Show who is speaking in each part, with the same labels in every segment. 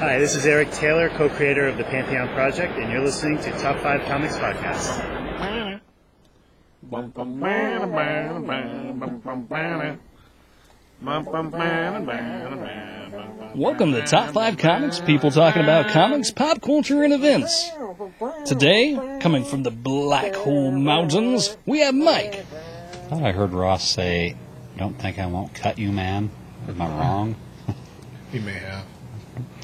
Speaker 1: Hi, this is Eric Taylor, co creator of the Pantheon Project, and you're listening to Top 5 Comics Podcast.
Speaker 2: Welcome to Top 5 Comics, people talking about comics, pop culture, and events. Today, coming from the Black Hole Mountains, we have Mike.
Speaker 3: thought I heard Ross say, "Don't think I won't cut you, man." Am I wrong?
Speaker 4: He may have.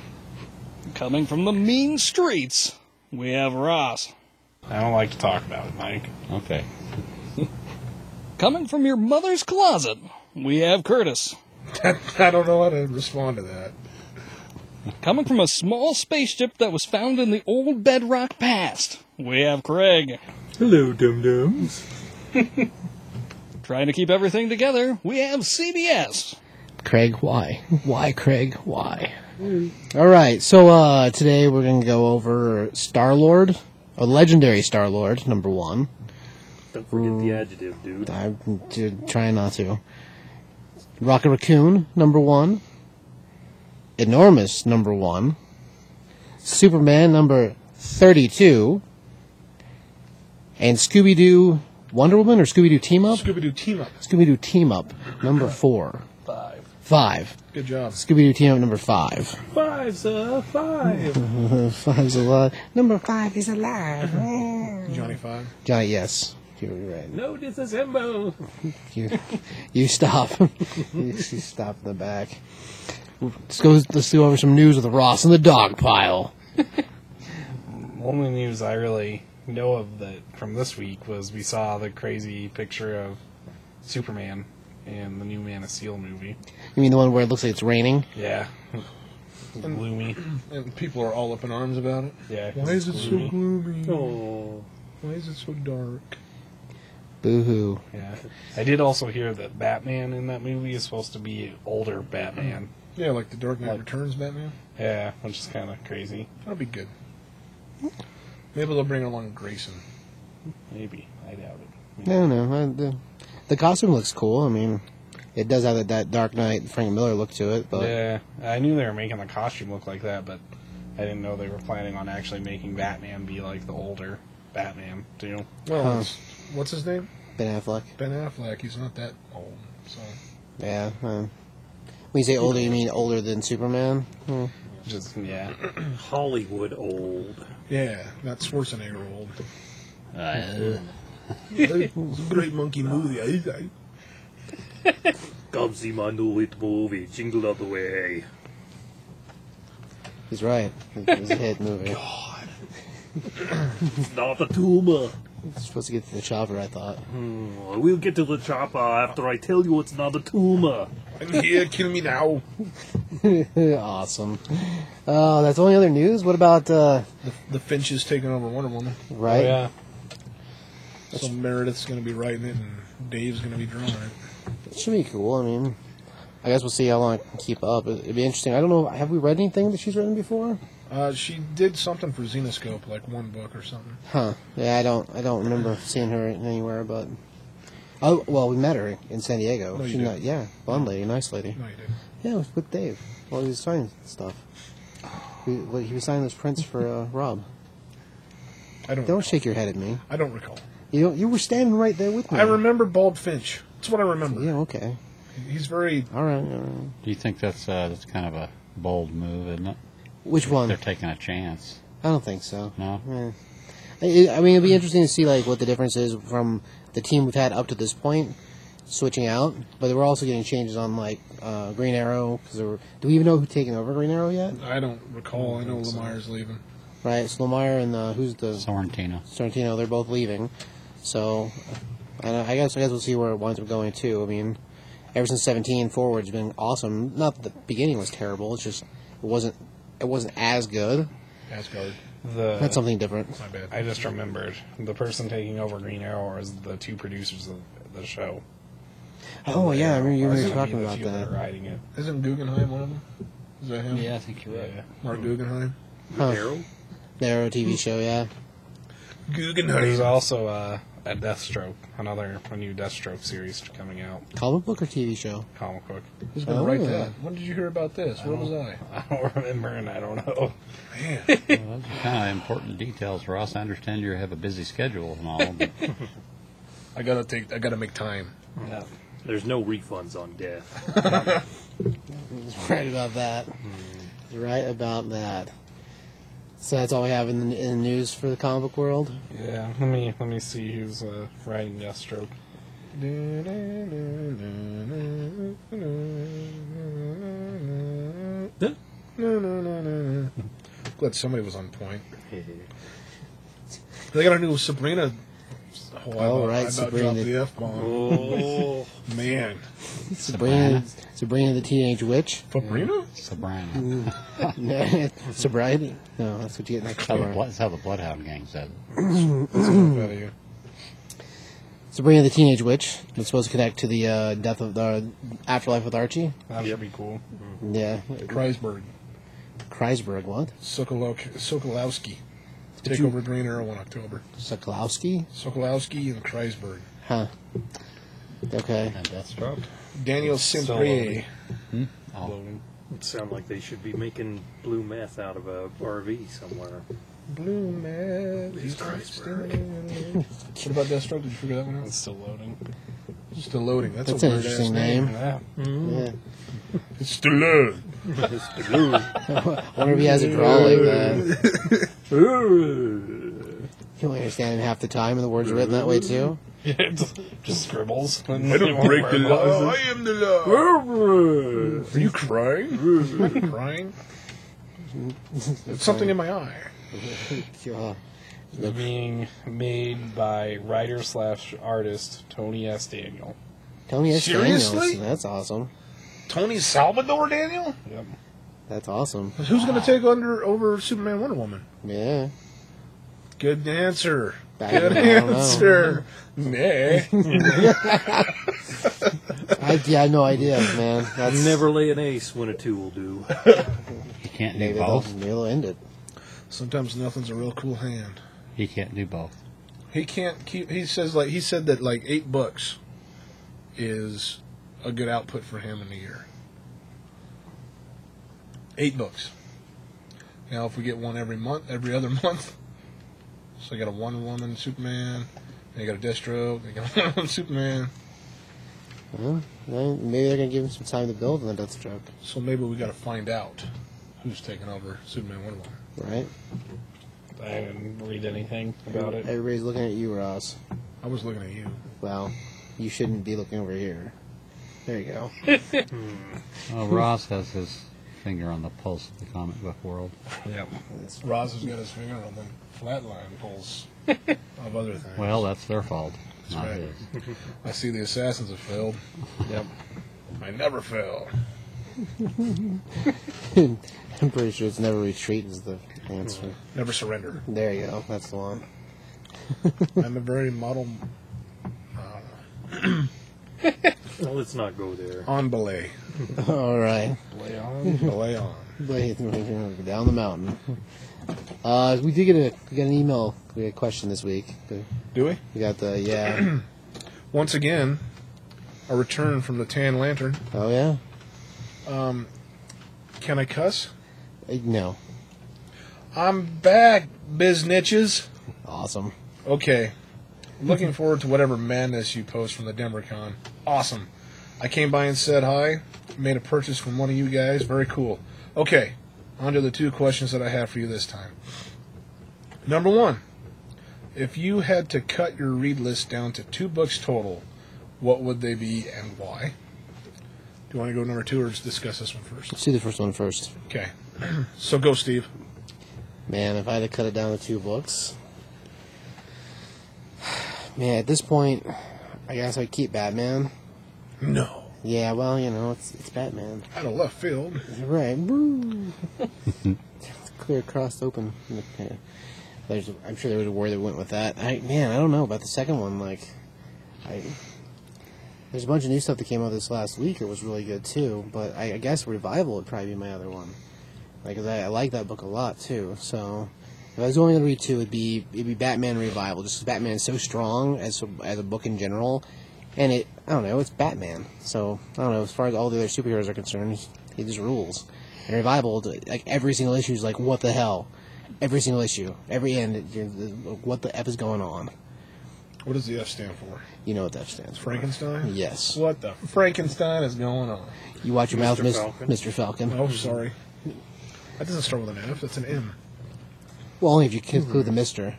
Speaker 2: Coming from the mean streets, we have Ross.
Speaker 4: I don't like to talk about it, Mike.
Speaker 3: Okay.
Speaker 2: Coming from your mother's closet, we have Curtis.
Speaker 4: I don't know how to respond to that.
Speaker 2: Coming from a small spaceship that was found in the old bedrock past, we have Craig.
Speaker 4: Hello, dum dums.
Speaker 2: Trying to keep everything together, we have CBS.
Speaker 5: Craig, why? Why, Craig, why? All right, so uh, today we're going to go over Star Lord, a legendary Star Lord, number one.
Speaker 6: Don't forget the adjective, dude.
Speaker 5: I'm t- trying not to. Rocket Raccoon, number one. Enormous, number one. Superman, number 32. And Scooby Doo Wonder Woman or Scooby Doo Team Up?
Speaker 4: Scooby Doo team up.
Speaker 5: Scooby Doo Team Up, number four.
Speaker 4: Five.
Speaker 5: Five.
Speaker 4: Good job.
Speaker 5: Scooby Doo Team Up, number five.
Speaker 4: Five's a five.
Speaker 5: Five's alive. Number five is alive.
Speaker 4: Johnny Five.
Speaker 5: Johnny, yes. You're right.
Speaker 4: No, this is Himbo.
Speaker 5: You, you stop. you stop in the back. Let's go. Let's go over some news with Ross and the dog pile.
Speaker 7: only news I really know of that from this week was we saw the crazy picture of Superman in the new Man of Steel movie.
Speaker 5: You mean the one where it looks like it's raining?
Speaker 7: Yeah. gloomy.
Speaker 4: And people are all up in arms about it.
Speaker 7: Yeah. 'cause
Speaker 4: Why is it
Speaker 7: it's
Speaker 4: so
Speaker 7: gloomy.
Speaker 4: gloomy?
Speaker 6: Oh,
Speaker 4: Why is it so dark?
Speaker 5: Boo hoo.
Speaker 7: Yeah. I did also hear that Batman in that movie is supposed to be older Batman.
Speaker 4: Yeah, like the Dark Knight
Speaker 7: Like-
Speaker 4: Returns Batman.
Speaker 5: Hmm.
Speaker 7: Yeah, which is kind of crazy.
Speaker 4: That'll be good. Hmm. Maybe they'll bring along Grayson.
Speaker 7: Maybe. I doubt it.
Speaker 5: No, no. I, the, the costume looks cool. I mean, it does have that, that Dark Knight Frank Miller look to it, but
Speaker 7: Yeah, I knew they were making the costume look like that, but I didn't know they were planning on actually making Batman be like the older Batman too.
Speaker 4: Well,
Speaker 5: Huh.
Speaker 4: it's- what's his name?
Speaker 5: Ben Affleck.
Speaker 4: Ben Affleck. He's not that old. So
Speaker 5: Yeah. Uh, when you say older, you mean older than Superman? Hmm.
Speaker 7: Just yeah,
Speaker 6: Hollywood old.
Speaker 4: yeah, not Schwarzenegger old.
Speaker 3: Uh,
Speaker 4: it's a great monkey movie. I, I,
Speaker 6: Come see my new hit movie, Jingle All the Way.
Speaker 5: He's right. It was a hit movie.
Speaker 6: It's not a tumor.
Speaker 5: It's supposed to get to the chopper, I thought.
Speaker 6: Oh, We'll get to the chopper after I tell you it's not a tumor.
Speaker 4: I'm here, kill me now.
Speaker 5: awesome. Uh, that's only other news. What about uh,
Speaker 4: The Finch is taking over Wonder Woman.
Speaker 5: right?
Speaker 7: yeah.
Speaker 4: So Meredith's going to be writing it, and Dave's going to be drawing it.
Speaker 5: Should be cool. I mean, I guess we'll see how long it can keep up. It- It'd be interesting. I don't know. Have we read anything that she's written before?
Speaker 4: Uh, she did something for Xenoscope, like one book or something.
Speaker 5: Huh? Yeah, I don't. I don't remember seeing her anywhere. But oh well, we met her in San Diego.
Speaker 4: No, you
Speaker 5: She's
Speaker 4: didn't.
Speaker 5: not- yeah, blonde lady, nice lady.
Speaker 4: No, you didn't.
Speaker 5: Yeah, it was with Dave. Well, he was signing stuff. He, well, he was signing those prints for uh, Rob.
Speaker 4: I don't.
Speaker 5: Don't shake your head at me.
Speaker 4: I don't recall.
Speaker 5: You don't, you were standing right there with me.
Speaker 4: I remember Bald Finch. That's what I remember.
Speaker 5: Yeah. Okay.
Speaker 4: He's very.
Speaker 5: All right. All right.
Speaker 3: do you think that's uh, that's kind of a bold move, isn't it?
Speaker 5: Which one?
Speaker 3: They're taking a chance.
Speaker 5: I don't think so.
Speaker 3: No?
Speaker 5: Eh. I, I mean, it'd be interesting to see like what the difference is from the team we've had up to this point, switching out. But we're also getting changes on like uh, Green Arrow. Cause there were, do we even know who's taking over Green Arrow yet?
Speaker 4: I don't recall. I know Lemire's leaving.
Speaker 5: Right. So Lemire and uh, who's the
Speaker 3: Sorrentino.
Speaker 5: Sorrentino? They're both leaving. So, and I guess I guess we'll see where it winds up going too. I mean, ever since 17 forward's been awesome. Not that the beginning was terrible. It's just it wasn't it wasn't as good.
Speaker 4: Asgard.
Speaker 7: The
Speaker 5: That's something different.
Speaker 4: My bad.
Speaker 7: I just remembered the person taking over Green Arrow is the two producers of the show.
Speaker 5: Oh yeah, I remember you
Speaker 7: Are
Speaker 5: were
Speaker 7: gonna
Speaker 5: talking
Speaker 7: be the
Speaker 5: about
Speaker 7: few
Speaker 5: that.
Speaker 7: are Riding it.
Speaker 4: Isn't Guggenheim one of them? Is that him?
Speaker 3: I think you're
Speaker 7: Yeah.
Speaker 4: Mark Guggenheim.
Speaker 5: Huh. Hmm.
Speaker 6: Arrow?
Speaker 5: Narrow TV show, yeah.
Speaker 4: Guggenheim.
Speaker 7: There's also uh, a Deathstroke, another a new Deathstroke series coming out,
Speaker 5: Comic book or TV show?
Speaker 7: comic book.
Speaker 4: Who's going to write
Speaker 5: Oh.
Speaker 4: that? When did you hear about this? Where was I?
Speaker 7: I don't remember, and I don't know.
Speaker 3: Well, those are kind of important details, Ross. I understand you have a busy schedule and all, but
Speaker 4: I gotta take. I gotta make time.
Speaker 7: Yeah.
Speaker 6: There's no refunds on death.
Speaker 5: He's right about that. He's right about that. So that's all we have in the, in the news for the comic book world.
Speaker 7: Yeah, let me let me see who's uh, riding Deathstroke.
Speaker 4: Glad somebody was on point. They got a new Sabrina. Oh, I
Speaker 5: Oh,
Speaker 4: about-
Speaker 5: right,
Speaker 4: I about
Speaker 5: Sabrina.
Speaker 4: dropped the f bomb.
Speaker 6: Oh,
Speaker 4: Man,
Speaker 5: Sabrina, Sabrina the Teenage Witch.
Speaker 4: Sabrina?
Speaker 3: Sabrina.
Speaker 5: No, sobriety. No, that's what you get in that
Speaker 3: That's how, the,
Speaker 5: cover.
Speaker 3: Blood- that's how the Bloodhound Gang said it.
Speaker 4: Out of you.
Speaker 5: Sabrina the Teenage Witch. It's supposed to connect to the uh, death of the afterlife with Archie.
Speaker 7: That would be cool.
Speaker 5: Yeah,
Speaker 4: Kreisberg,
Speaker 5: Kreisberg. What?
Speaker 4: Sokolok, Sokolowski. Take over Green Arrow in October.
Speaker 5: Sokolowski?
Speaker 4: Sokolowski and Kreisberg.
Speaker 5: Huh. Okay.
Speaker 3: And Deathstroke.
Speaker 4: Daniel
Speaker 7: So-
Speaker 4: Simbrier.
Speaker 7: Logan.
Speaker 6: it sound like they should be making blue meth out of a RV somewhere.
Speaker 4: Blue man.
Speaker 6: He's Kreisberg.
Speaker 4: What about Deathstroke? Did you figure that one out?
Speaker 7: It's still loading.
Speaker 4: Still loading. That's,
Speaker 5: That's
Speaker 4: a
Speaker 5: an
Speaker 4: weird
Speaker 5: interesting
Speaker 4: ass name.
Speaker 5: name.
Speaker 7: Yeah.
Speaker 5: Yeah.
Speaker 4: It's Still loading.
Speaker 6: Mr. Blue.
Speaker 5: I wonder if he has a draw like that.
Speaker 6: Ooh.
Speaker 5: You don't understand him half the time, and the words are written that way too.
Speaker 7: yeah it's just scribbles. I
Speaker 4: Oh, I am the law. Are you crying? Are you crying? It's something in my eye.
Speaker 5: Yeah.
Speaker 7: Being made by writer slash artist Tony S. Daniel.
Speaker 5: Tony S. Daniels.
Speaker 4: Seriously?
Speaker 5: That's awesome.
Speaker 4: Tony Salvador Daniel?
Speaker 7: Yep.
Speaker 5: That's awesome.
Speaker 4: Who's going to take under over Superman Wonder Woman?
Speaker 5: Yeah.
Speaker 4: Good answer.
Speaker 5: Back
Speaker 4: Good
Speaker 5: I don't know.
Speaker 4: answer. Nay.
Speaker 5: I, yeah, I have no idea, man. That's
Speaker 6: Never lay an ace when a two will do.
Speaker 3: He can't do
Speaker 5: Maybe they'll,
Speaker 3: both.
Speaker 5: maybe they'll end it.
Speaker 4: Sometimes nothing's a real cool hand.
Speaker 3: He can't do both.
Speaker 4: He can't keep. He says like he said that like eight bucks is a good output for him in a year. Eight bucks. Now, if we get one every month, every other month, so I got a Wonder Woman Superman, and you got a Deathstroke, and you got a Wonder Woman Superman.
Speaker 5: Well, then maybe they're gonna give him some time to build on the Deathstroke,
Speaker 4: So maybe we got to find out who's taking over Superman Wonder Woman.
Speaker 5: right?
Speaker 7: I didn't read anything about it.
Speaker 5: Everybody's looking at you, Ross.
Speaker 4: I was looking at you.
Speaker 5: Well, you shouldn't be looking over here. There you go.
Speaker 3: Well, Ross has his finger on the pulse of the comic book world.
Speaker 7: Yep.
Speaker 4: Roz has got his finger on the flatline pulls of other things.
Speaker 3: Well, uh, that's their fault, not
Speaker 4: right.
Speaker 3: his.
Speaker 4: I see the assassins have failed.
Speaker 7: Yep.
Speaker 4: I never fail.
Speaker 5: I'm pretty sure it's never retreat is the answer.
Speaker 4: Never surrender.
Speaker 5: There you go. That's the one.
Speaker 4: I'm a very model
Speaker 6: Well, let's not go there.
Speaker 4: on belay.
Speaker 5: All right.
Speaker 7: Lay on.
Speaker 4: Belay on.
Speaker 5: Blade, Down the mountain. Uh, we did get a we got an email. We got a question this week. We
Speaker 4: Do we?
Speaker 5: got the yeah.
Speaker 4: Once again, a return from the tan lantern.
Speaker 5: Oh yeah.
Speaker 4: Can I cuss?
Speaker 5: Uh, No.
Speaker 4: I'm back, biznitches.
Speaker 5: Awesome.
Speaker 4: Okay. Looking forward to whatever madness you post from the Denver Con. Awesome. I came by and said hi. Made a purchase from one of you guys. Very cool. Okay. On to the two questions that I have for you this time. Number one If you had to cut your read list down to two books total, what would they be and why? Do you want to go number two or just discuss this one first?
Speaker 5: Let's do the first one first.
Speaker 4: Okay. so go, Steve.
Speaker 5: Man, if I had to cut it down to two books. Man, at this point, I guess I'd keep Batman.
Speaker 4: No.
Speaker 5: Yeah, well, you know, it's, it's Batman.
Speaker 4: Out of left field.
Speaker 5: Right. Woo. It's clear across open. Okay. There's, I'm sure there was a word that went with that. I man, I don't know about the second one. Like, I there's a bunch of new stuff that came out this last week. It was really good too. But I, I guess revival would probably be my other one. Like, 'cause I, I like that book a lot too. So If I was only going to read two, it'd be it'd be Batman Revival. Just Batman is so strong as a, as a book in general, and it I don't know, it's Batman. So I don't know. As far as all the other superheroes are concerned, he just rules. And Revival, like every single issue is like what the hell, every single issue, every end, you're, what the f is going on?
Speaker 4: What does the F stand for?
Speaker 5: You know what the f stands for?
Speaker 4: Frankenstein?
Speaker 5: Yes.
Speaker 4: What the Frankenstein is going on?
Speaker 5: You watch your mouth,
Speaker 6: Mr.
Speaker 5: Mis-
Speaker 6: Falcon?
Speaker 5: Mr. Falcon.
Speaker 4: Oh, sorry. That doesn't start with an F. That's an M.
Speaker 5: Well, only if you include the Mister.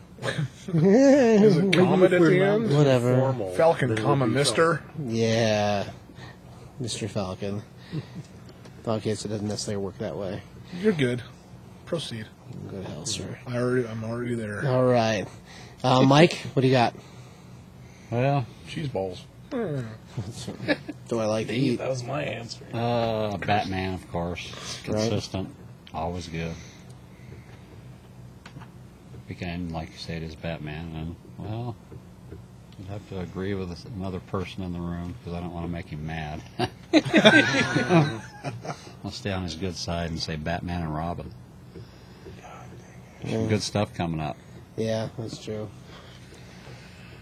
Speaker 4: There's a comet at the end.
Speaker 5: Whatever.
Speaker 6: Formal.
Speaker 4: Falcon,
Speaker 6: Then it
Speaker 4: comma,
Speaker 6: would be
Speaker 4: Mister.
Speaker 5: Yeah, Mr. Falcon. Okay, so it doesn't necessarily work that way.
Speaker 4: You're good. Proceed.
Speaker 5: Good hell, sir.
Speaker 4: I already, I'm already there.
Speaker 5: All right, uh, Mike, what do you got?
Speaker 3: Well, cheese balls.
Speaker 5: Do I like to eat?
Speaker 7: That was my answer.
Speaker 3: Uh, Batman, of course.
Speaker 5: Right.
Speaker 3: Consistent. Always good. We can, end, like you said, as Batman, and, well, I'd have to agree with this- another person in the room because I don't want to make him mad. I'll stay on his good side and say Batman and Robin. Some good stuff coming up.
Speaker 5: Yeah, that's true.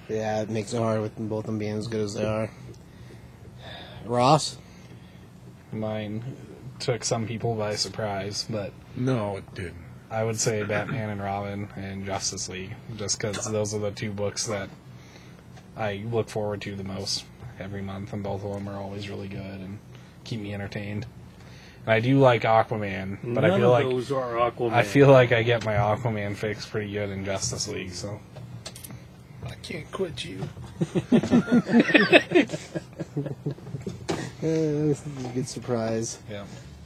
Speaker 5: Yeah, it makes it hard with both of them being as good as they are. Ross,
Speaker 7: Mine took some people by surprise, but
Speaker 4: No, it didn't.
Speaker 7: I would say Batman and Robin and Justice League, just because those are the two books that I look forward to the most every month, and both of them are always really good and keep me entertained. And I do like Aquaman, but
Speaker 6: None
Speaker 7: I feel
Speaker 6: of
Speaker 7: like
Speaker 6: those are Aquaman.
Speaker 7: I feel like I get my Aquaman fix pretty good in Justice League. So
Speaker 4: I can't quit you.
Speaker 5: uh, this is a good surprise.
Speaker 7: yeah,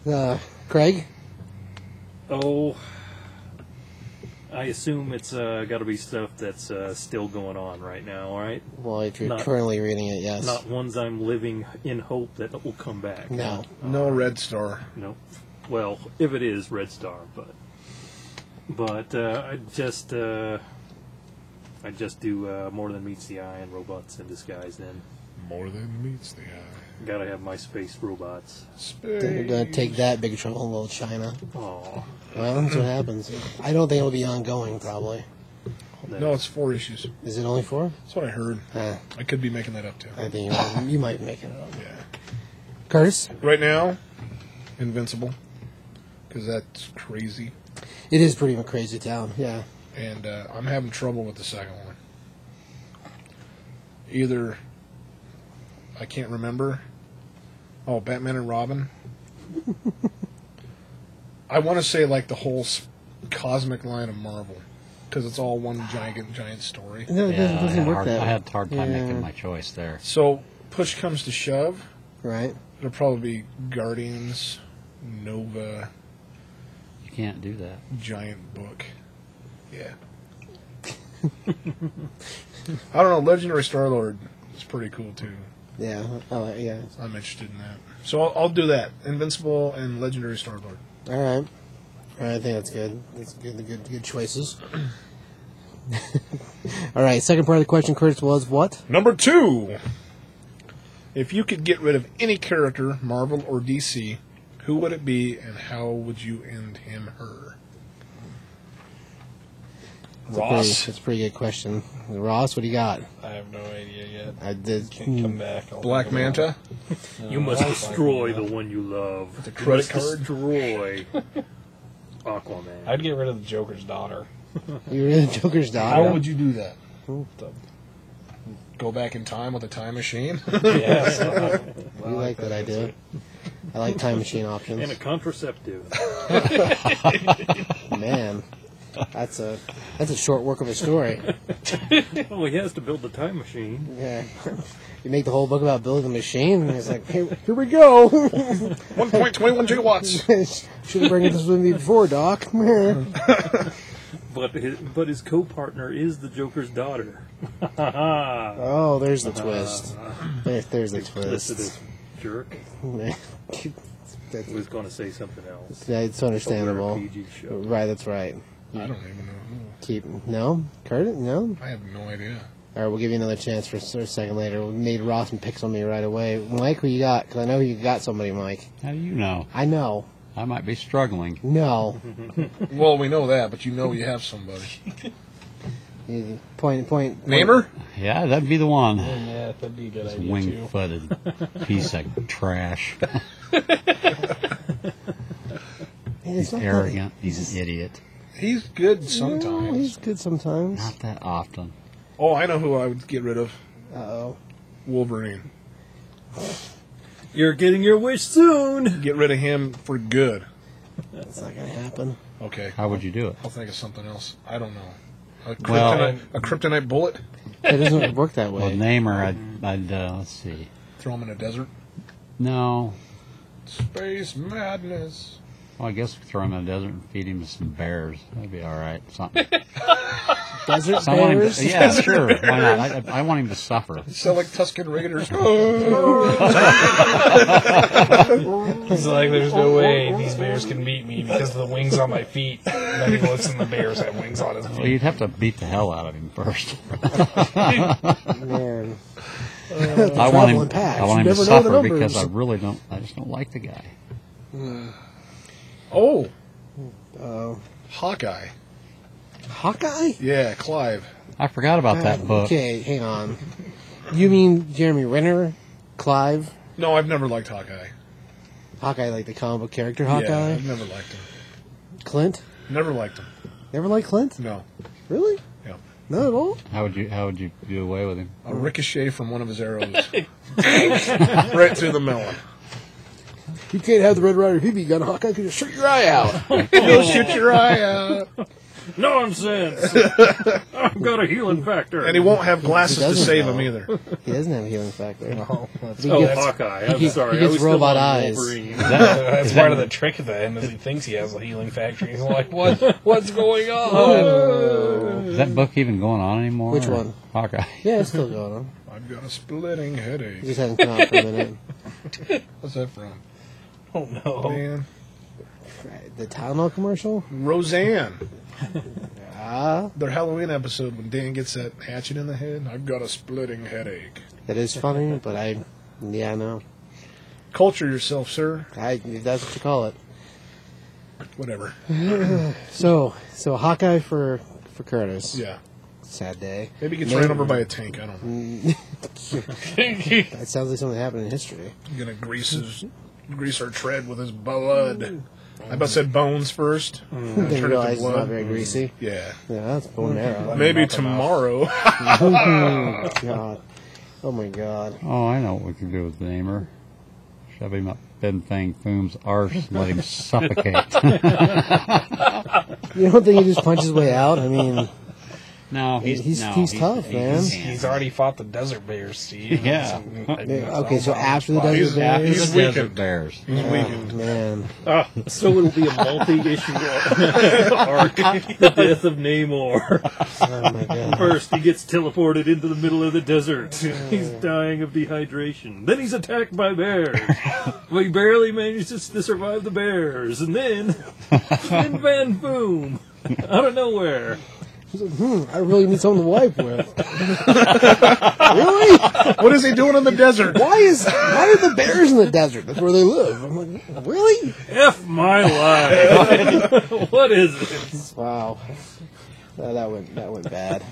Speaker 5: Uh, Craig,
Speaker 6: Oh, I assume it's uh, got to be stuff that's uh, still going on right now, right?
Speaker 5: well, if you're
Speaker 6: Not-
Speaker 5: currently reading it, yes.
Speaker 6: Not ones I'm living in hope that it will come back.
Speaker 5: no.
Speaker 4: No red star.
Speaker 6: No. Well, if it is Red Star, but but uh, I just uh, I just do uh, more than meets the eye and robots in disguise. Then
Speaker 4: More than meets the eye.
Speaker 6: gotta have my space robots.
Speaker 5: They're
Speaker 4: Space.
Speaker 5: gonna take that big trouble in Little China.
Speaker 6: Oh,
Speaker 5: Well, that's what happens. I don't think it'll be ongoing. Probably.
Speaker 4: No, it's four issues.
Speaker 5: Is it only four?
Speaker 4: That's what I heard.
Speaker 5: Uh,
Speaker 4: I could be making that up too.
Speaker 5: I think you might, you might make it up.
Speaker 4: Yeah.
Speaker 5: Curtis,
Speaker 4: Right now, Invincible, because that's crazy,
Speaker 5: it is pretty much crazy town. Yeah.
Speaker 4: and uh, I'm having trouble with the second one. Either I can't remember. Oh, Batman and Robin. I want to say like the whole s- cosmic line of Marvel, because it's all one giant giant story.
Speaker 5: No, it doesn't,
Speaker 3: I
Speaker 5: doesn't
Speaker 3: had,
Speaker 5: work
Speaker 3: hard,
Speaker 5: that.
Speaker 3: I had a hard time
Speaker 5: Yeah.
Speaker 3: making my choice there.
Speaker 4: So push comes to shove,
Speaker 5: Right.
Speaker 4: it'll probably be Guardians, Nova,
Speaker 3: You can't do that.
Speaker 4: giant book. Yeah. I don't know. Legendary Star Lord is pretty cool too.
Speaker 5: Yeah. Oh, yeah.
Speaker 4: I'm interested in that. So I'll, I'll do that. Invincible and Legendary Star Lord.
Speaker 5: All right. All right, I think that's good. That's good. Good. Good choices. All right. Second part of the question, Curtis, was what?
Speaker 4: Number two. If you could get rid of any character, Marvel or DC, who would it be, and how would you end him/her?
Speaker 5: Pretty-
Speaker 4: Ross,
Speaker 5: That's a pretty good question. Ross, what do you got?
Speaker 7: I have no idea yet.
Speaker 5: I did.
Speaker 7: Can't come back. I'll
Speaker 4: Black
Speaker 7: think about it.
Speaker 4: Manta.
Speaker 6: you must
Speaker 7: Black
Speaker 6: destroy the
Speaker 7: Manta.
Speaker 6: one you love. The
Speaker 4: credit
Speaker 6: must
Speaker 4: card?
Speaker 6: Destroy Aquaman.
Speaker 7: I'd get rid of the Joker's daughter.
Speaker 5: You were in the Joker's
Speaker 4: How
Speaker 5: daughter.
Speaker 4: would you do that? Go back in time with a time machine?
Speaker 7: Yes.
Speaker 5: You like that idea? I like time machine options.
Speaker 6: and a contraceptive.
Speaker 5: Man, that's a that's a short work of a story.
Speaker 6: well, he has to build the time machine.
Speaker 5: Yeah, you make the whole book about building a machine, and it's like, here, here we go.
Speaker 4: 1.21 gigawatts.
Speaker 5: Should have brought this with me before, Doc. All
Speaker 6: But his, but his co-partner is the Joker's daughter.
Speaker 5: Oh, there's the twist. There, there's the twist.
Speaker 6: Felicitous jerk
Speaker 5: That's-
Speaker 6: was going to say something else.
Speaker 5: That's
Speaker 6: Over
Speaker 5: understandable.
Speaker 6: a PG show.
Speaker 5: Right, that's right.
Speaker 4: I don't even know.
Speaker 5: Keep no, Curtis, no.
Speaker 4: I have no idea.
Speaker 5: All right, we'll give you another chance for for a second later. We made Ross and pick somebody right away. Mike, who you got? Because I know you got somebody, Mike.
Speaker 3: How do you know?
Speaker 5: I know.
Speaker 3: I might be struggling.
Speaker 5: No.
Speaker 4: Well, we know that, but you know you have somebody.
Speaker 5: You- Point, point.
Speaker 4: Name her?
Speaker 3: Yeah, that'd be the one.
Speaker 7: Yeah, that'd be a good idea
Speaker 3: Wing footed piece of trash.
Speaker 5: It's
Speaker 3: He's
Speaker 5: not
Speaker 3: arrogant. He's an idiot.
Speaker 4: He's good
Speaker 5: that- No,
Speaker 4: sometimes.
Speaker 5: he's good sometimes.
Speaker 3: Not that often.
Speaker 4: Oh, I know who I would get rid of.
Speaker 5: Uh oh.
Speaker 4: Wolverine.
Speaker 6: You're getting your wish soon.
Speaker 4: Get rid of him for good.
Speaker 5: That's not going to happen.
Speaker 4: Okay,
Speaker 3: How would you do it?
Speaker 4: I'll think of something else. I don't know. A kryptonite,
Speaker 3: Well-
Speaker 5: um,
Speaker 4: a kryptonite bullet?
Speaker 5: It doesn't work that
Speaker 3: Well,
Speaker 5: way.
Speaker 3: name her. I'd, I'd uh, let's see.
Speaker 4: Throw him in a desert?
Speaker 3: No.
Speaker 4: Space madness.
Speaker 3: Well, I guess we throw him in the desert and feed him to some bears. That'd be all right. Something.
Speaker 5: Desert
Speaker 3: I want him to-
Speaker 5: bears?
Speaker 3: yeah, sure. Why not? I, I- I want him to suffer.
Speaker 4: So like Tuscan Raiders.
Speaker 5: Oh.
Speaker 7: He's like, there's no way these bears can beat me because of the wings on my feet. And then he looks and the bears have wings on his
Speaker 3: Well,
Speaker 7: feet.
Speaker 3: you'd have to beat the hell out of him first.
Speaker 5: Man.
Speaker 3: I want him.
Speaker 5: traveling Uh, packs.
Speaker 3: I want him
Speaker 5: You
Speaker 3: to
Speaker 5: never know the
Speaker 3: suffer because I
Speaker 5: numbers.
Speaker 3: really don't. I just don't like the guy.
Speaker 4: oh,
Speaker 5: Oh.
Speaker 4: Hawkeye.
Speaker 5: Hawkeye?
Speaker 4: Yeah, Clive.
Speaker 3: I forgot about that book.
Speaker 5: Okay, hang on. You mean Jeremy Renner, Clive,
Speaker 4: No, I've never liked Hawkeye.
Speaker 5: Hawkeye, like the comic book character
Speaker 4: Yeah,
Speaker 5: Hawkeye?
Speaker 4: I've never liked him.
Speaker 5: Clint?
Speaker 4: Never liked him.
Speaker 5: Never liked Clint?
Speaker 4: No.
Speaker 5: Really?
Speaker 4: Yeah.
Speaker 5: Not at all?
Speaker 3: How would you? How would you do away with him?
Speaker 4: A ricochet from one of his arrows. right through the melon.
Speaker 5: You can't have the Red Rider Hebe gun, Hawkeye, because you'll shoot your eye out.
Speaker 4: You'll shoot your eye out.
Speaker 6: Nonsense. I've got a healing factor.
Speaker 4: And he won't have glasses
Speaker 5: He
Speaker 4: to
Speaker 5: doesn't,
Speaker 4: save
Speaker 5: though.
Speaker 4: him either.
Speaker 5: he doesn't have a healing factor.
Speaker 7: Oh, that's,
Speaker 5: He
Speaker 6: oh,
Speaker 5: gets-
Speaker 6: Hawkeye. I'm
Speaker 5: he-
Speaker 6: sorry.
Speaker 5: he gets
Speaker 6: I was still
Speaker 5: robot
Speaker 6: on
Speaker 5: eyes.
Speaker 6: Wolverine.
Speaker 7: that's part of the trick at the end is he thinks he has a healing factory. He's like, what? What's going on?
Speaker 3: Is that book even going on anymore?
Speaker 5: Which
Speaker 3: or-
Speaker 5: one?
Speaker 3: Hawkeye.
Speaker 5: Yeah, it's still going on.
Speaker 4: I've got a splitting
Speaker 5: He
Speaker 4: headache.
Speaker 5: just hasn't come out for a minute.
Speaker 4: What's that from?
Speaker 7: Oh no!
Speaker 4: Man.
Speaker 5: The Tylenol commercial?
Speaker 4: Roseanne.
Speaker 5: Ah,
Speaker 4: Their Halloween episode when Dan gets that hatchet in the head. I've got a splitting headache.
Speaker 5: that is funny, but I, yeah, I know.
Speaker 4: Culture yourself, sir.
Speaker 5: I, if that's what you call it.
Speaker 4: Whatever.
Speaker 5: So, so Hawkeye for for Curtis.
Speaker 4: Yeah.
Speaker 5: Sad day.
Speaker 4: Maybe he gets ran over by a tank. I don't know.
Speaker 5: That sounds like something that happened in history.
Speaker 4: He's gonna grease his grease our tread with his blood. I about said bones first.
Speaker 5: Didn't
Speaker 4: Turn it to
Speaker 5: Mm. realize it's not
Speaker 4: blood. Mm-hmm.
Speaker 5: very greasy.
Speaker 4: Yeah.
Speaker 5: Yeah, that's bone arrow.
Speaker 4: Maybe tomorrow.
Speaker 5: oh, God. Oh my God.
Speaker 3: Oh, I know what we can do with the namer. Shove him up Ben Fang Foom's arse and let him suffocate.
Speaker 5: You don't think he just punched his way out? I mean,
Speaker 3: no, he's
Speaker 5: He's-
Speaker 3: no,
Speaker 5: he's tough, man.
Speaker 7: He's already fought the desert bears, Steve.
Speaker 3: Yeah.
Speaker 5: okay. So after the
Speaker 4: He's-
Speaker 5: desert
Speaker 3: After
Speaker 5: Bears,
Speaker 4: He's
Speaker 3: the desert
Speaker 4: weakened.
Speaker 3: bears.
Speaker 4: He's weakened.
Speaker 5: Oh, man,
Speaker 6: So it'll be a multi-issue arc. the death of Namor.
Speaker 5: oh my God.
Speaker 6: First, he gets teleported into the middle of the desert.
Speaker 5: Oh.
Speaker 6: He's dying of dehydration. Then he's attacked by bears. but he barely manages to survive the bears. And then, then Van Boom, out of nowhere.
Speaker 5: Hmm, I really need something to wipe with.
Speaker 4: What is he doing in the desert?
Speaker 5: Why is why are the bears in the desert? That's where they live. I'm like, really?
Speaker 6: F my life. what is this?
Speaker 5: Wow. Uh, that went that went bad.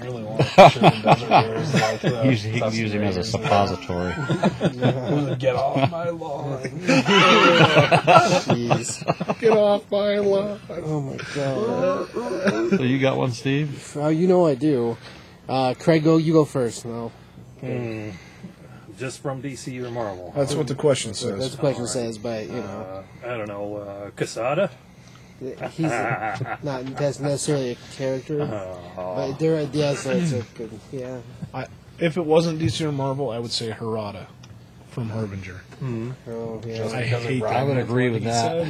Speaker 7: I really want to picture the desert bears like the
Speaker 3: Use, he can use him as a
Speaker 7: Tuscan
Speaker 3: suppository.
Speaker 7: Raiders. Get off my lawn!
Speaker 5: Jeez.
Speaker 4: Get off my lawn.
Speaker 5: Oh my God.
Speaker 3: so you got one, Steve?
Speaker 5: Well, you know I do. Uh, Craig, go. You go first. No,
Speaker 6: Just from DC or Marvel?
Speaker 4: That's what the question
Speaker 5: that's
Speaker 4: says.
Speaker 5: what the question says, but you know.
Speaker 6: Uh, I don't know. Uh, Casada?
Speaker 5: He's a, not that's necessarily a character, but there are yeah, so it's a good yeah.
Speaker 4: I, if it wasn't DC or Marvel, I would say Harada from Harbinger.
Speaker 5: Oh yeah.
Speaker 4: I
Speaker 7: Because of
Speaker 4: hate
Speaker 7: Robin.
Speaker 4: that.
Speaker 3: agree with
Speaker 4: Said.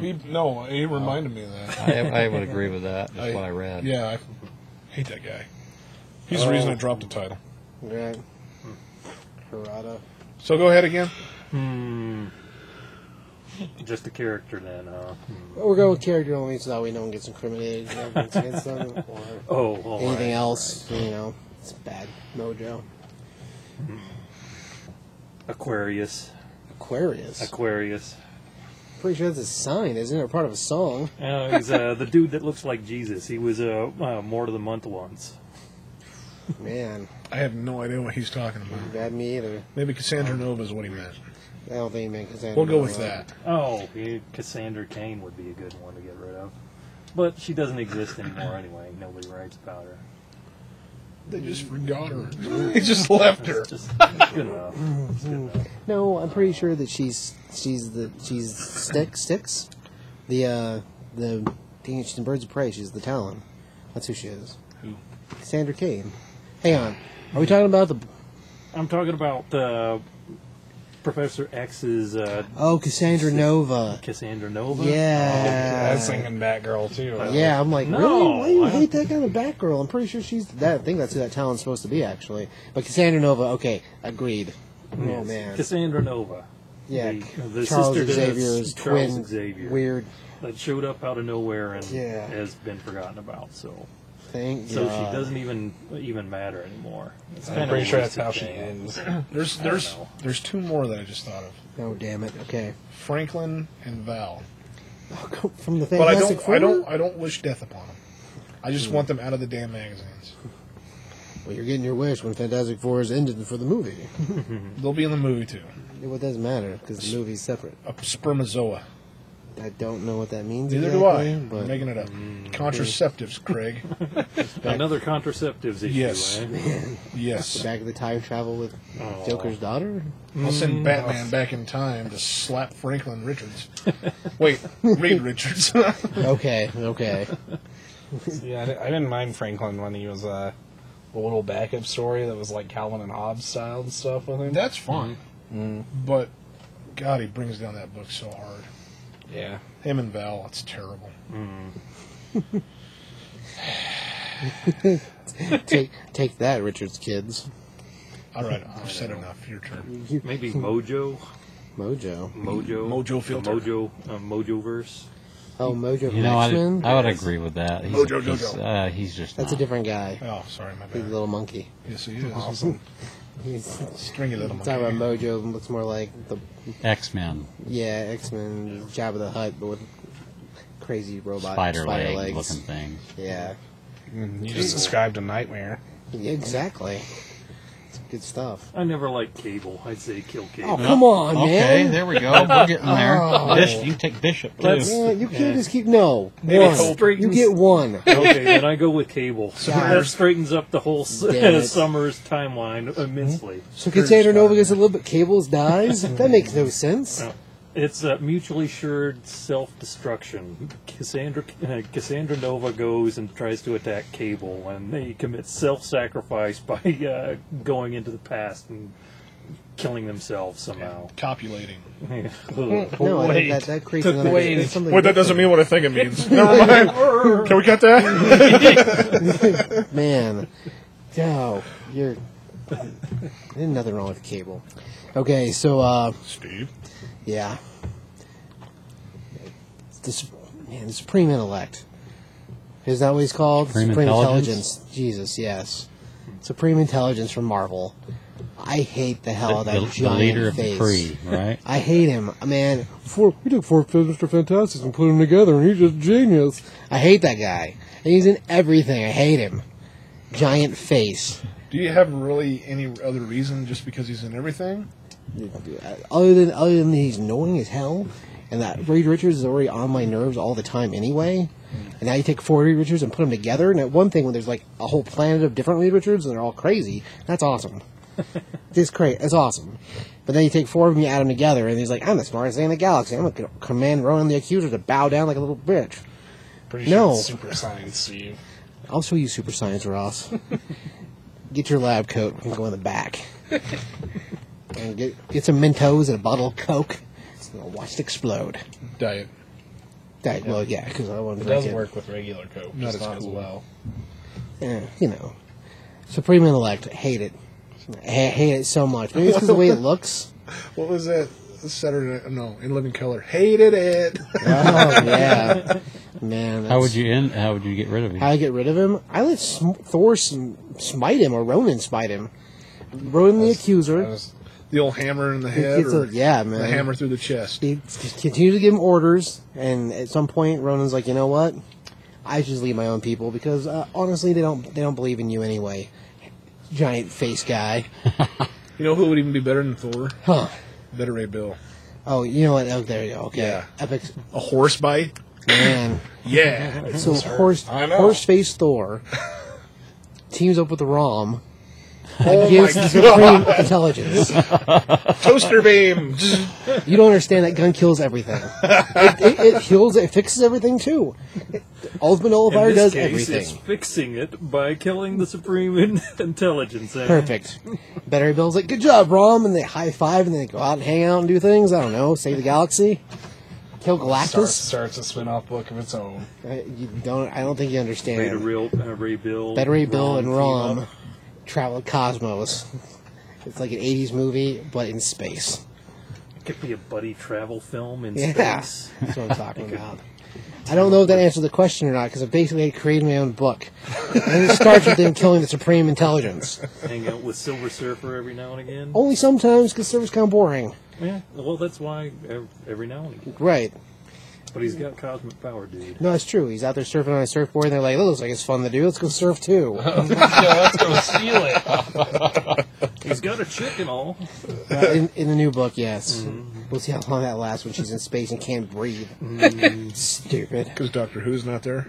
Speaker 4: He, no, he reminded me of that.
Speaker 3: I, I would agree with that. That's
Speaker 4: I-
Speaker 3: what I read.
Speaker 4: Yeah, I hate that guy. He's the reason I dropped the title.
Speaker 5: Right. Harada.
Speaker 4: So go ahead again.
Speaker 6: Hmm. Just a character then, uh, huh?
Speaker 5: Well, we're going with character only so that way no one gets incriminated no evidence against them or
Speaker 6: Oh, all
Speaker 5: anything
Speaker 6: right.
Speaker 5: else. You know, it's bad mojo.
Speaker 6: Aquarius.
Speaker 5: Aquarius.
Speaker 6: Aquarius.
Speaker 5: Pretty sure that's a sign, isn't it? Or part of a song.
Speaker 6: Uh, he's uh, the dude that looks like Jesus. He was uh, uh, Mort of the Month once.
Speaker 5: Man,
Speaker 4: I have no idea what he's talking about.
Speaker 5: bad me either.
Speaker 4: Maybe Cassandra Nova is what he meant.
Speaker 5: I don't think man can
Speaker 4: We'll go with that.
Speaker 6: Oh, yeah, Cassandra Kane would be a good one to get rid of. But she doesn't exist anymore anyway. Nobody writes about her.
Speaker 4: They just forgot her. They just left her.
Speaker 6: It's just it's good enough. It's good enough.
Speaker 5: No, I'm pretty sure that she's she's the she's stick sticks, the uh the dang it, she's in Birds of Prey. She's the Talon. That's who she is. Who? Cassandra Cain. Hang on, are we talking about the
Speaker 6: I'm talking about uh, Professor X's uh,
Speaker 5: oh Cassandra Nova?
Speaker 6: Cassandra Nova.
Speaker 7: I
Speaker 5: Yeah.
Speaker 7: was thinking Batgirl too.
Speaker 5: yeah, I'm like,
Speaker 6: Oh,
Speaker 5: really?
Speaker 6: No,
Speaker 5: Why do you
Speaker 6: I don't-
Speaker 5: hate that kind of Batgirl? I'm pretty sure she's that. I think that's who that Talon's supposed to be, actually. But Cassandra Nova, okay, agreed. Oh man,
Speaker 6: Cassandra Nova.
Speaker 5: yeah,
Speaker 6: the- the
Speaker 5: Charles
Speaker 6: sister to
Speaker 5: Xavier's
Speaker 6: Charles
Speaker 5: twin,
Speaker 6: Xavier.
Speaker 5: weird
Speaker 6: That showed up out of nowhere and
Speaker 5: Yeah.
Speaker 6: has been forgotten about. So,
Speaker 5: thing.
Speaker 6: so
Speaker 5: Yeah.
Speaker 6: she doesn't even even matter anymore. It's
Speaker 7: I'm
Speaker 6: kinda
Speaker 7: pretty sure
Speaker 6: a
Speaker 7: that's how she
Speaker 6: wasted thing.
Speaker 7: ends.
Speaker 4: There's
Speaker 6: don't
Speaker 4: there's
Speaker 6: know.
Speaker 4: there's two more that I just thought of.
Speaker 5: Oh damn it! Okay,
Speaker 4: Franklin and Val.
Speaker 5: from the
Speaker 4: But I
Speaker 5: Fantastic
Speaker 4: don't
Speaker 5: Four.
Speaker 4: I don't I don't wish death upon them. I just want them out of the damn magazines.
Speaker 5: Well, you're getting your wish when Fantastic Four is ended for the movie.
Speaker 4: They'll be in the movie too.
Speaker 5: What doesn't matter because the movie's separate.
Speaker 4: A spermazoa.
Speaker 5: I don't know what that means.
Speaker 4: Neither do I.
Speaker 5: exactly, mm,
Speaker 4: I'm making it up. Contraceptives, Craig.
Speaker 6: Another contraceptives issue.
Speaker 4: Yes.
Speaker 6: Eh?
Speaker 5: But
Speaker 4: Yes.
Speaker 5: back of the time travel with
Speaker 6: Oh.
Speaker 5: Joker's daughter.
Speaker 4: I'll send Batman back in time to slap Franklin Richards. Wait, Reed Richards.
Speaker 5: Okay, okay.
Speaker 7: Yeah, I di- I didn't mind Franklin when he was uh, a little backup story that was like Calvin and Hobbes style and stuff with him.
Speaker 4: That's fine.
Speaker 5: Mm.
Speaker 4: But God, he brings down that book so hard.
Speaker 7: yeah,
Speaker 4: Him and Val, it's terrible.
Speaker 5: take take that, Richard's kids.
Speaker 4: All right, I've said enough. Your turn.
Speaker 6: Maybe Mojo.
Speaker 5: Mojo.
Speaker 6: Mojo.
Speaker 4: Mojo
Speaker 6: the
Speaker 4: filter.
Speaker 6: Mojo. Uh, Mojoverse.
Speaker 5: Oh, Mojo
Speaker 3: You know, I,
Speaker 5: from X-Men.
Speaker 3: I would agree with that. He's,
Speaker 4: Mojo
Speaker 3: he's,
Speaker 4: Jojo.
Speaker 3: uh, he's just
Speaker 5: That's a
Speaker 3: not.
Speaker 5: different guy.
Speaker 4: Oh, sorry, my
Speaker 5: He's a
Speaker 4: bad.
Speaker 5: little monkey.
Speaker 4: Yes, he is.
Speaker 5: He's
Speaker 4: Stringy little
Speaker 5: talking about
Speaker 4: monkey.
Speaker 5: Mojo. Looks more like the
Speaker 3: X Men
Speaker 5: yeah X Men Jabba the Hutt, but with crazy robot
Speaker 3: spider, leg
Speaker 5: legs.
Speaker 3: looking thing.
Speaker 5: Yeah.
Speaker 7: you just described a nightmare.
Speaker 5: Yeah, exactly. It's good stuff.
Speaker 6: I never liked Cable. I'd say kill Cable.
Speaker 5: Oh, come on,
Speaker 3: Okay, there we go. We're getting there.
Speaker 5: Oh.
Speaker 3: Bishop, you take Bishop too.
Speaker 6: Let's-
Speaker 5: Yeah, you can't just keep no one.
Speaker 6: Straightens-
Speaker 5: You get one.
Speaker 6: okay, then I go with Cable. that straightens up the whole s-
Speaker 5: Damn it.
Speaker 6: summer's timeline immensely.
Speaker 5: So Cassandra Nova gets a little bit. Cables dies. That makes no sense.
Speaker 6: It's uh, mutually assured self-destruction. Cassandra uh, Cassandra Nova goes and tries to attack Cable, and they commit self-sacrifice by uh, going into the past and killing themselves somehow.
Speaker 4: Copulating.
Speaker 5: No, I think
Speaker 7: Wait.
Speaker 5: that that creates another. that's something
Speaker 4: mean what I think it means. Never mind. Can we cut that?
Speaker 5: different. Man, no, you're. There's nothing wrong with cable. Okay, so uh,
Speaker 4: Steve.
Speaker 5: yeah, the Sup- man, the supreme intellect. Is that what he's called?
Speaker 3: Supreme Intelligence?
Speaker 5: Jesus, yes. Supreme intelligence from Marvel. I hate the hell out of that
Speaker 3: the, the
Speaker 5: giant
Speaker 3: leader of
Speaker 5: face.
Speaker 3: the Kree, right?
Speaker 5: I hate him, man. Four, we took four Mr. Fantastics and put them together, and he's just genius. I hate that guy. And he's in everything. I hate him. Giant face.
Speaker 4: Do you have really any other reason just because he's in everything?
Speaker 5: Other than other than he's annoying as hell, and that Reed Richards is already on my nerves all the time anyway. And now you take four Reed Richards and put them together, and at one thing when there's like a whole planet of different Reed Richards and they're all crazy. That's awesome. It's great. It's awesome. But then you take four of them, you add them together, and he's like, "I'm the smartest thing in the galaxy. I'm gonna command Ronan the Accuser to bow down like a little bitch."
Speaker 7: Pretty
Speaker 5: No.
Speaker 7: sure it's super science, Steve.
Speaker 5: I'll show you super science, Ross. get your lab coat and go in the back. and get, get some Mentos and a bottle of Coke. And I'll watch it explode.
Speaker 4: Diet.
Speaker 5: That, Well, yeah, because I want to
Speaker 7: It
Speaker 5: drink
Speaker 7: does
Speaker 5: it.
Speaker 7: work with regular Coke,
Speaker 4: Not
Speaker 7: just
Speaker 4: as
Speaker 7: not as
Speaker 4: cool.
Speaker 7: well.
Speaker 5: Eh, you know. Supreme Intellect. I hate it. I ha- hate it so much. Maybe it's because the way it looks.
Speaker 4: What was that? Saturday, no, in living color. Hated it.
Speaker 5: Oh, yeah. Man.
Speaker 3: How
Speaker 5: that's-
Speaker 3: would you end? How would you get rid of him?
Speaker 5: How I get rid of him? I let sm- Thor sm- smite him or Ronan smite him. Ronan the Accuser.
Speaker 7: That was-
Speaker 4: the old hammer in the head,
Speaker 5: It's a-
Speaker 4: or
Speaker 5: yeah, man.
Speaker 4: the hammer through the chest.
Speaker 5: He continues to give him orders, and at some point, Ronan's like, you know what? I should just leave my own people because uh, honestly, they don't they don't believe in you anyway. Giant face guy.
Speaker 4: You know who would even be better than Thor?
Speaker 5: Huh.
Speaker 4: Better Ray Bill.
Speaker 5: Oh, you know what? Oh, there you go. Okay.
Speaker 4: Yeah.
Speaker 5: Epic
Speaker 4: A horse bite?
Speaker 5: man.
Speaker 4: Yeah.
Speaker 5: so horse
Speaker 4: I know.
Speaker 5: horse face Thor teams up with the Rom
Speaker 4: oh my
Speaker 5: against the
Speaker 4: god.
Speaker 5: Supreme Intelligence.
Speaker 4: Toaster beam.
Speaker 5: You don't understand that gun kills everything. it, it, it heals. It fixes everything too. Ultimate
Speaker 6: In
Speaker 5: Nullifier
Speaker 6: this
Speaker 5: does
Speaker 6: case, it's
Speaker 5: everything.
Speaker 6: fixing it by killing the Supreme in- Intelligence. Act.
Speaker 5: Perfect. Battery Bill's like, good job, Rom, and they high five and they go out and hang out and do things. I don't know, save the galaxy, kill
Speaker 7: Starts,
Speaker 5: Galactus.
Speaker 7: starts a spin-off book of its own.
Speaker 5: Uh, you don't. I don't think you
Speaker 6: Beta
Speaker 5: understand.
Speaker 6: Real, uh, Ray Bill.
Speaker 5: Battery Bill
Speaker 6: Ron
Speaker 5: and
Speaker 6: team
Speaker 5: Rom
Speaker 6: up.
Speaker 5: travel cosmos. It's like an '80s movie, but in space.
Speaker 6: Could be a buddy travel film in
Speaker 5: Yeah.
Speaker 6: space.
Speaker 5: That's what I'm talking about. I don't know if that answered the question or not because I basically created my own book. And it starts with them killing the Supreme Intelligence.
Speaker 6: Hang out with Silver Surfer every now and again.
Speaker 5: Only sometimes because service kind of boring.
Speaker 6: Yeah. Well, that's why ev- every now and again.
Speaker 5: Right.
Speaker 6: But he's got cosmic power, dude.
Speaker 5: No, it's true. He's out there surfing on a surfboard and they're like, that looks like it's fun to do. Let's go surf too.
Speaker 6: He's got a chick and all.
Speaker 5: Uh, in, in the new book, yes.
Speaker 4: Mm-hmm.
Speaker 5: We'll see how long that lasts when she's in space and can't breathe.
Speaker 4: Mm-hmm.
Speaker 5: Stupid.
Speaker 4: Because Doctor Who's not there.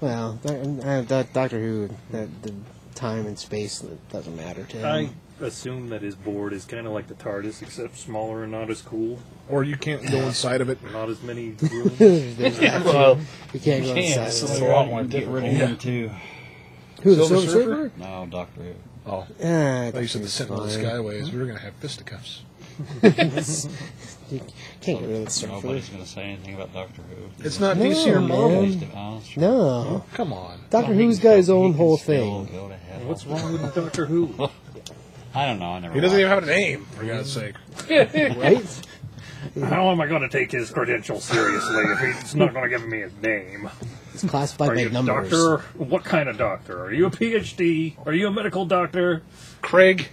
Speaker 5: Well, that, uh, that Doctor Who, that, the time and space it doesn't matter to him.
Speaker 6: I assume that his board is kind of like the TARDIS, except smaller and not as cool.
Speaker 4: Or you can't go inside of it.
Speaker 6: Not as many rooms.
Speaker 3: Well,
Speaker 5: you can't go inside.
Speaker 3: it's
Speaker 5: of
Speaker 3: a
Speaker 5: it.
Speaker 3: lot more difficult.
Speaker 2: too.
Speaker 5: Who, the
Speaker 4: Silver
Speaker 5: Silver
Speaker 4: Surfer?
Speaker 5: Surfer?
Speaker 3: No, Doctor Who. Oh,
Speaker 5: Ah,
Speaker 4: I used to the
Speaker 5: it's
Speaker 4: Sentinel of the
Speaker 5: fine.
Speaker 4: Skyways. We were going to have fisticuffs.
Speaker 5: You can't get rid of the surfer.
Speaker 3: Nobody's going to say anything about Doctor Who.
Speaker 4: It's not DC or
Speaker 5: No,
Speaker 4: Marvel.
Speaker 5: man. No.
Speaker 4: Come on.
Speaker 5: Doctor Who's got his own whole thing.
Speaker 6: What's wrong with Doctor Who?
Speaker 3: I don't know. I never.
Speaker 4: He doesn't even
Speaker 3: watched
Speaker 4: have a name, for God's sake.
Speaker 5: Right?
Speaker 6: How am I going to take his credentials seriously if he's not going to give me his name?
Speaker 5: It's classified
Speaker 6: Are
Speaker 5: by
Speaker 6: you a
Speaker 5: numbers.
Speaker 6: doctor? What kind of doctor? Are you a PhD? Are you a medical doctor?
Speaker 4: Craig.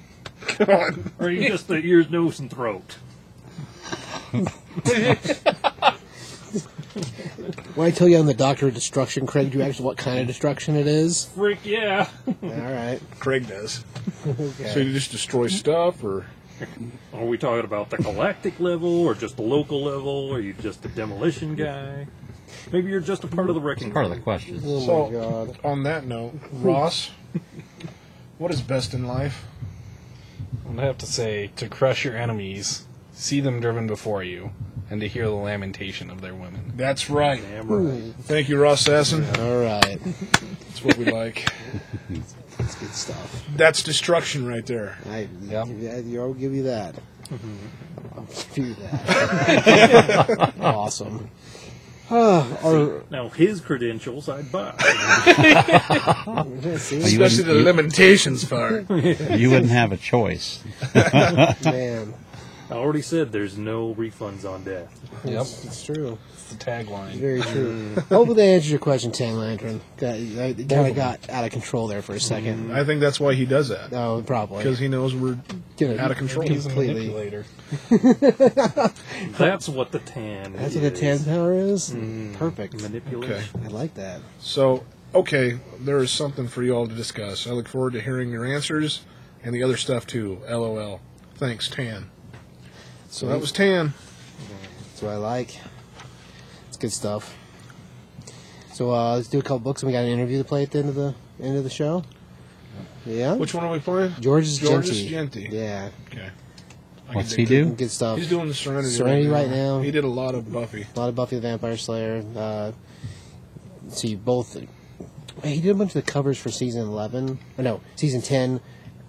Speaker 4: Come on.
Speaker 6: Or are you just the ears, nose, and throat?
Speaker 5: When I tell you I'm the doctor of destruction, Craig, do you actually what kind of destruction it is?
Speaker 6: Freak, yeah.
Speaker 5: All right.
Speaker 4: Craig does. So you just destroy stuff, or
Speaker 6: Are we talking about the galactic level or just the local level? Are you just a demolition guy? Maybe you're just a part of the wrecking
Speaker 3: Part of the
Speaker 6: crew.
Speaker 3: question.
Speaker 5: Oh
Speaker 4: So-
Speaker 5: my god.
Speaker 4: on that note, Ross, what is best in life?
Speaker 7: I would have to say to crush your enemies, see them driven before you, and to hear the lamentation of their women.
Speaker 4: That's right.
Speaker 6: Damn right.
Speaker 4: Thank you, Ross Sasson.
Speaker 5: All right.
Speaker 4: That's what we like.
Speaker 5: That's good stuff.
Speaker 4: That's destruction right there.
Speaker 5: I,
Speaker 7: Yep.
Speaker 5: you, I'll give you that. I'll give you that. awesome. Ah, or,
Speaker 6: Now, his credentials I'd buy.
Speaker 5: see,
Speaker 3: You
Speaker 4: Especially
Speaker 3: wouldn't,
Speaker 4: the lamentations part.
Speaker 3: you wouldn't have a choice.
Speaker 5: man,
Speaker 6: I already said there's no refunds on death.
Speaker 7: Yep,
Speaker 5: it's true. Mm.
Speaker 7: it's the tagline.
Speaker 5: Very true. Hopefully, they answered your question, Tan Lantern. Got- I kind of got out of control there for a second.
Speaker 4: I think that's why he does that.
Speaker 5: Oh, probably.
Speaker 4: Because he knows we're
Speaker 5: Gonna-
Speaker 4: out of control.
Speaker 7: He's a
Speaker 5: Completely.
Speaker 7: manipulator.
Speaker 6: That's what the tan
Speaker 5: That's
Speaker 6: is.
Speaker 5: what a tan power is. Perfect.
Speaker 6: Manipulation.
Speaker 4: Okay.
Speaker 5: I like that.
Speaker 4: So, okay, there is something for you all to discuss. I look forward to hearing your answers and the other stuff too. LOL. Thanks, Tan. So that was Tan.
Speaker 5: That's what I like. It's good stuff. So uh, let's do a couple books, and we got an interview to play at the end of the end of the show. Yeah,
Speaker 4: Which one are we playing?
Speaker 5: George's
Speaker 4: George's
Speaker 5: Genty.
Speaker 4: Genty.
Speaker 5: Yeah,
Speaker 4: Okay. I
Speaker 3: What's
Speaker 4: can
Speaker 3: he
Speaker 4: dig that.
Speaker 3: do?
Speaker 5: good stuff.
Speaker 4: He's doing the Serenity,
Speaker 5: Serenity right now.
Speaker 4: He did a lot of Buffy.
Speaker 5: a lot of Buffy the Vampire Slayer. Uh, see both. He did a bunch of the covers for season eleven. Or no, season ten.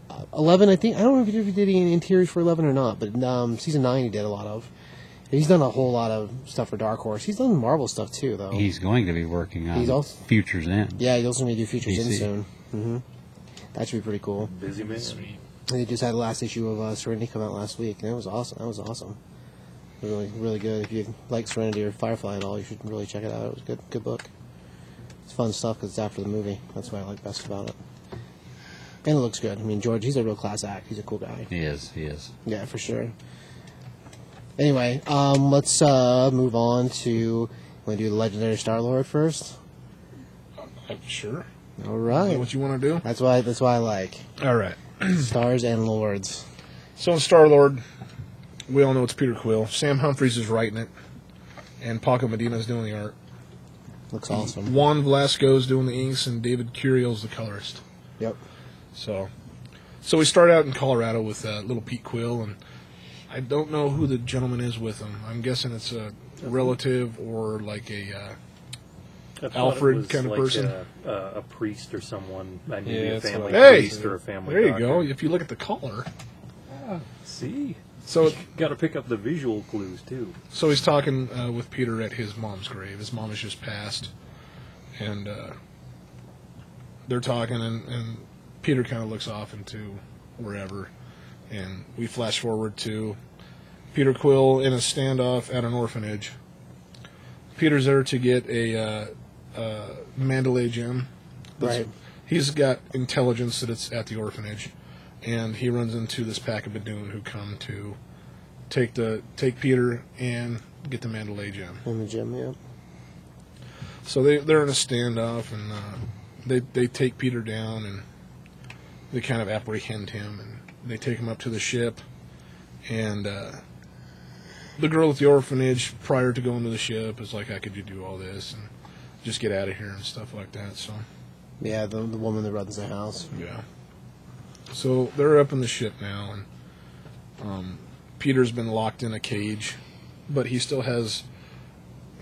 Speaker 5: Uh, eleven, I think. I don't know if he did, if he did any interiors for eleven or not, but um, season nine he did a lot of. He's done a whole lot of stuff for Dark Horse. He's done Marvel stuff too, though.
Speaker 3: He's going to be working on
Speaker 5: He's also-
Speaker 3: Futures End.
Speaker 5: Yeah, he's also going to do Futures in
Speaker 3: DC.
Speaker 5: soon. hmm That should be pretty cool.
Speaker 6: Busy man.
Speaker 5: And they just had the last issue of uh, Serenity come out last week, and that was awesome. That was awesome. Really, really good. If you like Serenity or Firefly at all, you should really check it out. It was a good, good book. It's fun stuff because it's after the movie. That's what I like best about it. and it looks good. I mean, George, he's a real class act. He's a cool guy.
Speaker 3: He is. He is.
Speaker 5: Yeah, for sure. Anyway, um, let's uh, move on to. Want to do the legendary Star Lord first?
Speaker 4: I'm Uh, sure.
Speaker 5: All
Speaker 4: Hey,
Speaker 5: right.
Speaker 4: what you want to
Speaker 5: That's why. That's why I like
Speaker 4: do? All right.
Speaker 5: stars and lords.
Speaker 4: So in Star Lord, we all know it's Peter Quill. Sam Humphries is writing it, and Paco Medina's doing the art.
Speaker 5: Looks awesome.
Speaker 4: Juan Velasco's doing the inks, and David Curiel's the colorist.
Speaker 5: Yep.
Speaker 4: So, so we start out in Colorado with uh, little Pete Quill, and I don't know who the gentleman is with him. I'm guessing it's a relative or like a. Uh,
Speaker 6: I thought it
Speaker 4: Alfred
Speaker 6: was
Speaker 4: kind of
Speaker 6: like
Speaker 4: person.
Speaker 6: A, a, a priest or someone. I mean,
Speaker 7: Yeah,
Speaker 6: a
Speaker 7: that's
Speaker 6: family
Speaker 7: what
Speaker 4: I-
Speaker 6: priest
Speaker 4: Hey!
Speaker 6: or a family.
Speaker 4: there you
Speaker 6: doctor.
Speaker 4: go. If you look at the collar,
Speaker 6: See,
Speaker 4: so
Speaker 6: got to pick up the visual clues too.
Speaker 4: so he's talking uh, with Peter at his mom's grave. His mom has just passed, and uh, they're talking, and, and Peter kind of looks off into wherever, and we flash forward to Peter Quill in a standoff at an orphanage. Peter's there to get a uh, uh, Mandalay gem. That's-
Speaker 5: Right.
Speaker 4: He's got intelligence that it's at the orphanage, and he runs into this pack of Badoon who come to take the take Peter and get the Mandalay gem.
Speaker 5: In the gym. Yeah.
Speaker 4: So they they're in a standoff, and uh, they they take Peter down, and they kind of apprehend him, and they take him up to the ship, and uh, the girl at the orphanage prior to going to the ship is like, "How could you do all this and just get out of here and stuff like that?" So
Speaker 5: Yeah. The, the woman that runs the house.
Speaker 4: yeah. So they're up in the ship now, and um, Peter's been locked in a cage, but he still has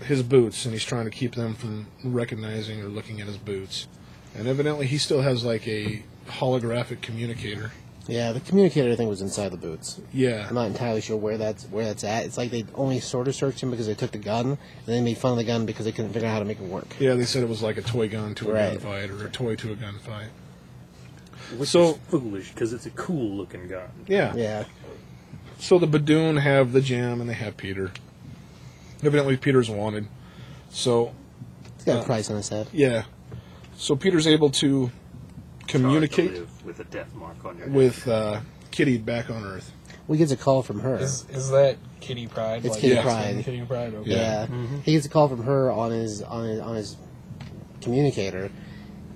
Speaker 4: his boots, and he's trying to keep them from recognizing or looking at his boots. And evidently, he still has like a holographic communicator.
Speaker 5: Yeah. The communicator I think was inside the boots.
Speaker 4: Yeah,
Speaker 5: I'm not entirely sure where that's where that's at. It's like they only sort of searched him because they took the gun and they made fun of the gun because they couldn't figure out how to make it work.
Speaker 4: yeah. They said it was like a toy gun to a
Speaker 5: Right.
Speaker 4: gunfight or a toy to a gunfight.
Speaker 6: Which
Speaker 4: So-
Speaker 6: is foolish because it's a cool looking gun.
Speaker 4: Yeah.
Speaker 5: Yeah.
Speaker 4: So the Badoon have the gem, and they have Peter. Evidently, Peter's wanted. So
Speaker 5: It's got a price on his head.
Speaker 4: Yeah. So Peter's able to
Speaker 6: Hard to
Speaker 4: communicate
Speaker 6: live with a death mark on your head.
Speaker 4: with uh, Kitty back on Earth.
Speaker 5: Well, he gets a call from her.
Speaker 7: Is, is that Kitty Pride?
Speaker 5: It's Kitty
Speaker 7: that's
Speaker 5: Pryde.
Speaker 7: in Kitty Pride. Okay.
Speaker 5: Yeah, Mm-hmm. he gets a call from her on his on his on his communicator,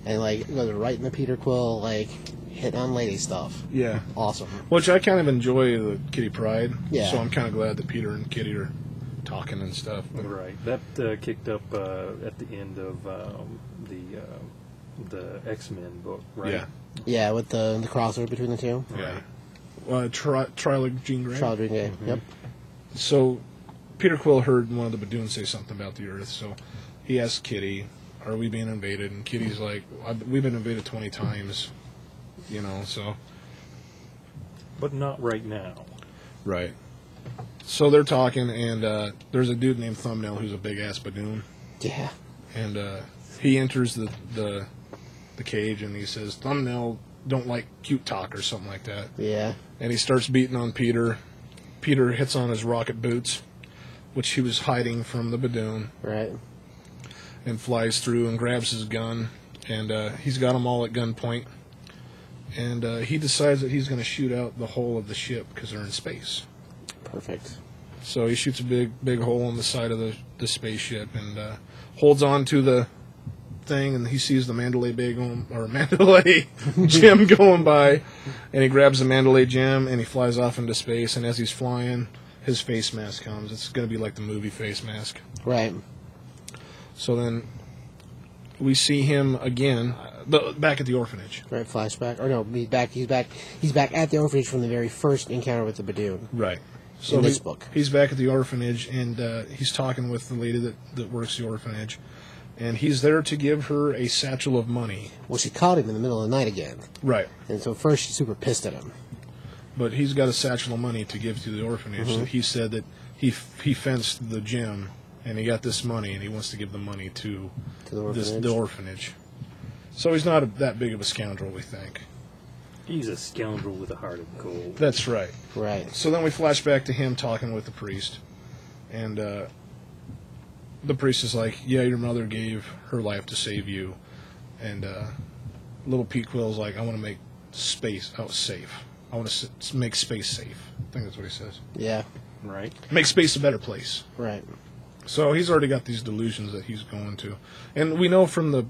Speaker 5: and like goes right into Peter Quill, like hitting on lady stuff.
Speaker 4: Yeah.
Speaker 5: Awesome.
Speaker 4: Which I kind of enjoy the Kitty Pride.
Speaker 5: Yeah.
Speaker 4: So I'm kind of glad that Peter and Kitty are talking and stuff.
Speaker 6: Right. That uh, kicked up uh, at the end of um, the uh, the X Men book, right?
Speaker 4: Yeah.
Speaker 5: Yeah, with the the crossover between the two.
Speaker 4: Yeah. Uh, tri- Trilog Jean Grey.
Speaker 5: Child Ring game. Yep.
Speaker 4: so Peter Quill heard one of the Badoon say something about the Earth, so he asked Kitty, "Are we being invaded?" And Kitty's like, "I've- "We've been invaded 20 times, you know." So
Speaker 6: But not right now.
Speaker 4: Right. So they're talking, and uh, there's a dude named Thumbnail who's a big ass badoon,
Speaker 5: Yeah.
Speaker 4: and uh, he enters the, the the cage, and he says, "Thumbnail don't like cute talk" or something like that,
Speaker 5: Yeah.
Speaker 4: and he starts beating on Peter. Peter hits on his rocket boots, which he was hiding from the badoon,
Speaker 5: Right.
Speaker 4: and flies through and grabs his gun, and uh, he's got them all at gunpoint. And uh, he decides that he's going to shoot out the whole of the ship because they're in space.
Speaker 5: Perfect.
Speaker 4: So he shoots a big, big hole in the side of the, the spaceship and uh, holds on to the thing, and he sees the Mandalay Bay going, or Mandalay Jim going by, and he grabs the Mandalay Jim and he flies off into space. And as he's flying, his face mask comes. It's going to be like the movie Face Mask.
Speaker 5: Right.
Speaker 4: So then we see him again, uh, the, back at the orphanage.
Speaker 5: Right. Flashback. Or no, he's back. He's back. He's back at the orphanage from the very first encounter with the Badoon.
Speaker 4: Right. So
Speaker 5: In this
Speaker 4: he-
Speaker 5: book.
Speaker 4: he's back at the orphanage, and uh, he's talking with the lady that, that works the orphanage, and he's there to give her a satchel of money.
Speaker 5: Well, she caught him in the middle of the night again,
Speaker 4: Right.
Speaker 5: and so first she's super pissed at him.
Speaker 4: But he's got a satchel of money to give to the orphanage.
Speaker 5: Mm-hmm.
Speaker 4: that He said that he f- he fenced the gym, and he got this money, and he wants to give the money to,
Speaker 5: To the
Speaker 4: this,
Speaker 5: orphanage.
Speaker 4: the orphanage. So he's not a, that big of a scoundrel, we think.
Speaker 6: He's a scoundrel with a heart of gold.
Speaker 4: That's right.
Speaker 5: Right.
Speaker 4: So then we flash back to him talking with the priest, and uh, the priest is like, "Yeah, your mother gave her life to save you," and uh, little Pete Quill's like, "I want to make space. Oh, safe. I want to s- make space safe. I think that's what he says.
Speaker 5: Yeah,
Speaker 7: Right.
Speaker 4: Make space a better place.
Speaker 5: right.
Speaker 4: So he's already got these delusions that he's going to, and we know from the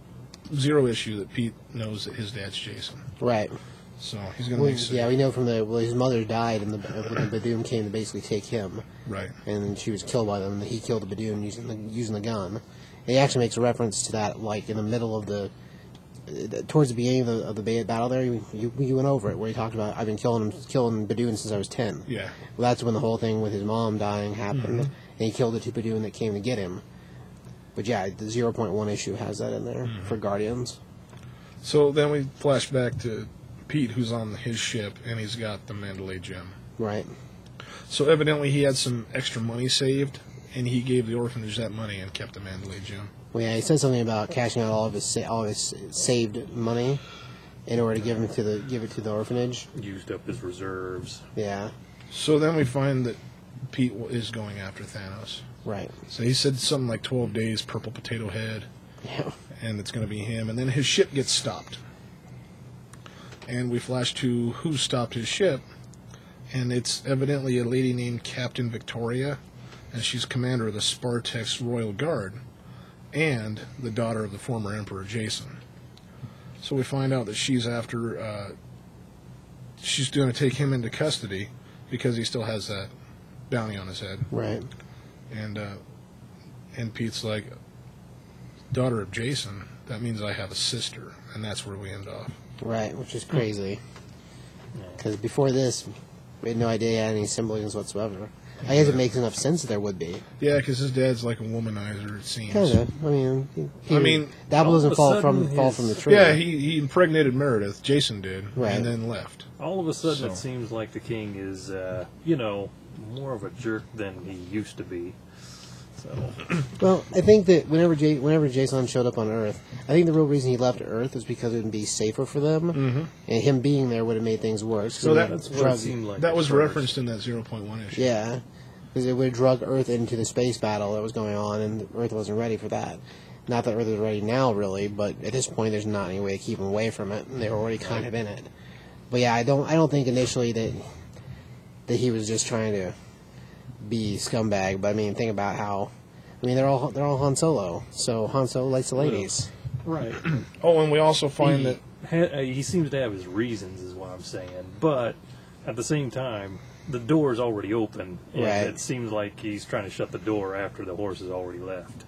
Speaker 4: zero issue that Pete knows that his dad's Jason.
Speaker 5: Right.
Speaker 4: So he's going to
Speaker 5: We-
Speaker 4: make safe.
Speaker 5: yeah, we know from the well, his mother died, and the when the Badoom came to basically take him,
Speaker 4: Right.
Speaker 5: and then she was killed by them. And he killed the Badoom using the using the gun. And he actually makes a reference to that, like in the middle of the, uh, towards the beginning of the, of the ba- battle. There, you, you you went over it where he talked about I've been killing him, killing Badoon since I was ten.
Speaker 4: Yeah.
Speaker 5: Well, that's when the whole thing with his mom dying happened, and he killed the two Badoon that came to get him. But yeah, the zero point one issue has that in there for Guardians.
Speaker 4: So then we flash back to Pete, who's on his ship, and he's got the Mandalay gem.
Speaker 5: Right.
Speaker 4: So evidently he had some extra money saved, and he gave the orphanage that money and kept the Mandalay gem.
Speaker 5: Well, yeah, he said something about cashing out all of his sa- all of his saved money in order to give him to the give it to the orphanage.
Speaker 6: Used up his reserves.
Speaker 5: Yeah,
Speaker 4: So then we find that Pete w- is going after Thanos.
Speaker 5: right.
Speaker 4: So he said something like 12 days, purple potato head,
Speaker 5: Yeah,
Speaker 4: and it's going to be him. And then his ship gets stopped. And we flash to who stopped his ship, and it's evidently a lady named Captain Victoria, and she's commander of the Spartex Royal Guard, and the daughter of the former Emperor Jason. So we find out that she's after, uh, she's going to take him into custody because he still has that bounty on his head
Speaker 5: right.
Speaker 4: and uh, and Pete's like, daughter of Jason. That means I have a sister, and that's where we end off.
Speaker 5: Right, which is crazy. Because before this, we had no idea he had any symbolisms whatsoever. I guess it makes enough sense that there would be.
Speaker 4: Yeah, because his dad's like a womanizer. It seems.
Speaker 5: Kind of. I mean, he- he-
Speaker 4: I mean,
Speaker 5: that
Speaker 6: all of
Speaker 5: doesn't
Speaker 6: a
Speaker 5: fall
Speaker 6: sudden
Speaker 5: from fall
Speaker 6: his-
Speaker 5: from the tree.
Speaker 4: Yeah, he, he impregnated Meredith. Jason did,
Speaker 5: Right.
Speaker 4: and then left.
Speaker 6: All of a sudden,
Speaker 4: So-
Speaker 6: it seems like the king is, uh, you know, more of a jerk than he used to be. So
Speaker 5: Well, I think that whenever J- whenever Jason showed up on Earth, I think the real reason he left Earth was because it would be safer for them, mm-hmm. and him being there would have made things worse. 'cause
Speaker 4: So
Speaker 5: it
Speaker 4: that-
Speaker 5: would
Speaker 6: that's what
Speaker 5: drug-
Speaker 6: it seemed like.
Speaker 4: that
Speaker 6: at
Speaker 4: was
Speaker 6: first.
Speaker 4: referenced in that zero point one issue.
Speaker 5: Yeah, because it would have drug Earth into the space battle that was going on, and Earth wasn't ready for that. Not that Earth is ready now, really, but at this point, there's not any way to keep them away from it. and They were already kind of in it. But yeah, I don't, I don't think initially that that he was just trying to be scumbag. But I mean, think about how. I mean, they're all they're all Han Solo, so Han Solo likes the ladies.
Speaker 6: Right.
Speaker 4: Oh, and we also find
Speaker 6: he,
Speaker 4: that
Speaker 6: ha- uh, he seems to have his reasons, is what I'm saying. But at the same time, the door's already open, and
Speaker 5: Right.
Speaker 6: it seems like he's trying to shut the door after the horse has already left.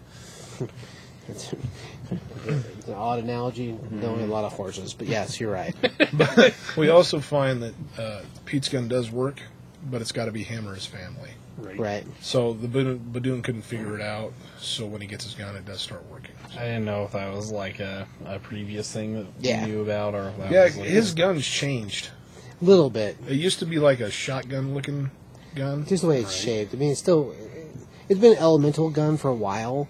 Speaker 5: It's, it's an odd analogy, knowing a lot of horses, but yes, you're right.
Speaker 4: we also find that uh, Pete's gun does work, but it's got to be him or his family.
Speaker 6: Right.
Speaker 5: right.
Speaker 4: So the Badoon, Badoon couldn't figure it out. So when he gets his gun, it does start working.
Speaker 7: I didn't know if that was like a, a previous thing that
Speaker 5: Yeah.
Speaker 7: we knew about or if that
Speaker 4: Yeah,
Speaker 7: was like
Speaker 4: his gun's changed.
Speaker 5: Little bit.
Speaker 4: It used to be like a shotgun looking gun.
Speaker 5: Just the way it's shaped. I mean, it's still. It's been an elemental gun for a while,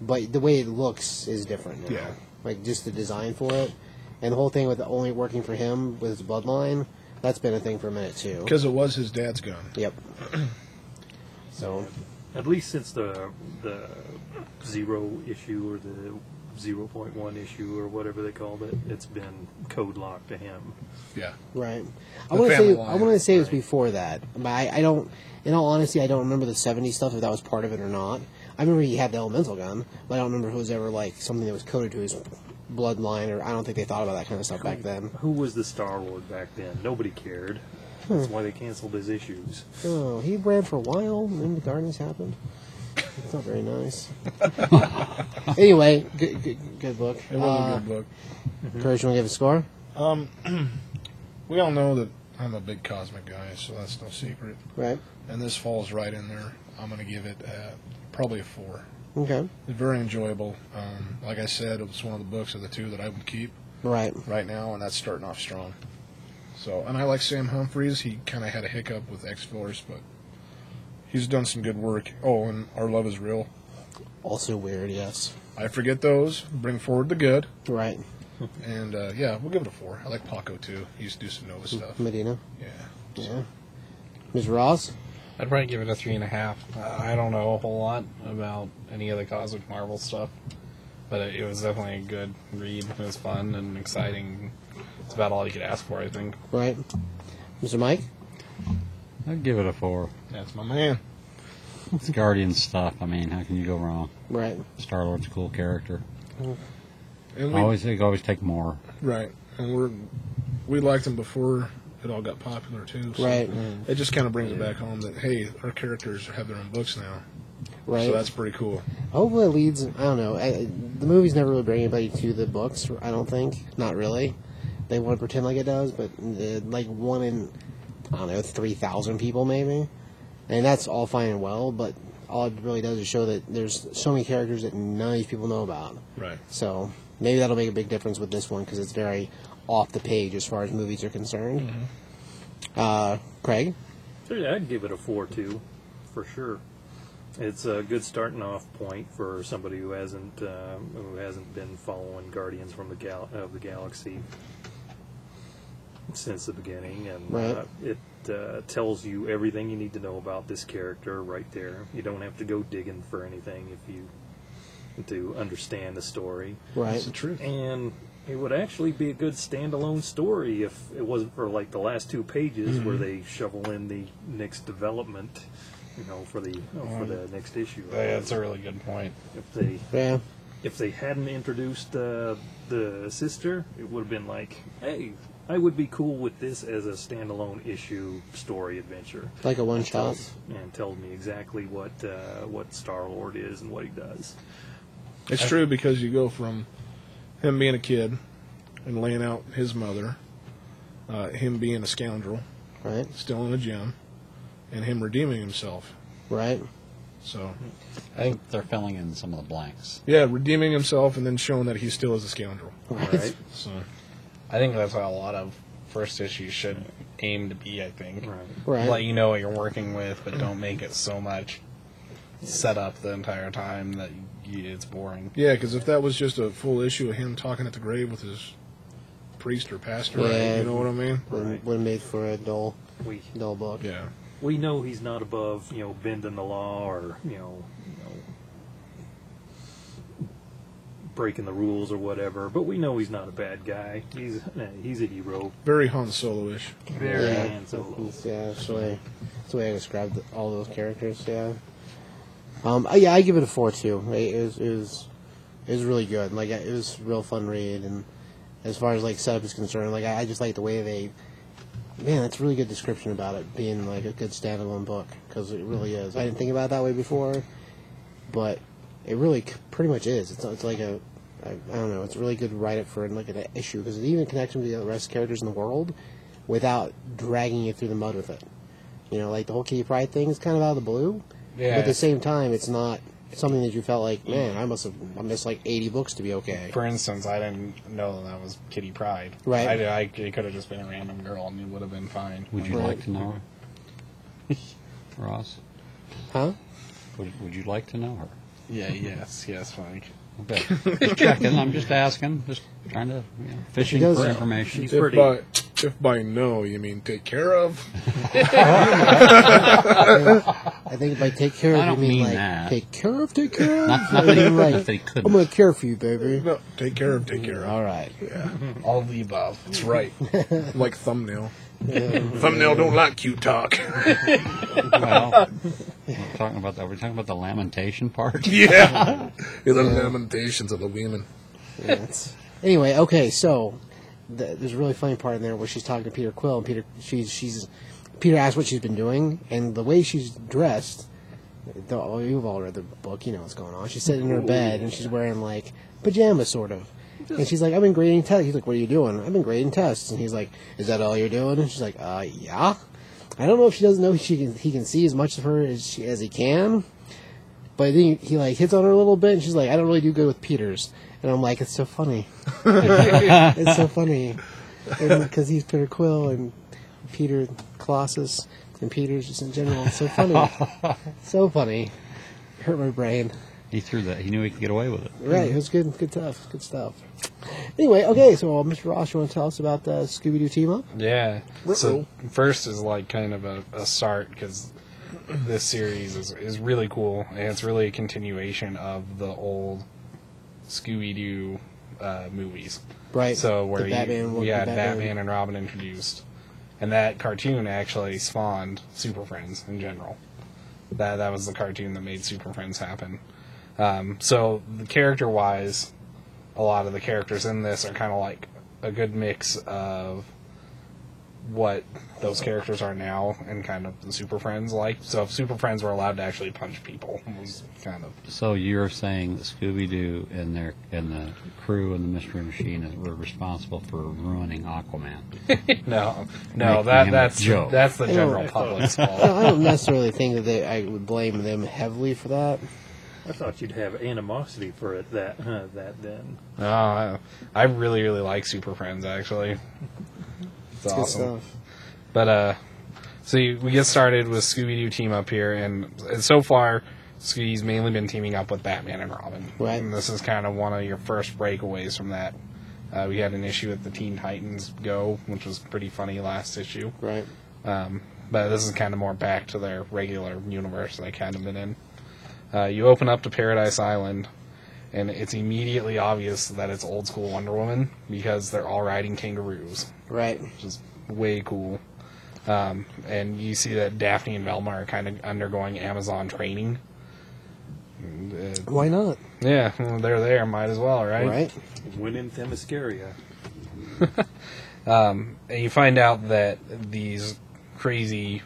Speaker 5: but the way it looks is different. Now.
Speaker 4: Yeah.
Speaker 5: Like, just the design for it. And the whole thing with only working for him with his bloodline, that's been a thing for a minute, too.
Speaker 4: Because it was his dad's gun.
Speaker 5: Yep. so,
Speaker 6: At least since the the zero issue or the zero point one issue or whatever they called it, it's been code locked to him.
Speaker 4: Yeah.
Speaker 5: right. I
Speaker 4: The
Speaker 5: want to
Speaker 4: family
Speaker 5: say I
Speaker 4: line,
Speaker 5: want to say it was
Speaker 6: right.
Speaker 5: before that, but I, I don't. In all honesty, I don't remember the '70s stuff if that was part of it or not. I remember he had the elemental gun, but I don't remember if it was ever like something that was coded to his bloodline, or I don't think they thought about that kind of stuff back then.
Speaker 6: Who was the Star Lord back then? Nobody cared. That's why they canceled his issues.
Speaker 5: Oh, he ran for a while, and then the gardens happened. It's not very nice. anyway, good, good, good book.
Speaker 4: It was a good book.
Speaker 5: Uh, Courage, you want to give a score?
Speaker 4: We all know that I'm a big cosmic guy, so that's no secret.
Speaker 5: Right.
Speaker 4: And this falls right in there. I'm going to give it uh, probably a four.
Speaker 5: Okay.
Speaker 4: It's very enjoyable. Um, like I said, it was one of the books of the two that I would keep
Speaker 5: Right.
Speaker 4: right now, and that's starting off strong. So, and I like Sam Humphries. He kind of had a hiccup with X Force, but he's done some good work. Oh, and Our Love Is Real.
Speaker 5: Also weird, yes.
Speaker 4: I forget those. Bring forward the good.
Speaker 5: Right.
Speaker 4: And uh, yeah, we'll give it a four. I like Paco too. He used to do some Nova stuff.
Speaker 5: Medina.
Speaker 4: Yeah.
Speaker 5: Yeah. Ms. Ross?
Speaker 7: I'd probably give it a three and a half. Uh, I don't know a whole lot about any of the Cosmic Marvel stuff, but it, it was definitely a good read. It was fun and exciting. It's about all you could ask for, I think.
Speaker 5: right? Mr. Mike?
Speaker 3: I'd give it a four.
Speaker 4: That's my man.
Speaker 3: It's Guardian stuff. I mean, how can you go wrong?
Speaker 5: Right.
Speaker 3: Star Lord's a cool character.
Speaker 4: And
Speaker 3: I always think always take more.
Speaker 4: Right, and we're we liked him before it all got popular too. So
Speaker 5: Right.
Speaker 4: It just kind of brings it back home that hey, our characters have their own books now,
Speaker 5: Right.
Speaker 4: so that's pretty cool.
Speaker 5: Hopefully it leads. I don't know. I, the movies never really bring anybody to the books. I don't think. Not really. They want to pretend like it does, but uh, like one in I don't know three thousand people maybe, and that's all fine and well. But all it really does is show that there's so many characters that none of these people know about.
Speaker 4: Right.
Speaker 5: So maybe that'll make a big difference with this one because it's very off the page as far as movies are concerned. Uh, Craig,
Speaker 6: So, yeah, I'd give it a four two, for sure. It's a good starting off point for somebody who hasn't um, who hasn't been following Guardians from the gal- of the Galaxy since the beginning, and uh,
Speaker 5: Right.
Speaker 6: it uh, tells you everything you need to know about this character right there. You don't have to go digging for anything if you to understand the story.
Speaker 5: right?
Speaker 4: It's the truth.
Speaker 6: And it would actually be a good standalone story if it wasn't for like the last two pages where they shovel in the next development, you know, for the for the next issue.
Speaker 7: Uh, That's a really good point.
Speaker 6: If they
Speaker 5: Yeah,
Speaker 6: if they hadn't introduced uh, the sister, it would have been like, hey, I would be cool with this as a standalone issue story adventure.
Speaker 5: like a one shot.
Speaker 6: And tells me exactly what uh, what Star Lord is and what he does.
Speaker 4: It's true because you go from him being a kid and laying out his mother, uh, him being a scoundrel,
Speaker 5: Right.
Speaker 4: still in a gym, and him redeeming himself.
Speaker 5: Right.
Speaker 4: So
Speaker 3: I think they're filling in some of the blanks.
Speaker 4: yeah, redeeming himself and then showing that he still is a scoundrel.
Speaker 6: Right?
Speaker 4: So
Speaker 7: I think that's how a lot of first issues should aim to be, I think.
Speaker 6: right.
Speaker 5: Right.
Speaker 7: Let you know what you're working with, but don't make it so much set up the entire time that you, it's boring.
Speaker 4: yeah, because if that was just a full issue of him talking at the grave with his priest or pastor,
Speaker 5: Yeah.
Speaker 4: you know what I mean?
Speaker 5: Wouldn't, wouldn't make for a dull,
Speaker 6: We
Speaker 5: dull book.
Speaker 4: Yeah.
Speaker 6: we know he's not above you know bending the law or you know, you know breaking the rules or whatever but we know he's not a bad guy he's uh, he's a hero
Speaker 4: Very Han Solo-ish.
Speaker 6: very
Speaker 5: Yeah.
Speaker 6: Han Solo.
Speaker 5: Yeah, that's the way, that's the way I described the- all those characters. Yeah. Um. I- Yeah, I give it a four too. It it was, it was, it was really good. Like it was a real fun read, and as far as like setup is concerned, like I, I just like the way they. Man, that's a really good description about it being like a good standalone book because it really is. I didn't think about it that way before, but it really c- pretty much is. It's it's like a I, I don't know. It's a really good write up for like an issue because it even connects with the rest of the characters in the world without dragging you through the mud with it. You know, like the whole Kitty Pride thing is kind of out of the blue, but
Speaker 7: Yeah.
Speaker 5: at the same time, it's not something that you felt like, man, I must have I missed like eighty books to be okay.
Speaker 7: For instance, I didn't know that was Kitty Pride.
Speaker 5: Right.
Speaker 7: I, I, it could have just been a random girl and it would have been fine.
Speaker 3: Would you
Speaker 5: Right.
Speaker 3: like to know her? Ross?
Speaker 5: Huh?
Speaker 3: Would, would you like to know her?
Speaker 7: Yeah, yes, yes, Mike.
Speaker 3: Okay. Just checking. I'm just asking. Just trying to, you know, fishing
Speaker 5: does-
Speaker 3: for information.
Speaker 6: he's
Speaker 4: If
Speaker 6: pretty
Speaker 4: by, if by no you mean take care of,
Speaker 5: I think by take care
Speaker 3: I
Speaker 5: of
Speaker 3: don't
Speaker 5: you mean,
Speaker 3: mean
Speaker 5: like
Speaker 3: that.
Speaker 5: take care of, take care of.
Speaker 3: Not,
Speaker 5: I
Speaker 3: not,
Speaker 5: mean,
Speaker 3: that,
Speaker 5: like,
Speaker 3: that they
Speaker 5: I'm
Speaker 3: couldn't.
Speaker 5: gonna care for you, baby.
Speaker 4: no, take care of, take care of.
Speaker 5: All right.
Speaker 7: All of the above.
Speaker 4: That's right. like thumbnail. thumbnail don't like cute talk.
Speaker 3: Well, we're talking about that. We're talking about the lamentation part.
Speaker 4: yeah. The lamentations of the women.
Speaker 5: That's- anyway, okay, so th- there's a really funny part in there where she's talking to Peter Quill, and Peter she's she's Peter asks what she's been doing, and the way she's dressed. The, oh, you've all read the book, you know what's going on. She's sitting in her bed and she's wearing like pajamas, sort of. And she's like, "I've been grading tests." He's like, "What are you doing?" "I've been grading tests." And he's like, "Is that all you're doing?" And she's like, "Uh, yeah." I don't know if she doesn't know she can, he can see as much of her as she, as he can. But then he, he like hits on her a little bit, and she's like, "I don't really do good with Peters," and I'm like, "It's so funny, it's so funny," because he's Peter Quill and Peter Colossus and Peters just in general. It's so funny, so funny. Hurt my brain.
Speaker 3: He threw that. He knew he could get away with it.
Speaker 5: Right, it was good, good stuff, good stuff. Anyway, okay, so uh, Mr. Ross, you want to tell us about the Scooby Doo team up?
Speaker 7: Yeah.
Speaker 4: Ruh-roh.
Speaker 7: So first is like kind of a, a start because this series is is really cool and it's really a continuation of the old Scooby Doo uh, movies.
Speaker 5: Right.
Speaker 7: So where
Speaker 5: the
Speaker 7: you,
Speaker 5: Batman, one-
Speaker 7: you had
Speaker 5: the
Speaker 7: Batman. and Robin introduced, and that cartoon actually spawned Super Friends in general. That that was the cartoon that made Super Friends happen. Um, so the character wise, a lot of the characters in this are kind of like a good mix of what those characters are now and kind of the Super Friends like. So if Super Friends were allowed to actually punch people, it was kind of
Speaker 3: So you're saying that Scooby Doo and their and the crew and the Mystery Machine is- were responsible for ruining Aquaman?
Speaker 7: no, no.
Speaker 3: Make
Speaker 7: That
Speaker 3: him
Speaker 7: that's
Speaker 3: joke.
Speaker 7: that's the
Speaker 5: don't-
Speaker 7: general public's fault.
Speaker 5: No, I don't necessarily think that they, I would blame them heavily for that.
Speaker 6: I thought you'd have animosity for it that huh, that then.
Speaker 7: Oh, I, I really, really like Super Friends, actually. It's
Speaker 5: Good
Speaker 7: awesome.
Speaker 5: stuff.
Speaker 7: But, uh, so you, we get started with Scooby Doo team up here, and, and so far, Scooby's mainly been teaming up with Batman and Robin.
Speaker 5: Right.
Speaker 7: And this is kind of one of your first breakaways from that. Uh, we had an issue with the Teen Titans Go, which was pretty funny last issue.
Speaker 5: Right.
Speaker 7: Um, but this is kind of more back to their regular universe they kind of been in. Uh, you open up to Paradise Island, and it's immediately obvious that it's old school Wonder Woman because they're all riding kangaroos,
Speaker 5: Right.
Speaker 7: which is way cool. Um, and you see that Daphne and Velma are kind of undergoing Amazon training. And, uh,
Speaker 5: Why not?
Speaker 7: yeah, well, they're there, might as well, right?
Speaker 5: Right.
Speaker 6: When in Themyscira.
Speaker 7: and you find out that these crazy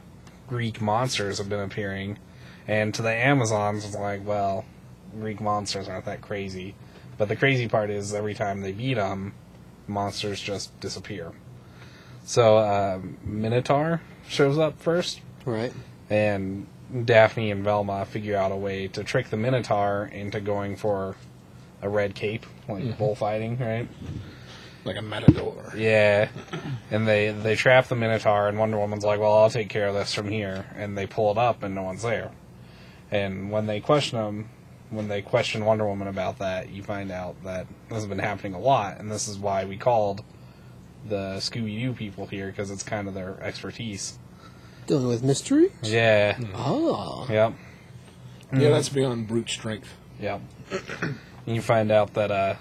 Speaker 7: Greek monsters have been appearing, and to the Amazons, it's like, well, Greek monsters aren't that crazy, but the crazy part is every time they beat them, monsters just disappear. So uh, Minotaur shows up first,
Speaker 5: Right.
Speaker 7: and Daphne and Velma figure out a way to trick the Minotaur into going for a red cape, like bullfighting, right?
Speaker 4: Mm-hmm. Like a matador.
Speaker 7: Yeah, and they they trap the Minotaur, and Wonder Woman's like, "Well, I'll take care of this from here." And they pull it up, and no one's there. And when they question them, when they question Wonder Woman about that, you find out that this has been happening a lot, and this is why we called the Scooby Doo people here because it's kind of their expertise.
Speaker 5: Dealing with mystery.
Speaker 7: Yeah.
Speaker 4: Mm-hmm.
Speaker 5: Oh.
Speaker 7: Yep.
Speaker 4: Yeah, that's beyond brute strength.
Speaker 7: Yep. and you find out that uh,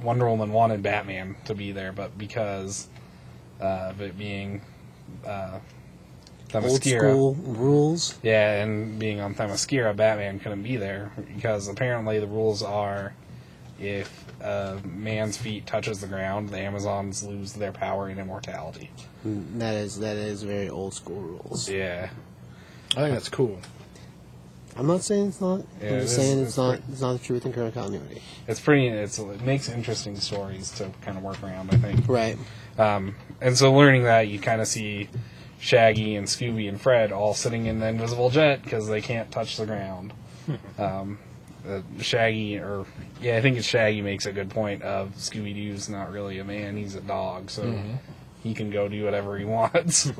Speaker 7: Wonder Woman wanted Batman to be there, but because uh, of it being uh,
Speaker 5: Old
Speaker 7: Themyscira-
Speaker 5: school rules.
Speaker 7: Yeah, and being on Themyscira, Batman couldn't be there because apparently the rules are if a man's feet touches the ground, the Amazons lose their power and immortality.
Speaker 5: That is that is very old school rules.
Speaker 7: Yeah.
Speaker 4: I think that's cool.
Speaker 5: I'm not saying it's not.
Speaker 7: Yeah,
Speaker 5: I'm
Speaker 7: it is-
Speaker 5: just saying it's,
Speaker 7: it's
Speaker 5: not.
Speaker 7: pretty-
Speaker 5: It's not the truth in current continuity.
Speaker 7: It's pretty, it's, it makes interesting stories to kind of work around, I think.
Speaker 5: Right.
Speaker 7: Um, and so learning that, you kind of see Shaggy and Scooby and Fred all sitting in the invisible jet because they can't touch the ground. um, uh, Shaggy, or yeah, I think it's Shaggy makes a good point of Scooby Doo's not really a man; he's a dog, so he can go do whatever he wants.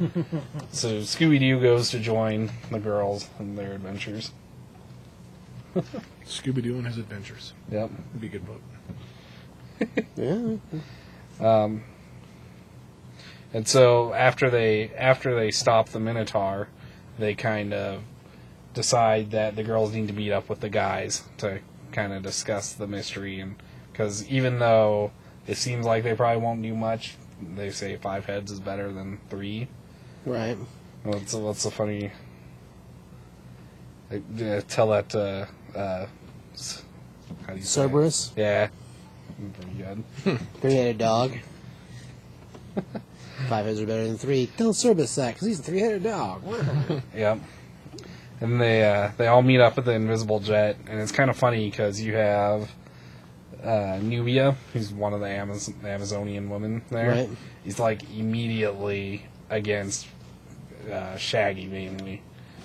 Speaker 7: so Scooby Doo goes to join the girls in their adventures.
Speaker 4: Scooby Doo and his adventures.
Speaker 7: Yep.
Speaker 4: Would be a good book.
Speaker 5: Yeah.
Speaker 7: And so after they after they stop the Minotaur, they kind of decide that the girls need to meet up with the guys to kind of discuss the mystery and because even though it seems like they probably won't do much, they say five heads is better than three.
Speaker 5: Right.
Speaker 7: What's what's a funny? I, I tell that uh, uh, s- how do you say it?
Speaker 5: Cerberus.
Speaker 7: Yeah, pretty good.
Speaker 5: Three-headed dog. Five heads are better than three. Tell Cerberus that, because he's a three-headed dog.
Speaker 7: Yep. And they uh, they all meet up at the invisible jet, and it's kind of funny because you have uh, Nubia, who's one of the Amaz- Amazonian women there.
Speaker 5: Right.
Speaker 7: He's like immediately against uh, Shaggy mainly.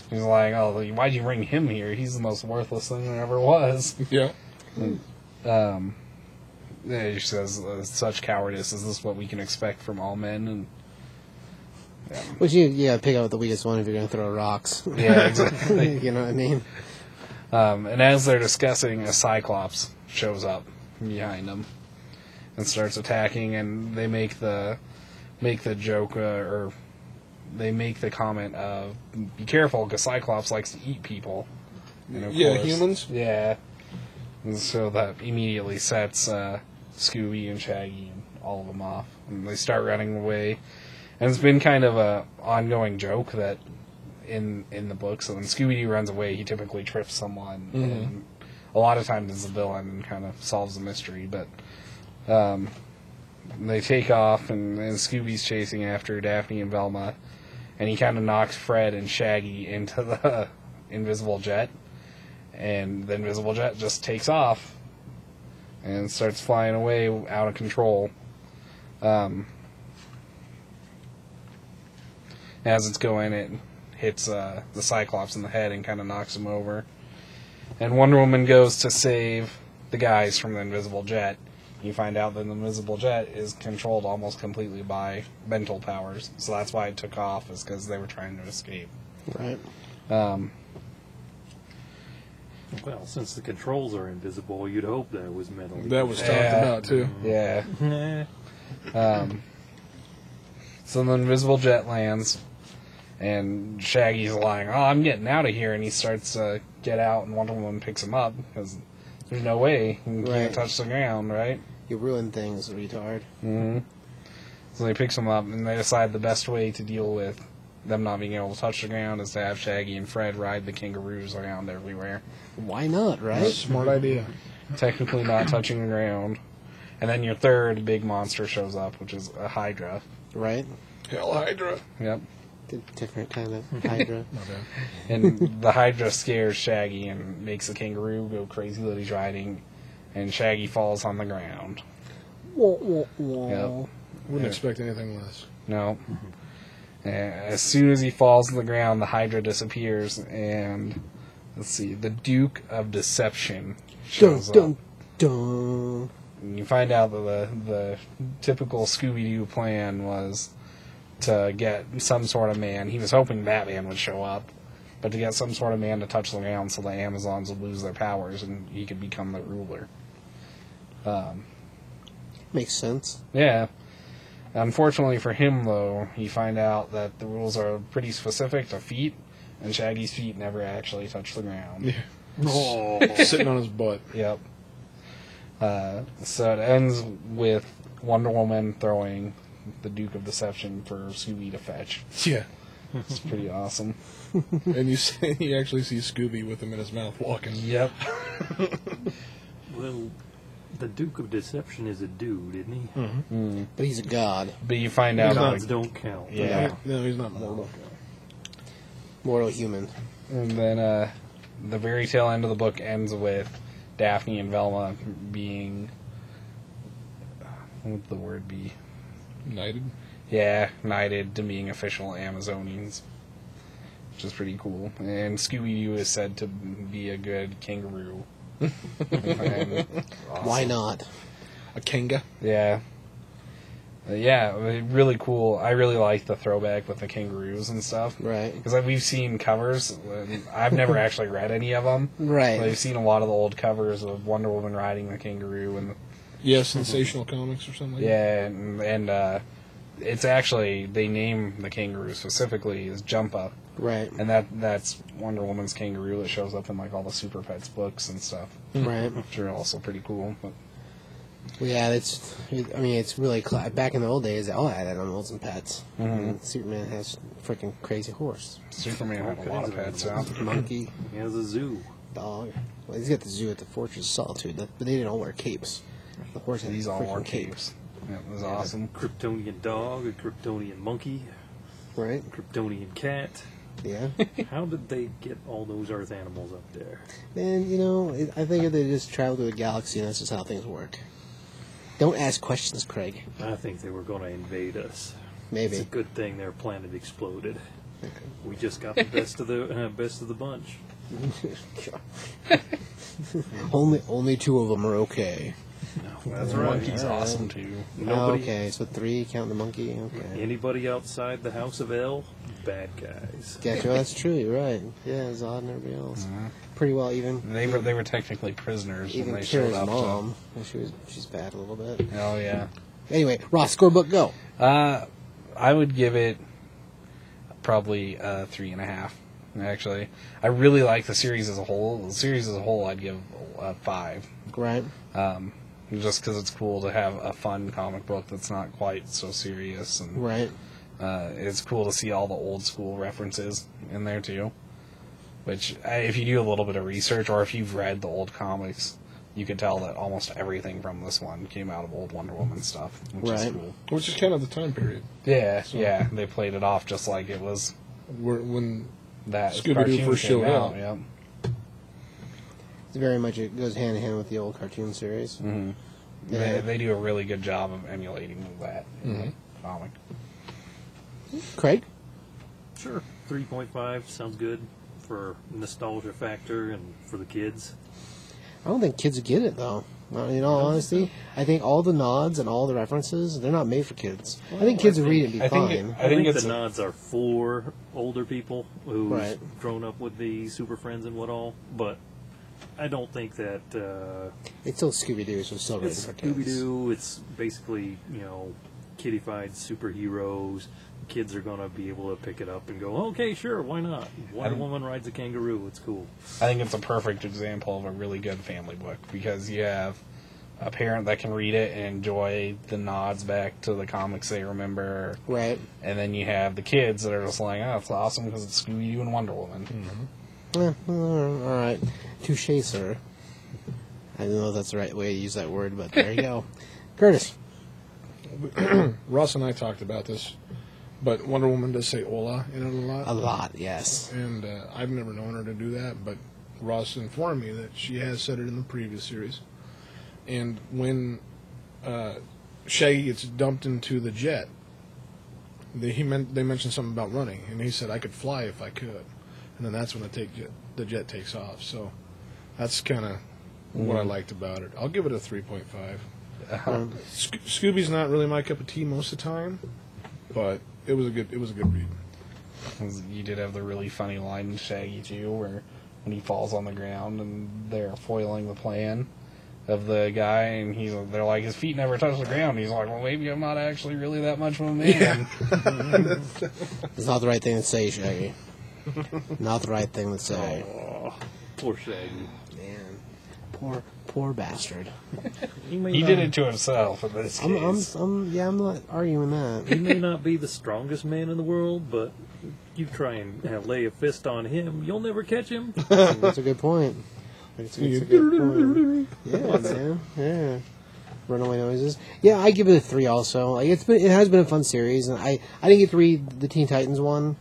Speaker 7: He's like, "Oh, why'd you bring him here? He's the most worthless thing there ever was." Um,
Speaker 4: Yeah.
Speaker 7: Yeah, she says, uh, "Such cowardice is this what we can expect from all men?" And
Speaker 5: Which you yeah pick out the weakest one if you're gonna throw rocks.
Speaker 7: yeah, exactly.
Speaker 5: you know what I mean?
Speaker 7: Um, and as they're discussing, a Cyclops shows up behind them and starts attacking. And they make the make the joke, uh, or they make the comment of, "Be careful, because Cyclops likes to eat people." And of
Speaker 4: Yeah, humans?
Speaker 7: Yeah. And so that immediately sets uh, Scooby and Shaggy and all of them off, and they start running away. And it's been kind of a ongoing joke that in in the books, so when Scooby Doo runs away, he typically trips someone, and a lot of times it's the villain and kind of solves the mystery. But um, they take off, and, and Scooby's chasing after Daphne and Velma, and he kind of knocks Fred and Shaggy into the invisible jet, and the invisible jet just takes off and starts flying away out of control. Um, as it's going, it hits uh, the Cyclops in the head and kind of knocks him over. And Wonder Woman goes to save the guys from the invisible jet. You find out that the invisible jet is controlled almost completely by mental powers, so that's why it took off, is because they were trying to escape.
Speaker 5: Right.
Speaker 7: Um,
Speaker 6: Well, since the controls are invisible, you'd hope that it was mentally.
Speaker 4: That was talked
Speaker 7: Yeah.
Speaker 4: about too.
Speaker 7: yeah.
Speaker 6: Nah.
Speaker 7: Um, so the invisible jet lands, and Shaggy's lying. "Oh, I'm getting out of here!" And he starts to get out, and Wonder Woman picks him up because there's no way he
Speaker 5: Right.
Speaker 7: can't touch the ground, right?
Speaker 5: You ruin things, retard.
Speaker 7: Mm-hmm. So they picks him up, and they decide the best way to deal with them not being able to touch the ground is to have Shaggy and Fred ride the kangaroos around everywhere,
Speaker 5: Why not, right?
Speaker 4: Smart idea.
Speaker 7: technically not touching the ground. And then your third big monster shows up, which is a Hydra.
Speaker 5: Right?
Speaker 4: Hell Hydra.
Speaker 7: Yep.
Speaker 5: D- different kind of Hydra.
Speaker 4: My bad.
Speaker 7: and the Hydra scares Shaggy and makes the kangaroo go crazy that he's riding, and Shaggy falls on the ground. Yep.
Speaker 4: Wouldn't expect anything less.
Speaker 7: No. And as soon as he falls on the ground, the Hydra disappears, and let's see, the Duke of Deception
Speaker 5: Dun,
Speaker 7: shows up.
Speaker 5: dun, dun.
Speaker 7: And you find out that the, the typical Scooby Doo plan was to get some sort of man. He was hoping Batman would show up, but to get some sort of man to touch the ground so the Amazons would lose their powers and he could become the ruler.
Speaker 5: Makes sense.
Speaker 7: Yeah. Unfortunately for him, though, you find out that the rules are pretty specific to feet, and Shaggy's feet never actually touch the ground.
Speaker 4: Sitting on his butt.
Speaker 7: Yep. Uh, so it ends with Wonder Woman throwing the Duke of Deception for Scooby to fetch.
Speaker 4: Yeah.
Speaker 7: It's pretty awesome.
Speaker 4: And you see, you actually see Scooby with him in his mouth walking.
Speaker 7: Yep.
Speaker 6: Well, the Duke of Deception is a dude, isn't he?
Speaker 5: But he's a god.
Speaker 7: But you find out.
Speaker 6: Gods don't count.
Speaker 7: yeah.
Speaker 4: No, he's not mortal.
Speaker 5: Mortal human.
Speaker 7: And then uh, the very tail end of the book ends with Daphne and Velma being. What would the word be?
Speaker 4: Knighted.
Speaker 7: Yeah, knighted to being official Amazonians. Which is pretty cool. And Scooby Doo is said to be a good kangaroo. And-
Speaker 5: Why not?
Speaker 4: A Kenga.
Speaker 7: Yeah. Uh, Yeah, I mean, really cool. I really like the throwback with the kangaroos and stuff.
Speaker 5: Right.
Speaker 7: Because like, we've seen covers. and I've never actually read any of them. But
Speaker 5: Right.
Speaker 7: I've seen a lot of the old covers of Wonder Woman riding the kangaroo, and
Speaker 4: Yeah, Sensational Comics or something. like that.
Speaker 7: yeah, and, and uh, it's actually they name the kangaroo specifically as Jumpa,
Speaker 5: Right.
Speaker 7: and that that's Wonder Woman's kangaroo that shows up in like all the Super Pets books and stuff,
Speaker 5: Right.
Speaker 7: which are also pretty cool. But
Speaker 5: Yeah, it's. I mean, it's really cla back in the old days. They all had animals and pets.
Speaker 7: Mm-hmm.
Speaker 5: And Superman has freaking crazy horse,
Speaker 7: Superman had a
Speaker 6: Okay.
Speaker 7: lot of pets out.
Speaker 5: monkey,
Speaker 6: He has a zoo.
Speaker 5: dog. Well, he's got the zoo at the Fortress of Solitude, that- but they didn't all wear capes. The horse had
Speaker 7: These all
Speaker 5: freaking
Speaker 7: wore
Speaker 5: cape,
Speaker 7: capes. That was awesome.
Speaker 6: Kryptonian dog, a Kryptonian monkey,
Speaker 5: right?
Speaker 6: Kryptonian cat.
Speaker 5: Yeah.
Speaker 6: How did they get all those Earth animals up there?
Speaker 5: and you know, it, I think they just travel to a galaxy, and that's just how things work. Don't ask questions, Craig.
Speaker 6: I think they were going to invade us. It's a
Speaker 5: Maybe.
Speaker 6: good thing their planet exploded. We just got the best of the uh, best of the bunch.
Speaker 5: only only two of them are okay. Oh,
Speaker 6: That's right.
Speaker 7: He's awesome too.
Speaker 6: Nobody,
Speaker 5: okay, so three count the monkey. Okay.
Speaker 6: anybody outside the House of L, bad guys.
Speaker 5: Gotcha. Well, that's true. You're right. Yeah, Zod and everybody else.
Speaker 7: Uh-huh.
Speaker 5: Pretty well even.
Speaker 7: They were they were technically prisoners when
Speaker 5: even
Speaker 7: they showed
Speaker 5: Kira's
Speaker 7: up. so-
Speaker 5: mom. and She was she's bad a little bit.
Speaker 7: Oh yeah.
Speaker 5: Anyway, Ross, scorebook, go.
Speaker 7: Uh, I would give it probably a three and a half. Actually, I really like the series as a whole. The series as a whole, I'd give a five.
Speaker 5: Right.
Speaker 7: Um, just because it's cool to have a fun comic book that's not quite so serious, and
Speaker 5: Right.
Speaker 7: uh, it's cool to see all the old school references in there too. Which, uh, if you do a little bit of research, or if you've read the old comics, you can tell that almost everything from this one came out of old Wonder Woman stuff, which is
Speaker 5: Right.
Speaker 7: cool.
Speaker 4: Which is kind of the time period
Speaker 7: Yeah, yeah, they played it off just like it was
Speaker 4: where when
Speaker 7: that
Speaker 4: Scooby-Doo
Speaker 7: cartoon
Speaker 4: first
Speaker 7: came
Speaker 4: showed
Speaker 7: out.
Speaker 4: up.
Speaker 7: Yep.
Speaker 5: It's very much it goes hand in hand with the old cartoon series. Mm-hmm.
Speaker 7: They, they do a really good job of emulating that in the comic.
Speaker 5: Craig.
Speaker 6: Sure. 3.5 sounds good for nostalgia factor and for the kids.
Speaker 5: I don't think kids get it though. Uh, In all honesty, I think all the nods and all the references they're not made for kids. I think kids would read it and be
Speaker 7: I think,
Speaker 5: fine.
Speaker 7: it,
Speaker 6: I, think,
Speaker 7: it's
Speaker 6: the
Speaker 7: a-
Speaker 6: nods are for older people who've
Speaker 5: Right.
Speaker 6: grown up with the Super Friends and what all, but I don't think that uh,
Speaker 5: it's still Scooby Doo, so it's still rated
Speaker 6: it's
Speaker 5: for kids.
Speaker 6: Scooby Doo. It's basically you know kiddified superheroes. Kids are gonna be able to pick it up and go, okay, sure, why not? Wonder
Speaker 7: I'm-
Speaker 6: Woman rides a kangaroo. It's cool.
Speaker 7: I think it's a perfect example of a really good family book because you have a parent that can read it and enjoy the nods back to the comics they remember,
Speaker 5: Right.
Speaker 7: and then you have the kids that are just like, "Oh, it's awesome because it's Scooby Doo and Wonder Woman."
Speaker 5: Eh, mm, all right. Touche, sir. I don't know if that's the right way to use that word, but there you go. Curtis.
Speaker 4: Ross and I talked about this, but Wonder Woman does say "Ola" in it a lot.
Speaker 5: A lot, yes.
Speaker 4: and uh, I've never known her to do that, but Ross informed me that she has said it in the previous series. And when uh, Shaggy gets dumped into the jet, they, he meant, they mentioned something about running, and he said, "I could fly if I could," and then that's when the take jet, the jet takes off. So that's kind of what I liked about it. I'll give it a three point five.
Speaker 5: Um,
Speaker 4: Sco- Scooby's not really my cup of tea most of the time, but it was a good it was a good read.
Speaker 7: 'Cause You did have the really funny line in Shaggy too, where when he falls on the ground and they're foiling the plan of the guy, and he's they're like, "His feet never touch the ground." He's like, "Well, maybe I'm not actually really that much of a man."
Speaker 5: it's not the right thing to say, Shaggy. not the right thing to say.
Speaker 6: Poor Shaggy.
Speaker 5: Man. Oh, Poor, poor bastard.
Speaker 6: He may
Speaker 7: He
Speaker 6: not-
Speaker 7: did it to himself in this
Speaker 5: I'm, I'm,
Speaker 7: case.
Speaker 5: I'm, yeah, I'm not arguing that.
Speaker 6: He may not be the strongest man in the world, but you try and uh, lay a fist on him, you'll never catch him.
Speaker 5: That's a good point. That's a, that's a good point. Yeah, man. Yeah. Runaway noises. Yeah, I give it a three. Also, like it's been, it has been a fun series, and I, I didn't get to read the Teen Titans one.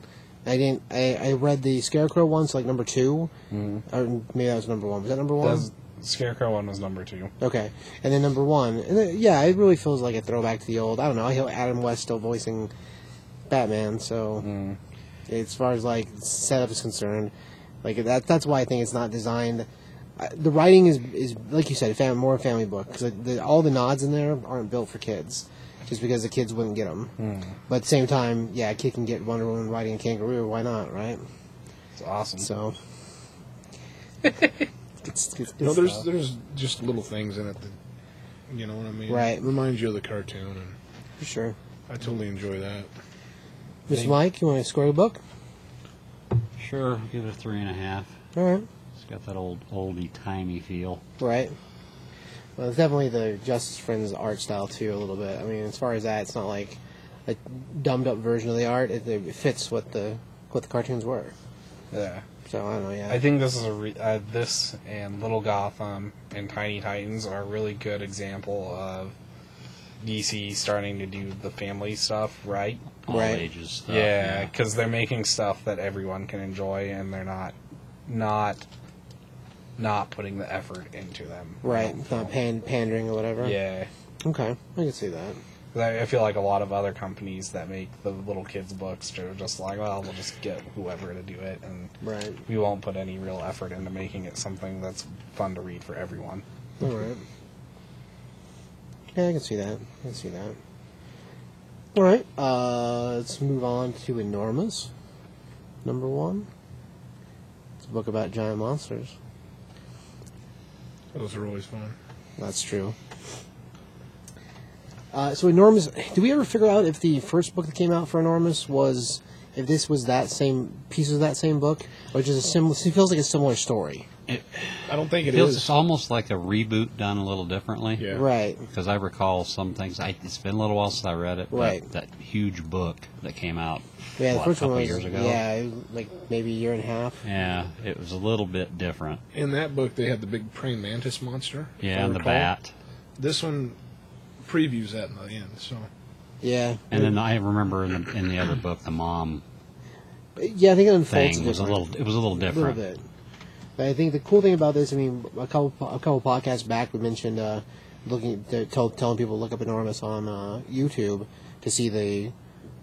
Speaker 5: I didn't. I, I read the Scarecrow one, so like number 2 or maybe that was number one. Was that number one?
Speaker 7: That's- Scarecrow one was number two.
Speaker 5: Okay, and then number one, and then, yeah, it really feels like a throwback to the old. I don't know. I hear Adam West still voicing Batman, so as far as like setup is concerned, like that. That's why I think it's not designed. I- The writing is is like you said, fam, more a family book because the, all the nods in there aren't built for kids, just because the kids wouldn't get them. But at the same time, yeah, a kid can get Wonder Woman riding a kangaroo. Why not, right?
Speaker 7: It's awesome.
Speaker 5: So. It's- it's-
Speaker 4: No, there's there's just little things in it that you know what I mean.
Speaker 5: Right.
Speaker 4: It reminds you of the cartoon, and
Speaker 5: for sure.
Speaker 4: I totally enjoy that.
Speaker 5: Mr. Mike, you want to score the book?
Speaker 3: Sure, I'll give it a three and a half.
Speaker 5: All right.
Speaker 3: It's got that old oldie timey feel.
Speaker 5: Right. Well, it's definitely the Justice Friends art style too, a little bit. I mean, as far as that, it's not like a dumbed up version of the art. It, it fits what the what the cartoons were.
Speaker 7: Yeah,
Speaker 5: So I don't know. Yeah.
Speaker 7: I think this is a re- uh, this and Little Gotham and Tiny Titans are a really good example of DC starting to do the family stuff right.
Speaker 3: All
Speaker 5: Right.
Speaker 3: ages stuff.
Speaker 7: Yeah, because they're making stuff that everyone can enjoy, and they're not not not putting the effort into them.
Speaker 5: right. It's not pan- pandering or whatever.
Speaker 7: Yeah.
Speaker 5: Okay. I can see that.
Speaker 7: 'Cause I I feel like a lot of other companies that make the little kids books are just like, well, we'll just get whoever to do it, and
Speaker 5: Right.
Speaker 7: we won't put any real effort into making it something that's fun to read for everyone.
Speaker 5: All right. Yeah, I can see that. I can see that. All right. Uh, let's move on to Enormous, number one. It's a book about giant monsters.
Speaker 4: Those are always fun.
Speaker 5: That's true. Uh, so enormous. Did we ever figure out if the first book that came out for enormous was if this was that same piece of that same book or just a similar? It feels like a similar story.
Speaker 3: It
Speaker 4: I don't think it
Speaker 3: feels
Speaker 4: is.
Speaker 3: it's almost like a reboot done a little differently.
Speaker 4: Yeah.
Speaker 5: Right.
Speaker 3: Because I recall some things. I, it's been a little while since I read it. but
Speaker 5: Right.
Speaker 3: That huge book that came out.
Speaker 5: Yeah, the
Speaker 3: what,
Speaker 5: first
Speaker 3: a couple
Speaker 5: one was
Speaker 3: years ago.
Speaker 5: yeah, it was like maybe a year and a half.
Speaker 3: Yeah, it was a little bit different.
Speaker 4: In that book, they had the big praying mantis monster. if
Speaker 3: Yeah,
Speaker 4: I
Speaker 3: and the
Speaker 4: recall.
Speaker 3: bat.
Speaker 4: This one previews that in the end. So
Speaker 5: Yeah,
Speaker 3: And then I remember in the, in the other book, the mom
Speaker 5: yeah. I think it unfolds
Speaker 3: thing was a
Speaker 5: different-
Speaker 3: little. It was a little
Speaker 5: a little
Speaker 3: different.
Speaker 5: bit. But I think the cool thing about this, I mean, a couple a couple podcasts back, we mentioned uh, looking t- tell, telling people to look up Enormous on uh, YouTube to see the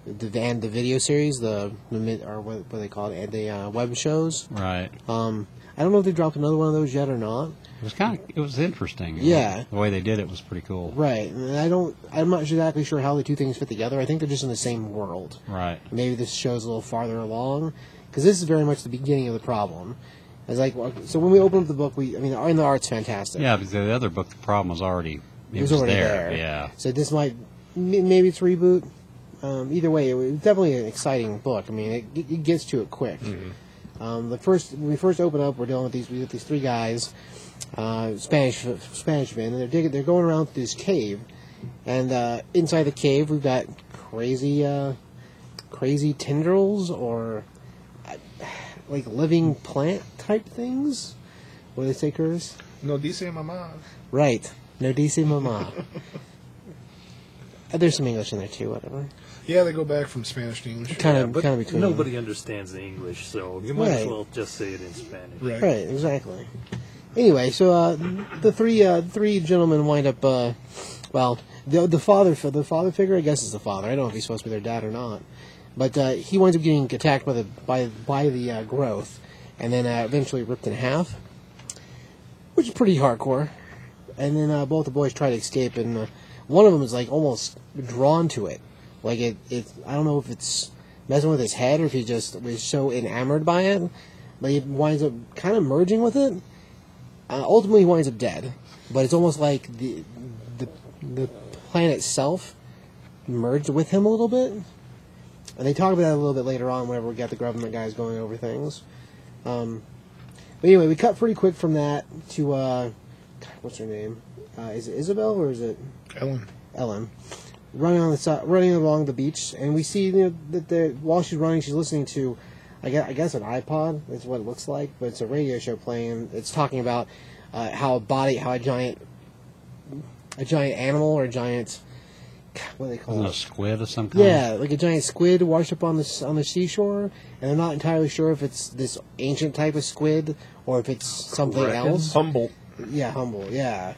Speaker 5: the, the and the video series, the, the mid- or what, what they call it, and the uh, web shows.
Speaker 3: Right.
Speaker 5: Um, I don't know if they dropped another one of those yet or not.
Speaker 3: It was kind of. It was interesting.
Speaker 5: Yeah.
Speaker 3: The way they did it was pretty cool.
Speaker 5: Right, and I don't. I'm not exactly sure how the two things fit together. I think they're just in the same world.
Speaker 3: Right.
Speaker 5: maybe this show's a little farther along because this is very much the beginning of the problem. It's like well, so when we open up the book, we I mean, in the art's fantastic.
Speaker 3: Yeah, because the other book, the problem was already. It,
Speaker 5: it was, already there.
Speaker 3: Yeah.
Speaker 5: So this might m- maybe it's reboot. Um, either way, it was definitely an exciting book. I mean, it, it- it gets to it quick. Um, the first when we first open up, we're dealing with these with these three guys, uh, Spanish Spanish men, and they're digging. They're going around this cave, and uh, inside the cave, we've got crazy uh, crazy tendrils or uh, like living plant type things. What do they say, Curtis?
Speaker 4: no dice mamá.
Speaker 5: Right. No DC Mama. Uh, There's some English in there too, whatever.
Speaker 4: Yeah, they go back from Spanish to English.
Speaker 5: Kind of,
Speaker 6: but
Speaker 5: kind of between.
Speaker 6: nobody understands the English, so you might as
Speaker 5: Right.
Speaker 6: well just say it in Spanish.
Speaker 4: Right.
Speaker 5: Right, exactly. Anyway, so uh, the three uh, three gentlemen wind up. Uh, well, the the father fi- the father figure, I guess, is the father. I don't know if he's supposed to be their dad or not, but uh, he winds up getting attacked by the by by the uh, growth, and then uh, eventually ripped in half, which is pretty hardcore. And then uh, both the boys try to escape, and uh, one of them is like almost drawn to it, like it. it I don't know if it's messing with his head or if he just was so enamored by it, but he winds up kind of merging with it. Uh, ultimately, he winds up dead. But it's almost like the the the plan itself merged with him a little bit. And they talk about that a little bit later on whenever we got the government guys going over things. Um, but anyway, we cut pretty quick from that to uh, God, what's her name? Uh, is it Isabel or is it?
Speaker 4: Ellen.
Speaker 5: Ellen running on the si- running along the beach, and we see you know, that the while she's running, she's listening to, I guess, I guess an iPod is what it looks like, but it's a radio show playing. It's talking about uh, how a body, how a giant, a giant animal or a giant, what do they call
Speaker 3: Wasn't it a
Speaker 5: it?
Speaker 3: squid of some kind?
Speaker 5: Uh-huh. Yeah, like a giant squid washed up on the s- on the seashore, and they're not entirely sure if it's this ancient type of squid or if it's something else.
Speaker 4: Humble.
Speaker 5: Yeah, humble. Yeah,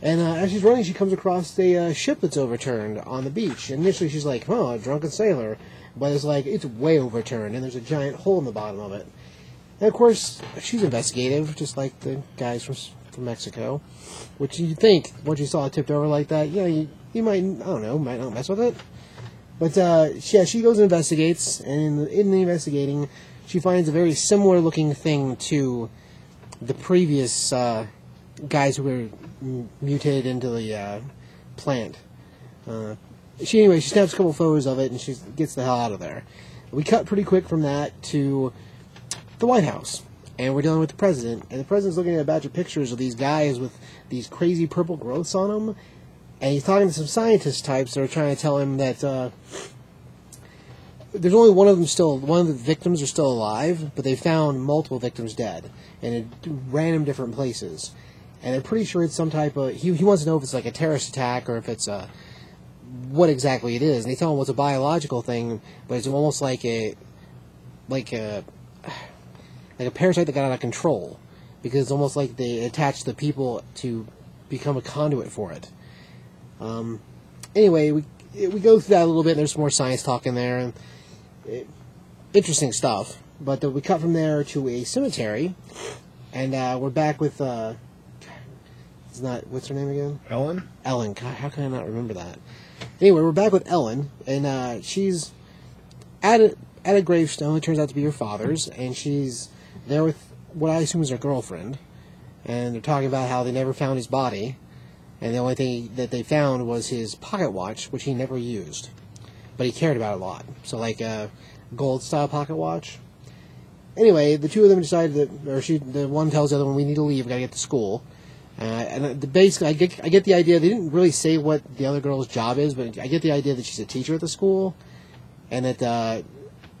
Speaker 5: and uh, as she's running, she comes across a uh, ship that's overturned on the beach. Initially, she's like, "Huh, a drunken sailor," but it's like it's way overturned, and there's a giant hole in the bottom of it. And of course, she's investigative, just like the guys from s- from Mexico. Which you think once you saw it tipped over like that, you know, you, you might I don't know, might not mess with it. But uh, yeah, she goes and investigates, and in the, in the investigating, she finds a very similar looking thing to the previous uh, guys who were m- mutated into the uh, plant. Uh, she anyway, she snaps a couple photos of it, and she gets the hell out of there. We cut pretty quick from that to the White House, and we're dealing with the president, and the president's looking at a batch of pictures of these guys with these crazy purple growths on them, and he's talking to some scientist types that are trying to tell him that. Uh, there's only one of them still. One of the victims are still alive, but they found multiple victims dead in a, random different places, and they're pretty sure it's some type of. He, he wants to know if it's like a terrorist attack or if it's a what exactly it is. And they tell him well, it's a biological thing, but it's almost like a like a like a parasite that got out of control because it's almost like they attached the people to become a conduit for it Um, anyway, we we go through that a little bit. There's more science talk in there, and it, interesting stuff. But then we cut from there to a cemetery, and uh, we're back with uh, it's not what's her name again?
Speaker 4: Ellen.
Speaker 5: Ellen. God, how can I not remember that? Anyway, we're back with Ellen, and uh, she's at a, at a gravestone. It turns out to be her father's, and she's there with what I assume is her girlfriend. And they're talking about how they never found his body, and the only thing that they found was his pocket watch, which he never uh, used, but he cared about it a lot. So like a gold style pocket watch. anyway, the two of them decide that, or she, the one tells the other one, "We need to leave. We gotta get to school." Uh, and the basically, I get, I get the idea. They didn't really say what the other girl's job is, but I get the idea that she's a teacher at the school, and that uh,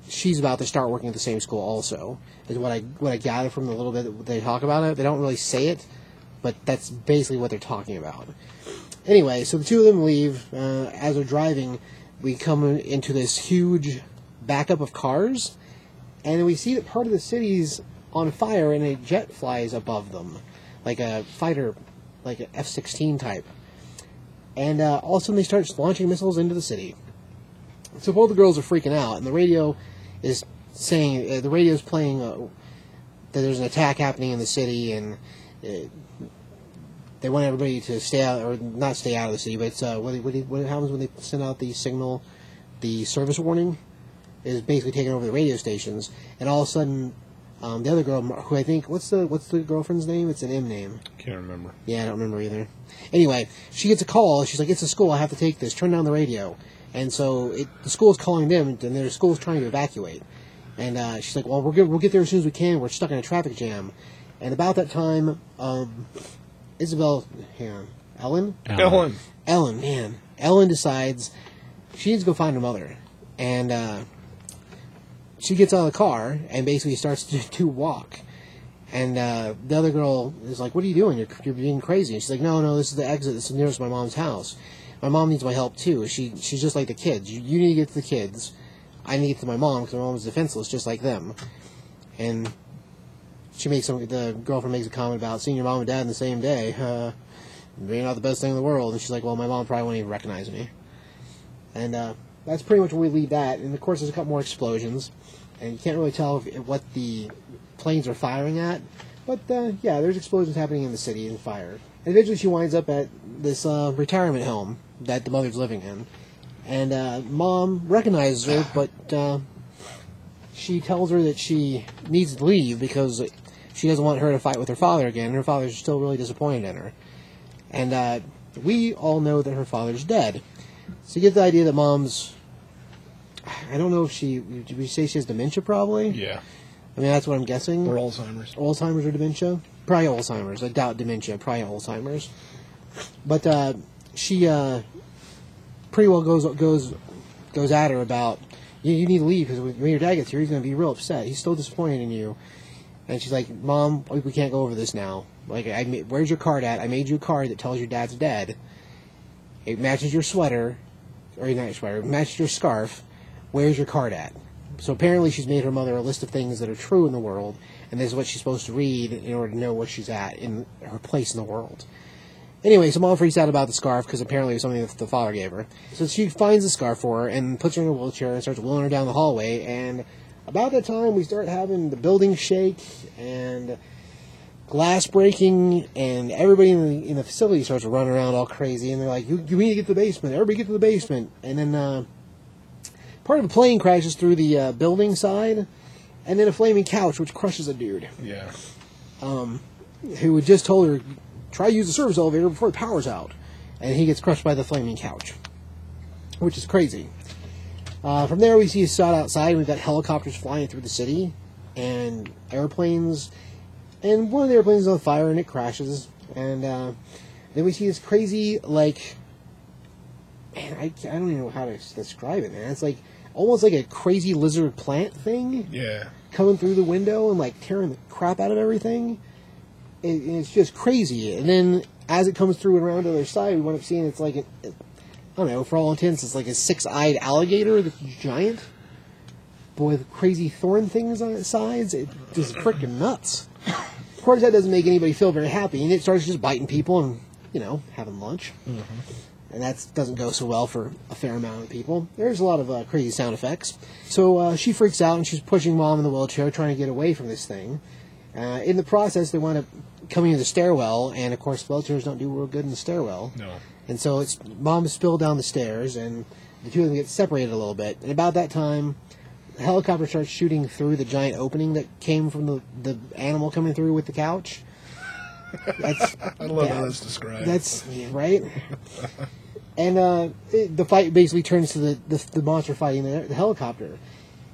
Speaker 5: she's about to start working at the same school. Also, is what I what I gather from the little bit that they talk about it. They don't really say it, but that's basically what they're talking about. Anyway, so the two of them leave. Uh, as they're driving, we come into this huge backup of cars and we see that part of the city's on fire and a jet flies above them like a fighter like an f-16 type and uh, all of a sudden they start launching missiles into the city so both the girls are freaking out and the radio is saying uh, the radio is playing uh, that there's an attack happening in the city and uh, they want everybody to stay out or not stay out of the city but it's, uh, what, what, what happens when they send out the signal the service warning is basically taking over the radio stations, and all of a sudden, um, the other girl, who I think, what's the what's the girlfriend's name? It's an M name.
Speaker 4: Can't remember.
Speaker 5: Yeah, I don't remember either. Anyway, she gets a call. She's like, "It's a school. I have to take this. Turn down the radio." And so it, the school's calling them, and their school's trying to evacuate. And uh, she's like, "Well, we're good. we'll get there as soon as we can. We're stuck in a traffic jam." And about that time, um, Isabel, hang on, Ellen,
Speaker 4: Ellen.
Speaker 5: Ellen, man, Ellen decides she needs to go find her mother, and uh, she gets out of the car and basically starts to, to walk. And uh, the other girl is like, "What are you doing? You're, you're being crazy." And she's like, "No, no, this is the exit. This is nearest my mom's house. My mom needs my help too. She she's just like the kids. You, you need to get to the kids. I need to get to my mom because my mom's defenseless, just like them." And she makes some. The girlfriend makes a comment about seeing your mom and dad in the same day. Uh, maybe not the best thing in the world. And she's like, "Well, my mom probably won't even recognize me." And uh, that's pretty much where we leave that. And of course, there's a couple more explosions, and you can't really tell if, what the planes are firing at. But uh, yeah, there's explosions happening in the city and fire. And eventually, she winds up at this uh, retirement home that the mother's living in, and uh, mom recognizes her, but uh, she tells her that she needs to leave because she doesn't want her to fight with her father again. and Her father's still really disappointed in her, and uh, we all know that her father's dead. So you get the idea that mom's. I don't know if she. Did we say she has dementia? Probably.
Speaker 4: Yeah.
Speaker 5: I mean, that's what I'm guessing.
Speaker 4: Or Alzheimer's.
Speaker 5: Alzheimer's or dementia? Probably Alzheimer's. I doubt dementia. Probably Alzheimer's. But uh, she uh, pretty well goes goes goes at her about you, you need to leave because when your dad gets here, he's going to be real upset. He's still disappointed in you. And she's like, "Mom, we we can't go over this now. Like, I ma- where's your card at? I made you a card that tells your dad's dead. It matches your sweater, or not your sweater. It matches your scarf. Where's your card at?" So apparently, she's made her mother a list of things that are true in the world, and this is what she's supposed to read in order to know where she's at in her place in the world. Anyway, so mom freaks out about the scarf because apparently it was something that the father gave her. So she finds the scarf for her and puts her in a wheelchair and starts wheeling her down the hallway. And about that time, we start having the building shake and glass breaking, and everybody in the, in the facility starts to run around all crazy. And they're like, you, you need to get to the basement. Everybody get to the basement. And then uh, part of a plane crashes through the uh, building side, and then a flaming couch, which crushes a dude
Speaker 4: Yeah.
Speaker 5: who had just told her, try to use the service elevator before the power's out. And he gets crushed by the flaming couch, which is crazy. Uh, from there, we see a shot outside, and we've got helicopters flying through the city, and airplanes, and one of the airplanes is on fire, and it crashes. And uh, then we see this crazy, like, man, I, I don't even know how to s- describe it, man. It's like almost like a crazy lizard plant thing
Speaker 4: Yeah.
Speaker 5: coming through the window and like tearing the crap out of everything. It, it's just crazy. And then as it comes through and around to the other side, we wind up seeing it's like, a, I don't know, for all intents, it's like a six eyed alligator that's giant, but with crazy thorn things on its sides. It just freaking nuts. Of course, that doesn't make anybody feel very happy, and it starts just biting people and, you know, having lunch. And that doesn't go so well for a fair amount of people. There's a lot of uh, crazy sound effects. So uh, she freaks out and she's pushing mom in the wheelchair, trying to get away from this thing. Uh, in the process, they wind up coming to the stairwell, and of course, wheelchairs don't do real good in the stairwell.
Speaker 4: No.
Speaker 5: And so it's mom is spilled down the stairs, and the two of them get separated a little bit. And about that time, the helicopter starts shooting through the giant opening that came from the, the animal coming through with the couch. That's
Speaker 4: I love
Speaker 5: Yeah.
Speaker 4: how that's described.
Speaker 5: that's right. And uh, it, the fight basically turns to the, the, the monster fighting the, the helicopter.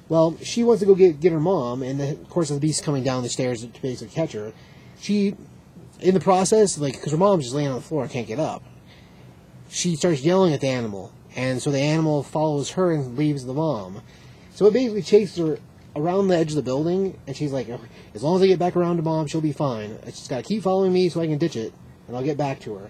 Speaker 5: Well, she wants to go get get her mom, and the, of course the beast's coming down the stairs to basically catch her. She, in the process, like because her mom's just laying on the floor and can't get up, she starts yelling at the animal, and so the animal follows her and leaves the mom. So it basically chases her around the edge of the building, and she's like, "Oh, as long as I get back around to mom, she'll be fine. She's got to keep following me so I can ditch it, and I'll get back to her.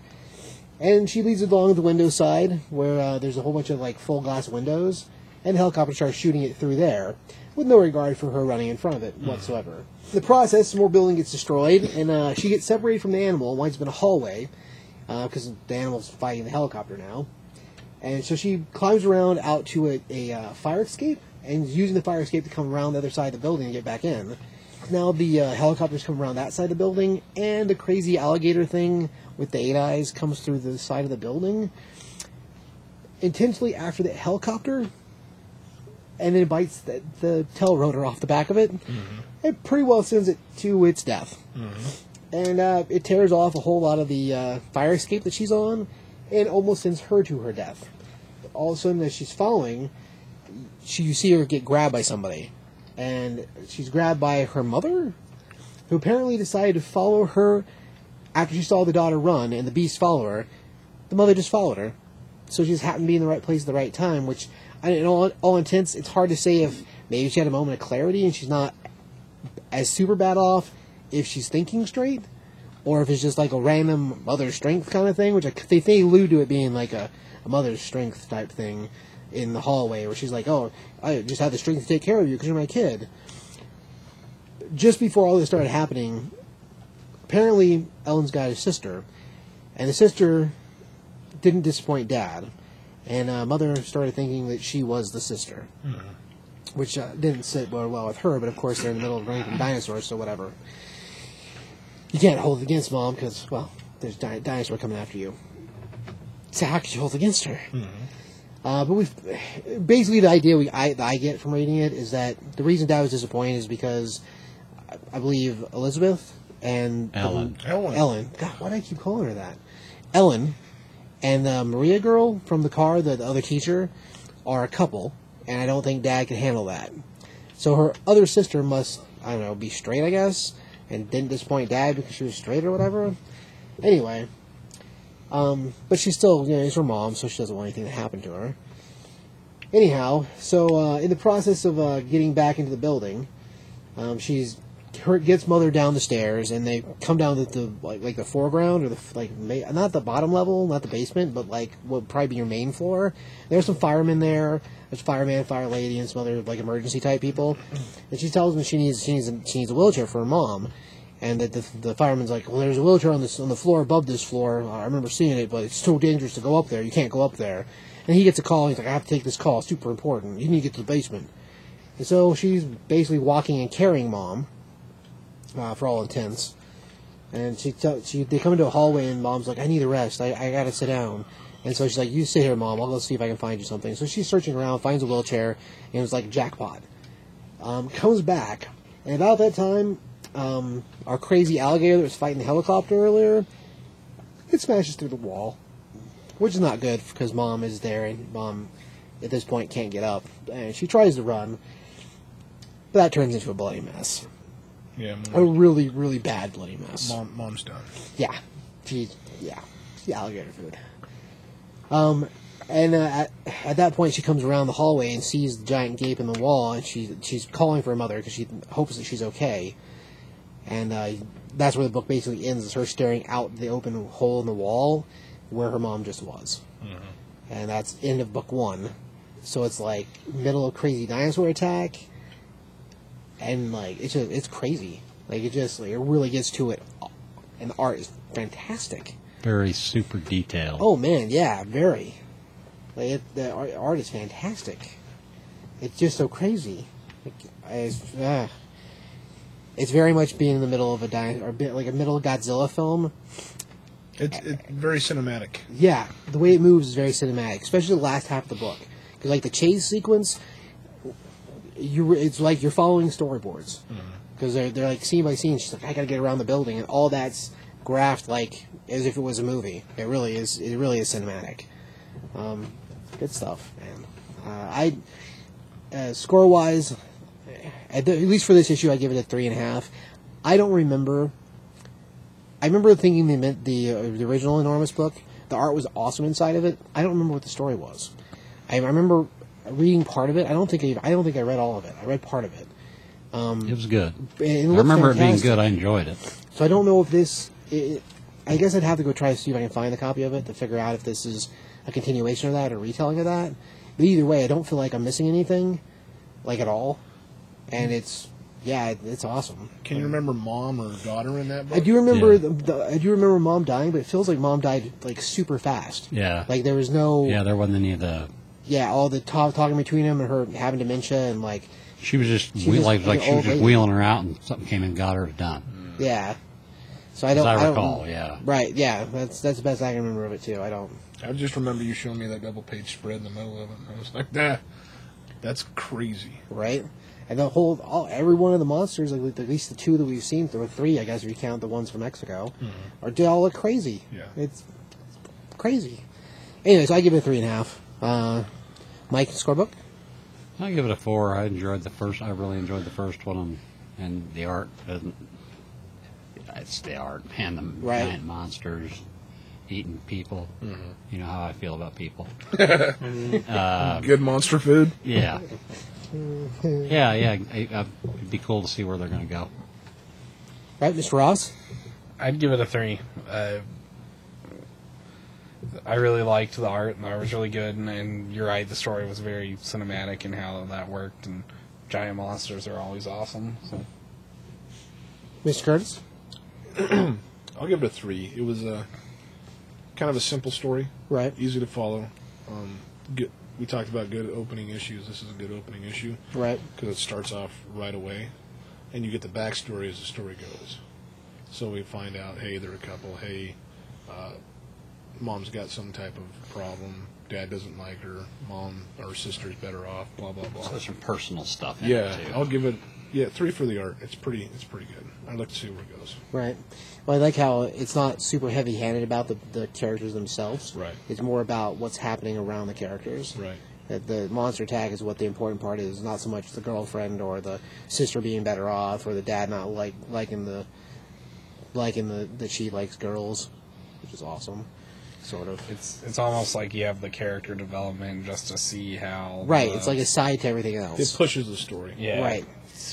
Speaker 5: And she leads along the window side where uh, there's a whole bunch of like full glass windows, and the helicopter starts shooting it through there with no regard for her running in front of it whatsoever. In the process, more building gets destroyed, and uh, she gets separated from the animal, winds up in a hallway because the animal's fighting the helicopter now. And so she climbs around out to a, a uh, fire escape and is using the fire escape to come around the other side of the building and get back in. Now the uh, helicopters come around that side of the building, and the crazy alligator thing with the eight eyes comes through the side of the building, intentionally after the helicopter, and then bites the, the tail rotor off the back of it. It pretty well sends it to its death and uh, it tears off a whole lot of the uh, fire escape that she's on, and almost sends her to her death. All of a sudden, as she's following, she you see her get grabbed by somebody, and she's grabbed by her mother, who apparently decided to follow her after she saw the daughter run and the beast follow her. The mother just followed her, so she just happened to be in the right place at the right time. Which, I- in all, all intents, it's hard to say if maybe she had a moment of clarity and she's not as super bad off if she's thinking straight, or if it's just like a random mother strength kind of thing, which I, they they allude to it being like a, a mother's strength type thing in the hallway where she's like, "Oh, I just have the strength to take care of you because you're my kid." Just before all this started happening, apparently Ellen's got a sister, and the sister didn't disappoint Dad, and uh, Mother started thinking that she was the sister. Which uh, didn't sit well, well with her, but of course they're in the middle of running from dinosaurs, so whatever you can't hold it against mom because well there's di- dinosaur coming after you so how could you hold it against her uh, but we've basically the idea we I, that I get from reading it is that the reason dad was disappointed is because I, I believe Elizabeth and
Speaker 3: Ellen.
Speaker 4: Ellen.
Speaker 5: Ellen God why do I keep calling her that Ellen and the Maria girl from the car the, the other teacher are a couple and I don't think dad can handle that so her other sister must, I don't know, be straight, I guess, and didn't disappoint dad because she was straight or whatever. Anyway, um, but she's still, you know, it's her mom, so she doesn't want anything to happen to her. Anyhow, so uh, in the process of uh, getting back into the building, um, she's her gets mother down the stairs, and they come down to the like, like the foreground or the f- like ma- not the bottom level, not the basement, but like what would probably be your main floor. There's some firemen there. There's fireman, fire lady, and some other like emergency type people. And she tells them she needs she needs a, she needs a wheelchair for her mom, and that the the fireman's like, well, there's a wheelchair on this on the floor above this floor. I remember seeing it, but it's too dangerous to go up there. You can't go up there. And he gets a call. And he's like, I have to take this call. It's super important. You need to get to the basement. And so she's basically walking and carrying mom, uh, for all intents. And she, tell she, they come into a hallway, and mom's like, "I need a rest. I, I gotta sit down." And so she's like, "You sit here, mom. I'll go see if I can find you something." So she's searching around, finds a wheelchair, and it's like jackpot. Um, comes back, and about that time, um, our crazy alligator that was fighting the helicopter earlier, it smashes through the wall, which is not good because mom is there, and mom at this point can't get up, and she tries to run, but that turns into a bloody mess.
Speaker 4: Yeah, mom-
Speaker 5: A really, really bad bloody mess.
Speaker 4: mom, mom's done.
Speaker 5: Yeah. She, yeah. She alligator food. Um, and uh, at, at that point, she comes around the hallway and sees the giant gape in the wall, and she she's calling for her mother because she hopes that she's okay. And uh, that's where the book basically ends: is her staring out the open hole in the wall where her mom just was. And that's end of book one. So it's like middle of crazy dinosaur attack, and like it's just, it's crazy. Like it just like it really gets to it, and the art is fantastic.
Speaker 3: Very super detailed.
Speaker 5: Oh man, yeah, very. Like it, the art, art is fantastic. It's just so crazy. Like, I- it's, uh, it's very much being in the middle of a dino, or bit like a middle Godzilla film.
Speaker 4: It's it, very cinematic.
Speaker 5: Yeah, the way it moves is very cinematic, especially the last half of the book. 'Cause, like the chase sequence, you re- it's like you're following storyboards because they're they're like scene by scene. She's like, I gotta get around the building, and all that's graphed like as if it was a movie. It really is. It really is cinematic. Um, good stuff, man. Uh, I uh, score wise, at, the, at least for this issue, I give it a three and a half. I don't remember. I remember thinking the event- the, uh, the original enormous book. The art was awesome inside of it. I don't remember what the story was. I, I remember reading part of it. I don't think I, I don't think I read all of it. I read part of it.
Speaker 3: It was good.
Speaker 5: It- it
Speaker 3: I
Speaker 5: looked
Speaker 3: remember it being
Speaker 5: fantastic.
Speaker 3: good. I enjoyed it.
Speaker 5: So I don't know if this. It, I guess I'd have to go try to see if I can find a copy of it to figure out if this is a continuation of that or retelling of that. But either way, I don't feel like I'm missing anything, like at all. And it's yeah, it, it's awesome.
Speaker 4: Can you remember mom or daughter in that book?
Speaker 5: I do remember
Speaker 3: Yeah.
Speaker 5: the, the, I do remember mom dying, but it feels like mom died like super fast.
Speaker 3: Yeah.
Speaker 5: Like oh. there was no
Speaker 3: Yeah,
Speaker 5: yeah,
Speaker 3: there wasn't any of the.
Speaker 5: all the talk, talking between them and her having dementia and like
Speaker 3: She was just
Speaker 5: She
Speaker 3: wheel-
Speaker 5: was
Speaker 3: like, like
Speaker 5: an
Speaker 3: she was
Speaker 5: old
Speaker 3: just
Speaker 5: lady.
Speaker 3: wheeling her out, and something came and got her done.
Speaker 5: yeah. So I don't.
Speaker 3: I
Speaker 5: don't-
Speaker 3: recall, yeah.
Speaker 5: Right. Yeah. That's that's the best I can remember of it too. I don't.
Speaker 4: I just remember you showing me that double page spread in the middle of it. And I was like, nah, that's crazy.
Speaker 5: right? And the whole, all, every one of the monsters, like at least the two that we've seen, or three, I guess, if you count the ones from Mexico,
Speaker 3: Mm-hmm.
Speaker 5: are they all look crazy.
Speaker 4: Yeah.
Speaker 5: it's crazy. Anyways, I give it a three and a half. Uh, Mike scorebook.
Speaker 3: I give it a four. I enjoyed the first. I really enjoyed the first one, and, and the art doesn't. It's the art, man. The
Speaker 5: Right. Mm-hmm.
Speaker 3: giant monsters eating people. You know how I feel about people.
Speaker 4: Good monster food.
Speaker 3: Yeah. yeah, yeah. I, I, it'd be cool to see where they're going to go.
Speaker 5: Right, Mr. Ross.
Speaker 7: I'd give it a three. Uh, I really liked the art, and the art was really good. And, and you're right, the story was very cinematic and how that worked. And giant monsters are always awesome. So
Speaker 5: Mr. Curtis.
Speaker 4: I'll give it a three. It was a kind of a simple story,
Speaker 5: Right.
Speaker 4: easy to follow. Um, good. We talked about good opening issues. This is a good opening issue
Speaker 5: Right.
Speaker 4: because it starts off right away, and you get the backstory as the story goes. So we find out, hey, they're a couple. Hey, uh, mom's got some type of problem. Dad doesn't like her. Mom or sister's better off. Blah blah blah.
Speaker 3: So there's some personal stuff. In
Speaker 4: Yeah,
Speaker 3: it too.
Speaker 4: I'll give it. Yeah, three for the art. It's pretty. It's pretty good. I'd like to see where it goes.
Speaker 5: Right. Well, I like how it's not super heavy-handed about the, the characters themselves.
Speaker 4: Right.
Speaker 5: It's more about what's happening around the characters.
Speaker 4: Right.
Speaker 5: That the monster tag is what the important part is, not so much the girlfriend or the sister being better off or the dad not like liking the liking the that she likes girls, which is awesome, sort of.
Speaker 7: it's it's almost like you have the character development just to see how.
Speaker 5: Right.
Speaker 7: the-
Speaker 5: It's like a side to everything
Speaker 4: It
Speaker 5: else.
Speaker 4: pushes the story.
Speaker 7: yeah,
Speaker 5: right.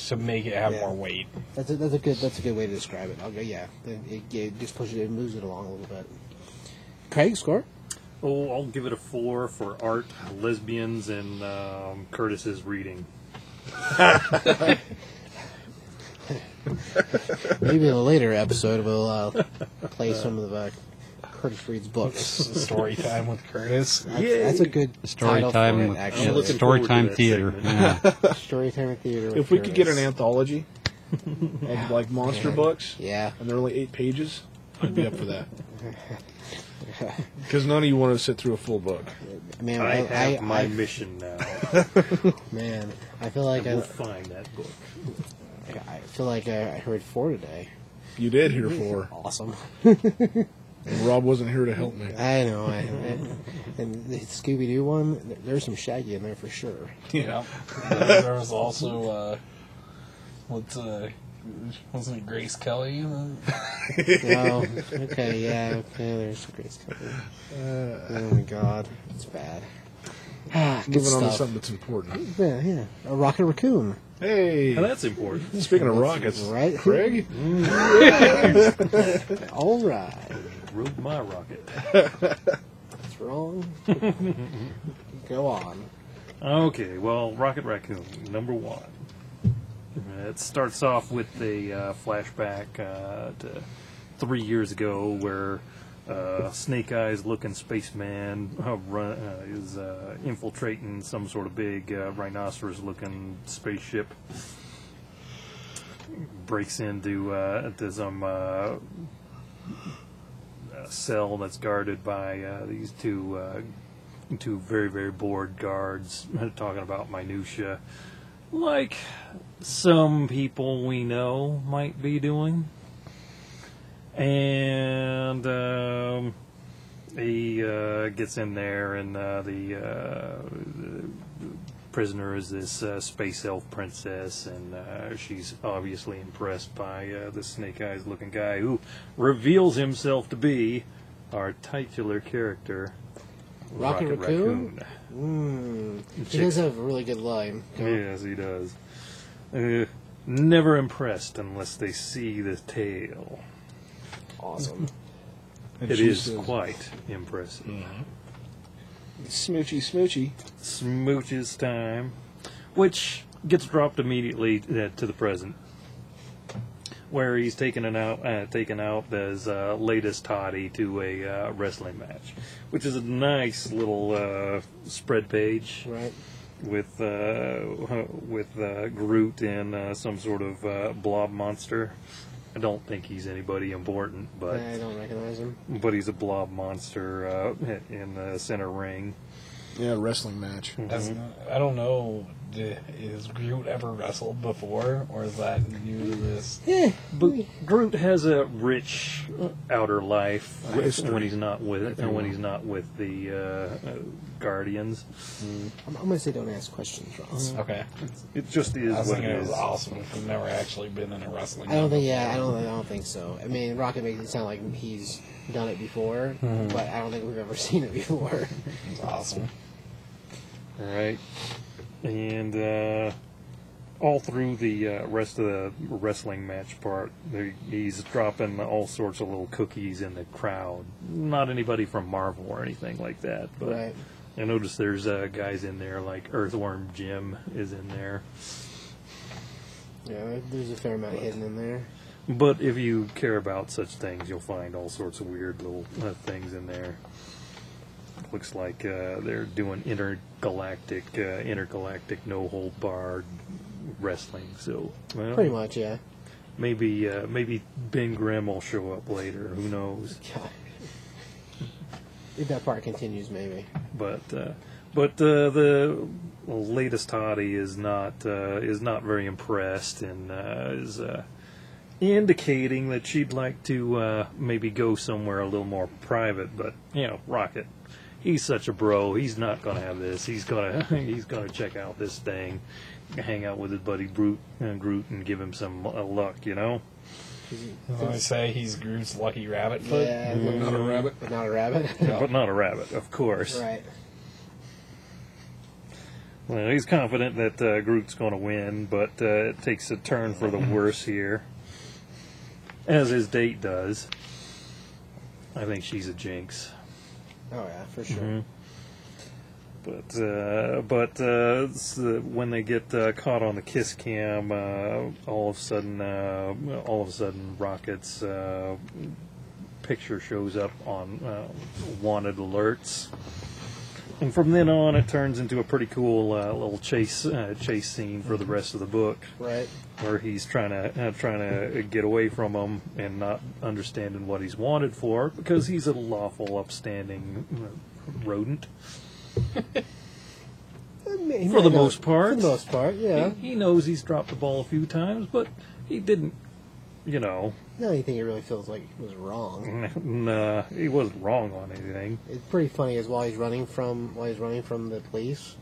Speaker 7: to make it have
Speaker 5: Yeah.
Speaker 7: more weight.
Speaker 5: That's a, that's a good that's a good way to describe it. I'll go, yeah. It, it, it just pushes it, it moves it along a little bit. Craig score.
Speaker 6: Oh, I'll give it a four for art, lesbians, and um, Curtis's reading.
Speaker 5: Maybe in a later episode we'll uh, play some of the uh, Curtis Reed's books.
Speaker 7: Story time with Curtis.
Speaker 6: Yay.
Speaker 5: That's a good
Speaker 3: Story
Speaker 5: title for
Speaker 3: time
Speaker 5: it,
Speaker 3: with
Speaker 5: actually.
Speaker 3: yeah,
Speaker 6: looking
Speaker 3: story
Speaker 6: forward to
Speaker 3: time
Speaker 6: that
Speaker 3: theater.
Speaker 6: segment.
Speaker 3: Yeah.
Speaker 5: Storytime at theater. with
Speaker 4: If we could get an
Speaker 5: Curtis.
Speaker 4: anthology of like monster books,
Speaker 5: Yeah.
Speaker 4: and they're only eight pages, I'd be up for that. Because none of you want to sit through a full book.
Speaker 5: Man,
Speaker 6: I
Speaker 5: I, I,
Speaker 6: have my
Speaker 5: I-
Speaker 6: mission now.
Speaker 5: man, I feel like
Speaker 6: We'll
Speaker 5: I,
Speaker 6: find that book.
Speaker 5: I feel like I, I heard four today.
Speaker 4: You did hear four,
Speaker 5: Awesome.
Speaker 4: and Rob wasn't here to help me.
Speaker 5: I know. I, and the Scooby Doo one, there- there's some Shaggy in there for sure.
Speaker 7: Yeah. there was also uh, what's uh, wasn't it Grace Kelly?
Speaker 5: Oh, okay, yeah, okay, there's some Grace Kelly.
Speaker 4: Uh,
Speaker 5: oh my God, it's bad. Ah, good
Speaker 4: Moving on to
Speaker 5: stuff.
Speaker 4: something that's important.
Speaker 5: Yeah, yeah, a rocket raccoon.
Speaker 6: Now
Speaker 4: Hey,
Speaker 6: that's important.
Speaker 4: speaking of rockets,
Speaker 5: Right?
Speaker 4: Craig,
Speaker 5: All right.
Speaker 6: Rode my rocket.
Speaker 5: That's wrong. Go on.
Speaker 6: Okay, well, Rocket Raccoon, number one. It starts off with a uh, flashback uh, to three years ago where uh, Snake Eyes looking spaceman uh, run, uh, is uh, infiltrating some sort of big uh, rhinoceros looking spaceship. Breaks into uh, to some uh, uh, cell that's guarded by uh, these two uh, two very very bored guards talking about minutia like some people we know might be doing and um, he uh, gets in there and uh, the uh, prisoner is this uh, space elf princess, and uh, she's obviously impressed by uh, the snake eyes looking guy who reveals himself to be our titular character,
Speaker 5: Rocket, Raccoon. Mm. He does have a really good line.
Speaker 6: Yes, he does. Uh, never impressed unless they see the tail.
Speaker 4: Awesome.
Speaker 6: It is
Speaker 4: she says-
Speaker 6: quite impressive.
Speaker 4: Smoochy, smoochy.
Speaker 6: Smooches time, which gets dropped immediately uh, to the present, where he's taken an out, uh, taken out as uh, latest toddy to a uh, wrestling match, which is a nice little uh, spread page.
Speaker 5: Right.
Speaker 6: with uh, with uh, Groot and uh, some sort of uh, blob monster. I don't think he's anybody important, but
Speaker 5: I don't recognize him.
Speaker 6: but he's a blob monster uh, in the center ring.
Speaker 4: Yeah, wrestling match.
Speaker 7: That's not- I don't know. d- Is Groot ever wrestled before, or is that new to this?
Speaker 6: But Groot has a rich outer life
Speaker 4: A
Speaker 6: with-
Speaker 4: history.
Speaker 6: when he's not with when he's not with the uh, uh, Guardians.
Speaker 5: I'm, I'm gonna say don't ask questions, Ross.
Speaker 7: Okay,
Speaker 6: It just
Speaker 7: I was
Speaker 6: is what
Speaker 7: thinking
Speaker 6: it
Speaker 7: it
Speaker 6: is.
Speaker 7: was awesome. if I've never actually been in a wrestling.
Speaker 5: I don't think. Yeah, I don't. I don't think so. I mean, Rocket makes it sound like he's done it before,
Speaker 6: Mm-hmm.
Speaker 5: but I don't think we've ever seen it before.
Speaker 7: It's awesome.
Speaker 6: Right. And uh, all through the uh, rest of the wrestling match part, there- he's dropping all sorts of little cookies in the crowd. Not anybody from Marvel or anything like that. But
Speaker 5: right.
Speaker 6: I noticed there's uh, guys in there, like Earthworm Jim is in there.
Speaker 5: Yeah, there's a fair amount hidden in there.
Speaker 6: But if you care about such things, you'll find all sorts of weird little uh, things in there. Looks like uh, they're doing intergalactic, uh, intergalactic no hold barred wrestling. So, well,
Speaker 5: Pretty much, yeah.
Speaker 6: maybe uh, maybe Ben Grimm will show up later. Who knows?
Speaker 5: God. If that part continues, maybe.
Speaker 6: But uh, but uh, the latest hottie is not uh, is not very impressed and uh, is uh, indicating that she'd like to uh, maybe go somewhere a little more private. But you know, Rocket, he's such a bro. He's not gonna have this. He's gonna he's gonna check out this thing, hang out with his buddy Groot, uh, Groot and give him some uh, luck. You know.
Speaker 7: As I say, he's Groot's lucky rabbit foot. Mm-hmm.
Speaker 5: yeah,
Speaker 4: Not a rabbit.
Speaker 5: but not a rabbit.
Speaker 6: But not a rabbit, of course.
Speaker 5: right.
Speaker 6: Well, he's confident that uh, Groot's going to win, but uh, it takes a turn for the worse here, as his date does. I think she's a jinx,
Speaker 5: Oh yeah, for sure.
Speaker 6: Mm-hmm. but uh, but uh, s- uh, when they get uh, caught on the kiss cam, uh, all of a sudden, uh, all of a sudden, Rocket's uh, picture shows up on uh, wanted alerts. And from then on, it turns into a pretty cool uh, little chase uh, chase scene for the
Speaker 5: Mm-hmm.
Speaker 6: rest of the book,
Speaker 5: Right.
Speaker 6: where he's trying to uh, trying to get away from him and not understanding what he's wanted for because he's a lawful, upstanding uh, rodent for the most part.
Speaker 5: For the most part, yeah.
Speaker 6: He, he knows he's dropped the ball a few times, but he didn't. You know,
Speaker 5: Not anything he really feels like was wrong.
Speaker 6: nah, he wasn't wrong on anything.
Speaker 5: It's pretty funny as while he's running from while he's running from the police,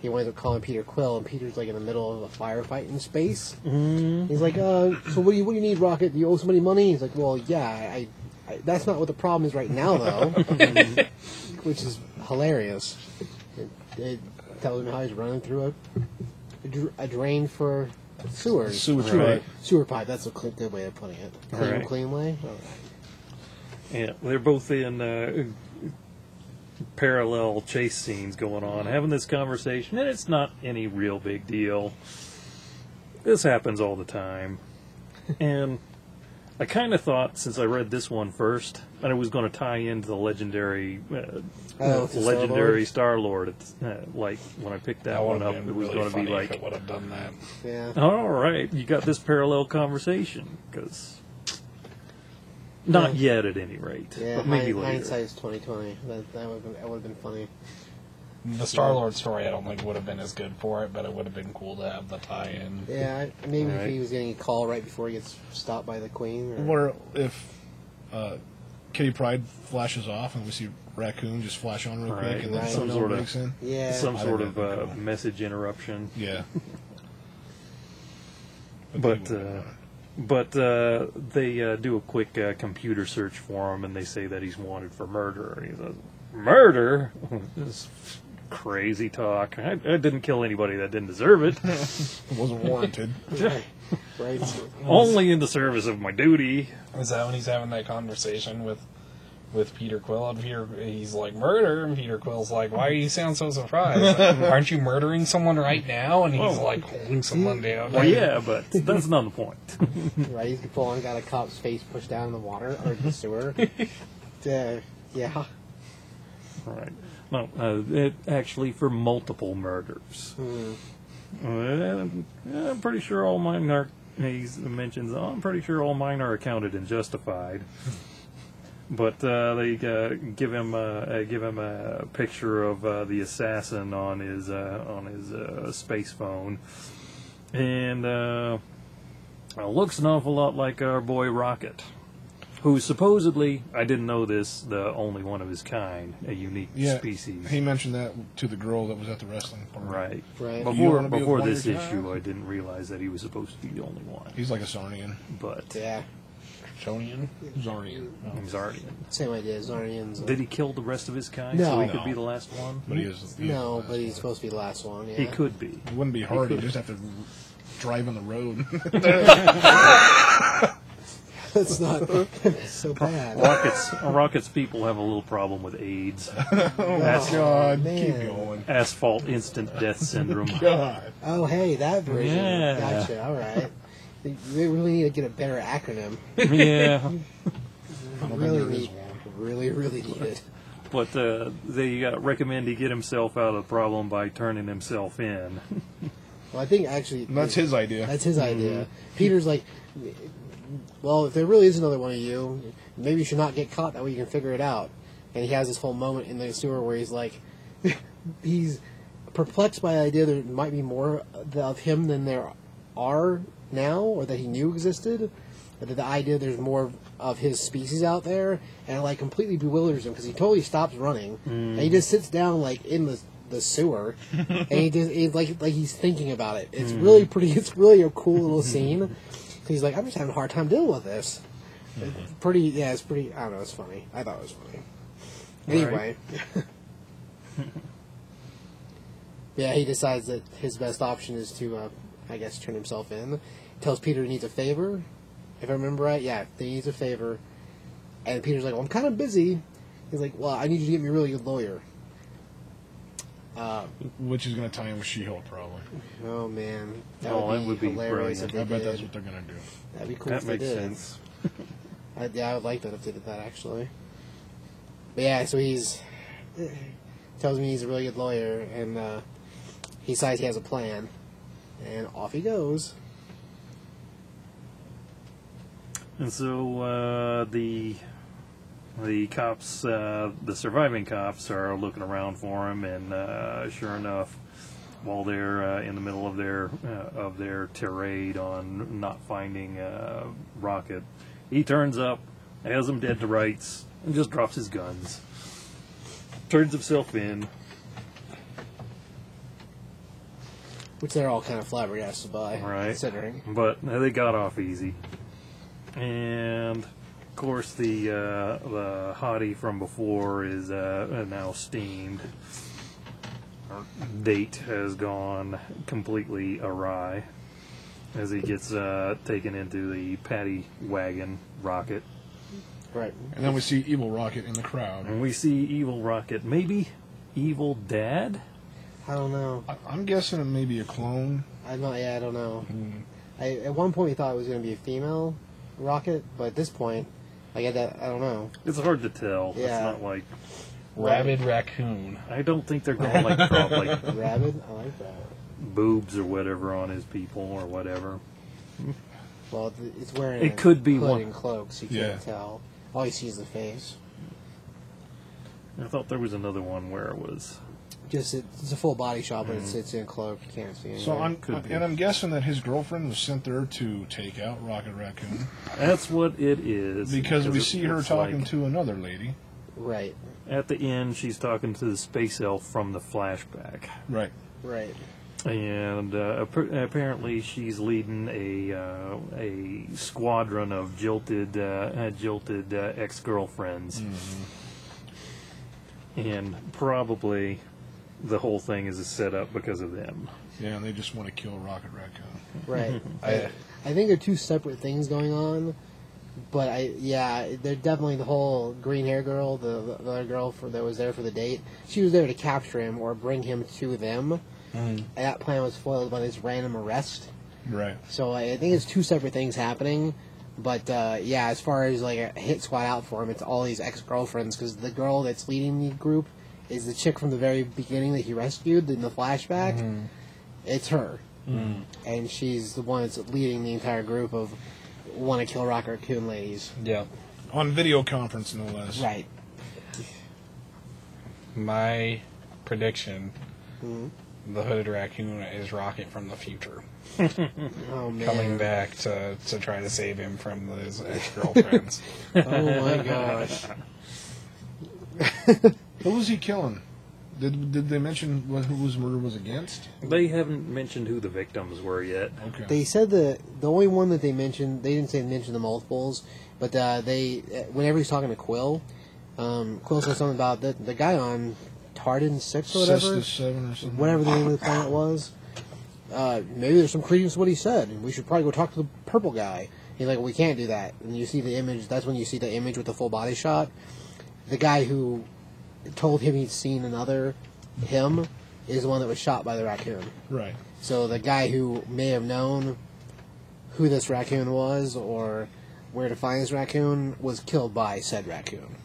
Speaker 5: he winds up calling Peter Quill, and Peter's like in the middle of a firefight in space. Mm. He's like, uh, "So what do you what do you need, Rocket? Do you owe somebody money?" He's like, "Well, yeah, I, I that's not what the problem is right now, though," which is hilarious. It, it tells him how he's running through a a, dr- a drain for sewers.
Speaker 4: Sewer
Speaker 6: Right.
Speaker 4: pipe.
Speaker 5: Sewer pipe. That's a cl- good way of putting it. Clean,
Speaker 6: Right.
Speaker 5: clean way.
Speaker 6: Yeah, they're both in uh, parallel chase scenes going on, having this conversation, and it's not any real big deal. This happens all the time. and I kind of thought, since I read this one first, that it was going to tie into the legendary, uh,
Speaker 5: Oh, it's a
Speaker 6: legendary Star Lord. Uh, like when I picked that,
Speaker 7: That
Speaker 6: one
Speaker 7: would
Speaker 6: up,
Speaker 7: have
Speaker 6: it
Speaker 7: been
Speaker 6: was
Speaker 7: really
Speaker 6: going to
Speaker 7: funny
Speaker 6: be
Speaker 7: if
Speaker 6: like,
Speaker 7: it would have done that.
Speaker 5: Yeah.
Speaker 6: all right, you got this parallel conversation because. Not yet, at any rate.
Speaker 5: Yeah,
Speaker 6: but maybe
Speaker 5: hind-
Speaker 6: later.
Speaker 5: hindsight is twenty twenty. That that would have been, that would've been funny.
Speaker 7: The Star Lord story, I don't think would have been as good for it, but it would have been cool to have the tie-in.
Speaker 5: Yeah, I- maybe if
Speaker 6: Right.
Speaker 5: he was getting a call right before he gets stopped by the queen. Or,
Speaker 4: Where if uh, Kitty Pride flashes off, and we see Raccoon just flash on real
Speaker 6: Right.
Speaker 4: quick, and then
Speaker 5: Right.
Speaker 4: someone
Speaker 6: Some sort of-
Speaker 4: breaks in.
Speaker 5: Yeah.
Speaker 6: Some sort
Speaker 4: don't
Speaker 6: of uh, message interruption.
Speaker 4: Yeah.
Speaker 6: But uh, but uh, they uh, do a quick uh, computer search for him, and they say that he's wanted for murder. And he says, "Murder? this crazy talk. I, I didn't kill anybody that didn't deserve it.
Speaker 4: it wasn't warranted.
Speaker 5: Right.
Speaker 6: Only in the service of my duty."
Speaker 7: Is that when he's having that conversation with with Peter Quill? And Peter, he's like, murder? And Peter Quill's like, why do you sound so surprised? Aren't you murdering someone right now? And he's
Speaker 6: Oh.
Speaker 7: like holding someone down.
Speaker 6: Well, yeah, but that's not the point.
Speaker 5: Right. He's full on got a cop's face pushed down in the water or the sewer. yeah. Yeah.
Speaker 6: Right. No, uh, it, actually, for multiple murders. Uh, I'm, I'm pretty sure all mine are. He mentions, "Oh, I'm pretty sure all mine are accounted and justified. But uh, they uh, give him uh, uh, give him a picture of uh, the assassin on his uh, on his uh, space phone, and uh, uh, looks an awful lot like our boy Rocket, who supposedly I didn't know this the only one of his kind, a unique
Speaker 4: Yeah.
Speaker 6: species.
Speaker 4: He mentioned that to the girl that was at the wrestling party.
Speaker 6: Right.
Speaker 5: Right.
Speaker 4: You
Speaker 6: Before
Speaker 4: wanna be with
Speaker 6: before
Speaker 4: one
Speaker 6: this
Speaker 4: of your
Speaker 6: issue, I didn't realize that he was supposed to be the only one.
Speaker 4: He's like a Sarnian.
Speaker 6: But
Speaker 5: Yeah.
Speaker 4: Sonian? Zarnian. No.
Speaker 6: he's already.
Speaker 5: Same idea. Zarnians. uh,
Speaker 6: Did he kill the rest of his kind so
Speaker 5: No.
Speaker 6: he could
Speaker 4: No.
Speaker 6: be the last one?
Speaker 4: But he is. He
Speaker 5: no,
Speaker 4: is the
Speaker 5: but he's
Speaker 4: best.
Speaker 5: supposed to be the last one. Yeah.
Speaker 6: He could be.
Speaker 4: It wouldn't be hard.
Speaker 6: could-
Speaker 4: You just have to drive on the road. Uh,
Speaker 5: That's not so bad.
Speaker 6: Rockets, Rockets people have a little problem with AIDS,
Speaker 4: oh, God. Keep
Speaker 5: man.
Speaker 4: going.
Speaker 6: asphalt instant death syndrome.
Speaker 4: God.
Speaker 5: Oh, hey, that version.
Speaker 6: Yeah.
Speaker 5: Gotcha. All right. We really need to get a better acronym.
Speaker 6: yeah,
Speaker 5: Really need. Really, really need it.
Speaker 6: but uh, they uh, recommend he get himself out of the problem by turning himself in.
Speaker 5: Well, I think actually
Speaker 4: And that's his idea.
Speaker 5: That's his idea. Peter's like, well, if there really is another one of you, maybe you should not get caught. That way you can figure it out. And he has this whole moment in the sewer where he's like, he's perplexed by the idea there might be more of him than there are now, or that he knew existed, or that the idea there's more of his species out there, and it, like completely bewilders him because he totally stops running and he just sits down like in the the sewer, and he just he, like like he's thinking about it. It's really pretty. It's really a cool little scene. 'Cause He's like, I'm just having a hard time dealing with this. It's pretty, yeah, it's pretty. I don't know. It's funny. I thought it was funny. Anyway. yeah, he decides that his best option is to, uh, I guess, turn himself in. Tells Peter he needs a favor. If I remember right, yeah, he needs a favor. And Peter's like, well, I'm kind of busy. He's like, well, I need you to get me a really good lawyer.
Speaker 4: Which is going to tie in with She Hulk, probably.
Speaker 5: Oh, man. That
Speaker 6: Oh,
Speaker 5: would
Speaker 6: that
Speaker 5: be
Speaker 6: would be
Speaker 5: hilarious
Speaker 6: brilliant.
Speaker 5: if they
Speaker 4: I bet
Speaker 5: did.
Speaker 4: that's what they're going to do.
Speaker 5: That'd be cool
Speaker 6: That
Speaker 5: if they
Speaker 6: makes
Speaker 5: did.
Speaker 6: sense.
Speaker 5: I, yeah, I would like that if they did that actually. But yeah, so he's tells me he's a really good lawyer, and uh, he decides he has a plan, and off he goes.
Speaker 6: And so uh, the the cops, uh, the surviving cops, are looking around for him, and uh, sure enough, while they're uh, in the middle of their uh, of their tirade on not finding uh, Rocket, he turns up, has them dead to rights, and just drops his guns, turns himself in.
Speaker 5: Which they're all kind of flabbergasted by,
Speaker 6: Right.
Speaker 5: considering.
Speaker 6: but they got off easy. And of course, the uh, the hottie from before is uh, now steamed. Our date has gone completely awry as he gets uh, taken into the paddy wagon rocket,
Speaker 5: Right.
Speaker 4: And then we see Evil Rocket in the crowd.
Speaker 6: and we see evil rocket, maybe evil dad.
Speaker 5: I don't know.
Speaker 4: I- I'm guessing it may be a clone.
Speaker 5: I'm not. Yeah, I don't know.
Speaker 6: Mm-hmm.
Speaker 5: I at one point thought it was going to be a female rocket, but at this point, like I, that, I don't know.
Speaker 6: It's hard to tell. It's
Speaker 5: Yeah.
Speaker 6: not like
Speaker 7: Rabid raccoon.
Speaker 6: I don't think they're going to like drop like
Speaker 5: Rabid. I like that.
Speaker 6: boobs or whatever on his people or whatever.
Speaker 5: Well, th- it's wearing.
Speaker 6: It
Speaker 5: a
Speaker 6: could be
Speaker 5: hood
Speaker 6: one-
Speaker 5: and cloak, so you
Speaker 4: Yeah.
Speaker 5: can't tell. All you see is the face.
Speaker 6: I thought there was another one where it was
Speaker 5: just it, it's a full body shot, but
Speaker 6: Mm-hmm.
Speaker 5: it's it's in cloak. You can't see.
Speaker 4: So
Speaker 5: anything.
Speaker 4: I'm and I'm guessing that his girlfriend was sent there to take out Rocket Raccoon
Speaker 6: That's what it is.
Speaker 4: because we
Speaker 6: it
Speaker 4: see her
Speaker 6: looks
Speaker 4: talking
Speaker 6: like-
Speaker 4: to another lady.
Speaker 5: right,
Speaker 6: At the end, she's talking to the space elf from the flashback.
Speaker 4: Right.
Speaker 5: right.
Speaker 6: and uh, ap- apparently she's leading a uh, a squadron of jilted uh, uh, jilted uh, ex girlfriends,
Speaker 4: Mm-hmm.
Speaker 6: and probably the whole thing is a setup because of them.
Speaker 4: Yeah, and they just want to kill Rocket Raccoon.
Speaker 5: Right.
Speaker 7: I-
Speaker 5: I think they're two separate things going on, but I yeah, they're definitely the whole green hair girl, the, the other girl for, that was there for the date. She was there to capture him or bring him to them. And That plan was foiled by this random arrest.
Speaker 4: Right.
Speaker 5: So I, I think it's two separate things happening. But uh, yeah, as far as like a hit squad out for him, it's all these ex girlfriends because the girl that's leading the group is the chick from the very beginning that he rescued in the flashback. It's her, and she's the one that's leading the entire group of want to kill Rock Raccoon ladies.
Speaker 7: Yeah.
Speaker 4: On video conference, no less.
Speaker 5: Right.
Speaker 7: My prediction the hooded raccoon is Rocket from the future.
Speaker 5: Oh man.
Speaker 7: Coming back to, to try to save him from his ex girlfriends.
Speaker 5: Oh my gosh.
Speaker 4: Who was he killing? Did, did they mention what, who his murder was against?
Speaker 6: They haven't mentioned who the victims were yet.
Speaker 4: Okay.
Speaker 5: They said the the only one that they mentioned they didn't say mention the multiples, but uh, they uh, whenever he's talking to Quill, um, Quill says something about the the guy on Tardan Six or whatever,
Speaker 4: Cestus Seven or something.
Speaker 5: whatever the name of the planet was. Uh, maybe there's some credence to what he said. and We should probably go talk to the purple guy. He's like, we can't do that. And you see the image. That's when you see the image with the full body shot. The guy who told him he'd seen another him is the one that was shot by the raccoon.
Speaker 4: Right.
Speaker 5: So the guy who may have known who this raccoon was or where to find this raccoon was killed by said raccoon.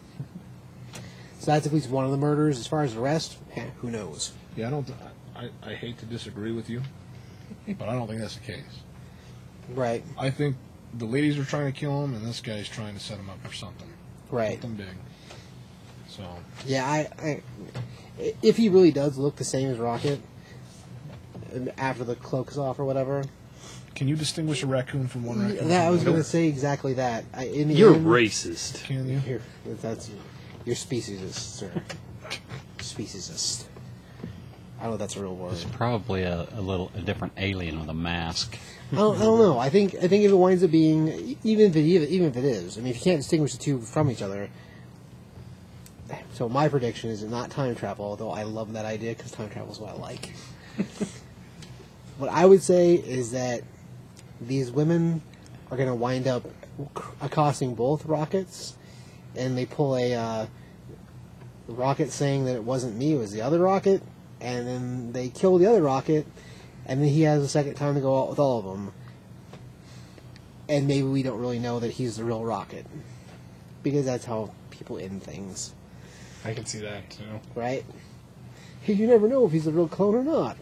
Speaker 5: So that's at least one of the murders. As far as the rest, eh, who knows?
Speaker 4: Yeah, I don't. th- I, I hate to disagree with you, but I don't think that's the case.
Speaker 5: Right,
Speaker 4: I think the ladies are trying to kill him, and this guy's trying to set him up for something.
Speaker 5: right.
Speaker 4: Something big. So
Speaker 5: Yeah, I, I. If he really does look the same as Rocket um, after the cloak is off or whatever,
Speaker 4: Can you distinguish a raccoon from one raccoon?
Speaker 5: that, I was
Speaker 4: from
Speaker 5: going to say exactly that. I, in the
Speaker 6: You're
Speaker 5: end-
Speaker 6: racist.
Speaker 4: Can you?
Speaker 5: Here, that's your speciesist, sir. speciesist. I don't know if that's a real word.
Speaker 3: It's probably a, a little a different alien with a mask.
Speaker 5: I don't, I don't know. I think I think if it winds up being, even if it even, even if it is, I mean, if you can't distinguish the two from each other, so my prediction is not time travel. Although I love that idea because time travel is what I like. what I would say is that these women are going to wind up accosting both rockets, and they pull a uh, rocket saying that it wasn't me, it was the other rocket, and then they kill the other rocket, and then he has a second time to go out with all of them. And maybe we don't really know that he's the real rocket, because that's how people end things,
Speaker 7: I can see that too.
Speaker 5: right? You never know if he's a real clone or not.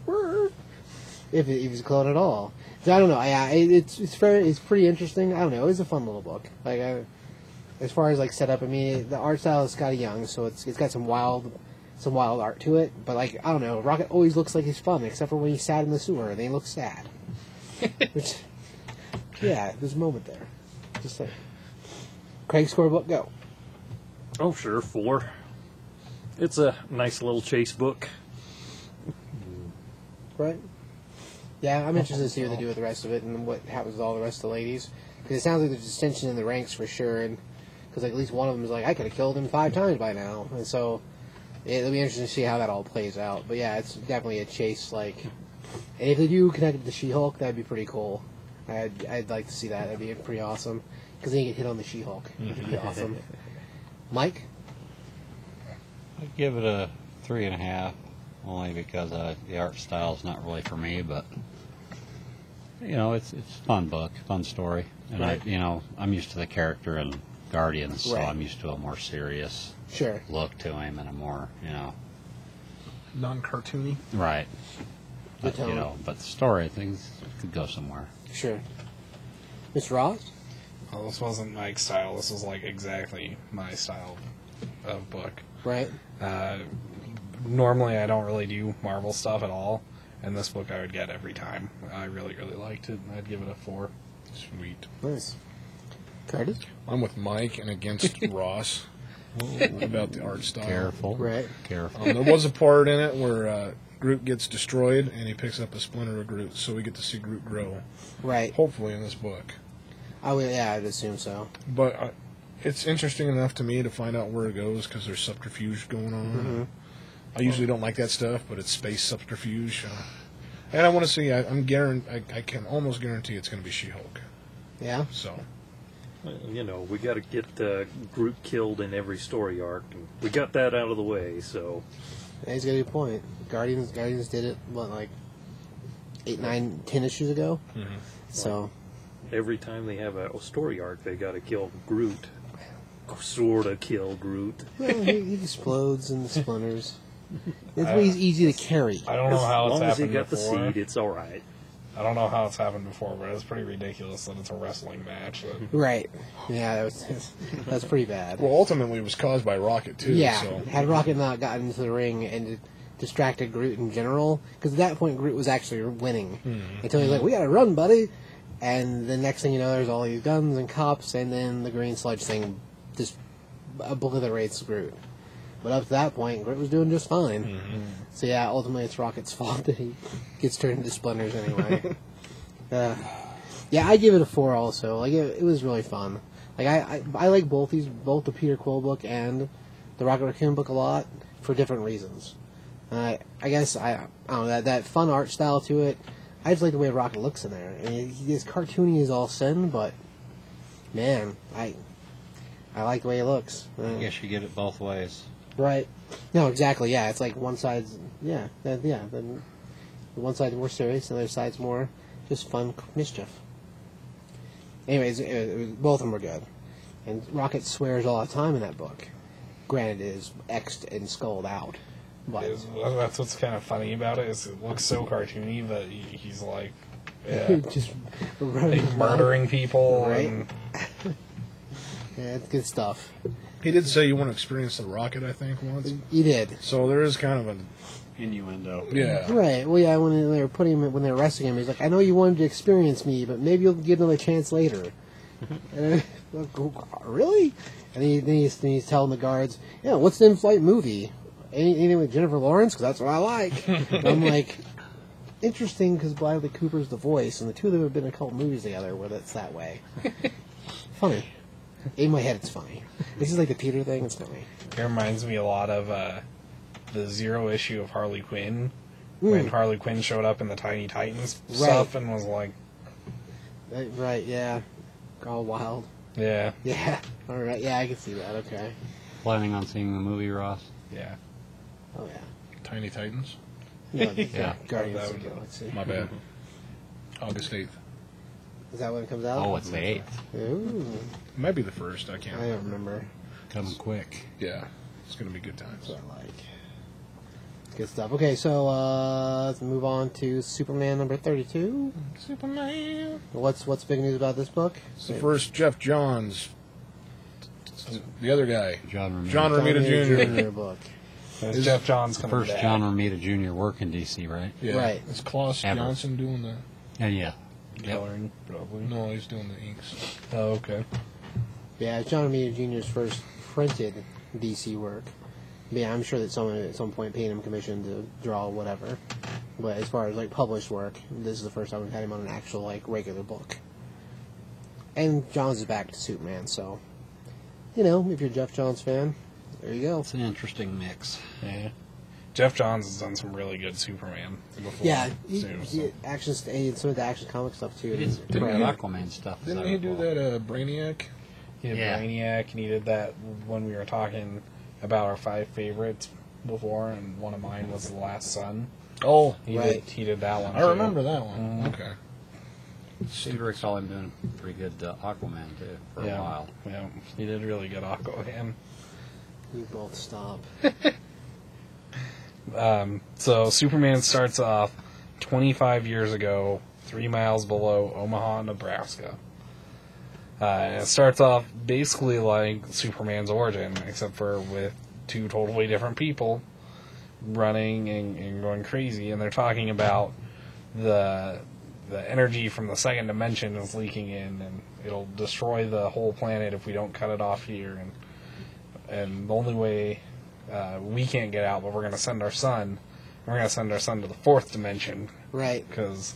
Speaker 5: If, it, if he's a clone at all, so I don't know. I, I it's it's very it's pretty interesting. I don't know. It's a fun little book. Like I, as far as like setup, I mean, the art style is Scotty Young, so it's it's got some wild, some wild art to it. But like I don't know, Rocket always looks like he's fun, except for when he's sad in the sewer, and he looks sad. Which, yeah, there's a moment there. Just like Craig score book go.
Speaker 6: Oh, sure, four. It's a nice little chase book.
Speaker 5: Right. Yeah, I'm interested to see what they do with the rest of it and what happens with all the rest of the ladies. Because it sounds like there's dissension in the ranks for sure, and because like at least one of them is like, I could have killed him five times by now, and so it'll be interesting to see how that all plays out. But yeah, it's definitely a chase. Like, and if they do connect it to She-Hulk, that'd be pretty cool. I'd I'd like to see that. That'd be pretty awesome. Because then you get hit on the She-Hulk. That'd be awesome. Mike.
Speaker 3: I give it a three and a half, only because uh, the art style's not really for me. But you know, it's it's a fun book, fun story, and
Speaker 5: Right.
Speaker 3: I, you know, I'm used to the character in Guardians, so
Speaker 5: Right.
Speaker 3: I'm used to a more serious
Speaker 5: Sure.
Speaker 3: look to him and a more, you know,
Speaker 4: non-cartoony.
Speaker 3: right.
Speaker 5: The
Speaker 3: But, you
Speaker 5: tone.
Speaker 3: know, but the story things could go somewhere.
Speaker 5: Sure. Mr. Ross.
Speaker 7: Well, this wasn't Mike's style. This was like exactly my style of book.
Speaker 5: Right.
Speaker 7: Uh, normally I don't really do Marvel stuff at all, and this book I would get every time. I really, really liked it, and I'd give it a four.
Speaker 4: Sweet.
Speaker 5: Nice. Curtis?
Speaker 4: I'm with Mike and against Ross about the art
Speaker 3: Oh,
Speaker 4: style.
Speaker 3: Careful.
Speaker 5: Right.
Speaker 3: Careful.
Speaker 4: Um, there was a part in it where uh, Groot gets destroyed and he picks up a splinter of Groot, so we get to see Groot grow,
Speaker 5: Right.
Speaker 4: hopefully in this book.
Speaker 5: I would, yeah, I'd assume so.
Speaker 4: But I, it's interesting enough to me to find out where it goes because there's subterfuge going on. I usually don't like that stuff, but it's space subterfuge. uh, and I want to see. I, I'm guaran- I, I can almost guarantee it's going to be She-Hulk.
Speaker 5: Yeah.
Speaker 4: So
Speaker 6: Uh, You know, we got to get uh, Groot killed in every story arc. And we got that out of the way, so
Speaker 5: Yeah, He's got a good point. Guardians Guardians did it what like eight, nine, ten issues ago. So
Speaker 6: every time they have a story arc, they got to kill Groot. Sort of kill Groot.
Speaker 5: well, he, he explodes and splinters. It's he's easy to carry.
Speaker 7: I don't know
Speaker 6: as
Speaker 7: how it's
Speaker 6: long as he
Speaker 7: happened
Speaker 6: got
Speaker 7: before.
Speaker 6: the seed, it's all right.
Speaker 7: I don't know how it's happened before, but it's pretty ridiculous that it's a wrestling match. That
Speaker 5: Right. Yeah, that was that's pretty bad.
Speaker 4: well, ultimately it was caused by Rocket too.
Speaker 5: yeah.
Speaker 4: So.
Speaker 5: Had Rocket not gotten into the ring and distracted Groot in general, because at that point Groot was actually winning
Speaker 4: Hmm.
Speaker 5: until he's like, "We gotta run, buddy." And the next thing you know, there's all these guns and cops, and then the green sludge thing just obliterates Groot. But up to that point, Groot was doing just fine.
Speaker 4: Hmm.
Speaker 5: So yeah, ultimately it's Rocket's fault that he gets turned into splinters anyway. uh, yeah, I give it a four. Also, like it, it was really fun. Like I, I, I like both these, both the Peter Quill book and the Rocket Raccoon book a lot for different reasons. Uh, I guess I, I don't know that that fun art style to it. I just like the way Rocket looks in there. I mean, he is cartoony as all sin, but man, I, I like the way he looks. Uh,
Speaker 3: I guess you get it both ways.
Speaker 5: Right. No, exactly. Yeah, it's like one side's yeah, that, yeah. Then one side's more serious, the other side's more just fun c- mischief. Anyways, it, it was, both of them were good, and Rocket swears all the time in that book. Granted, it is xed and sculled out, but
Speaker 7: is, that's what's kind of funny about it. Is it looks so cartoony, but he, he's like, yeah,
Speaker 5: just
Speaker 7: like murdering people
Speaker 5: Right.
Speaker 7: and
Speaker 5: Yeah, it's good stuff.
Speaker 4: He did say you want to experience the rocket, I think, once.
Speaker 5: You did.
Speaker 4: So there is kind of a
Speaker 3: Innuendo.
Speaker 4: yeah.
Speaker 5: Right. Well, yeah. When they were putting him, when they were arresting him, he's like, "I know you wanted to experience me, but maybe you'll give another chance later." and I'm like, really? And he, then, he's, then he's telling the guards, "Yeah, what's the in-flight movie? Any, anything with Jennifer Lawrence? Because that's what I like." And I'm like, interesting because Bradley Cooper's the voice, and the two of them have been in a couple movies together where that's that way. funny. In my head, it's funny. This is like the Peter thing. It's funny.
Speaker 7: It reminds me a lot of uh, the zero issue of Harley Quinn
Speaker 6: Mm.
Speaker 7: when Harley Quinn showed up in the Tiny Titans stuff and was like,
Speaker 5: Uh, Right? Yeah. All wild.
Speaker 7: yeah,
Speaker 5: Yeah. All right. Yeah, I can see that. Okay.
Speaker 3: Planning on seeing the movie, Ross?
Speaker 7: yeah.
Speaker 5: Oh yeah.
Speaker 4: Tiny Titans.
Speaker 5: No, the
Speaker 3: Yeah.
Speaker 5: Guardians
Speaker 7: That
Speaker 5: of the
Speaker 7: would-
Speaker 5: Galaxy.
Speaker 4: My bad. August eighth.
Speaker 5: Is that when it comes out?
Speaker 3: Oh, it's the eighth.
Speaker 5: Ooh,
Speaker 4: It might be the first. I
Speaker 5: I
Speaker 4: can't.
Speaker 5: don't remember.
Speaker 3: Coming quick.
Speaker 4: Yeah, it's gonna be good times.
Speaker 5: So like. Good stuff. Okay, so uh, let's move on to Superman number thirty-two.
Speaker 4: Superman.
Speaker 5: What's what's big news about this book?
Speaker 4: It's the first Jeff Johns. The other guy,
Speaker 3: John Romita.
Speaker 4: John Romita Jr.
Speaker 5: Jr. book.
Speaker 7: It was Jeff Johns
Speaker 3: the
Speaker 7: coming
Speaker 3: first
Speaker 7: back.
Speaker 3: John Romita Jr. work in DC, right?
Speaker 4: Yeah,
Speaker 5: Right.
Speaker 4: It's Klaus
Speaker 3: Ever.
Speaker 4: Johnson doing the.
Speaker 3: And yeah.
Speaker 7: Coloring, probably.
Speaker 4: No, he's doing the inks.
Speaker 7: Oh, okay.
Speaker 5: Yeah, it's John Romita Jr.'s first printed DC work. But yeah, I'm sure that someone at some point paid him commission to draw whatever. But as far as like published work, this is the first time we've had him on an actual like regular book. And Johns is back to Superman, so you know if you're a Jeff Johns fan, there you go.
Speaker 3: It's an interesting mix.
Speaker 7: Yeah. Jeff Johns has done some really good Superman before.
Speaker 5: Yeah, he,
Speaker 7: too, so.
Speaker 5: he action and some of the action comic stuff too.
Speaker 3: It's
Speaker 5: Right.
Speaker 3: different Aquaman stuff. as
Speaker 4: Didn't
Speaker 3: I
Speaker 4: he do
Speaker 3: recall.
Speaker 4: that uh, Brainiac?
Speaker 7: He did
Speaker 3: Yeah.
Speaker 7: Brainiac, and he did that when we were talking about our five favorites before, and one of mine was The Last Son.
Speaker 4: Oh,
Speaker 7: He
Speaker 5: Right.
Speaker 7: did. He did that one.
Speaker 4: I
Speaker 7: too.
Speaker 4: remember that one. Okay.
Speaker 3: I do recall him doing a pretty good uh, Aquaman too for
Speaker 7: yeah.
Speaker 3: a while.
Speaker 7: Yeah, he did really good Aquaman.
Speaker 5: You both stop.
Speaker 7: Um, so Superman starts off 25 years ago, three miles below Omaha, Nebraska. Uh, and it starts off basically like Superman's origin, except for with two totally different people. running and, and going crazy, and they're talking about the the energy from the second dimension is leaking in, and it'll destroy the whole planet if we don't cut it off here, and and the only way uh, we can't get out, but we're gonna send our son, we're gonna send our son to the fourth dimension
Speaker 5: Right.
Speaker 7: because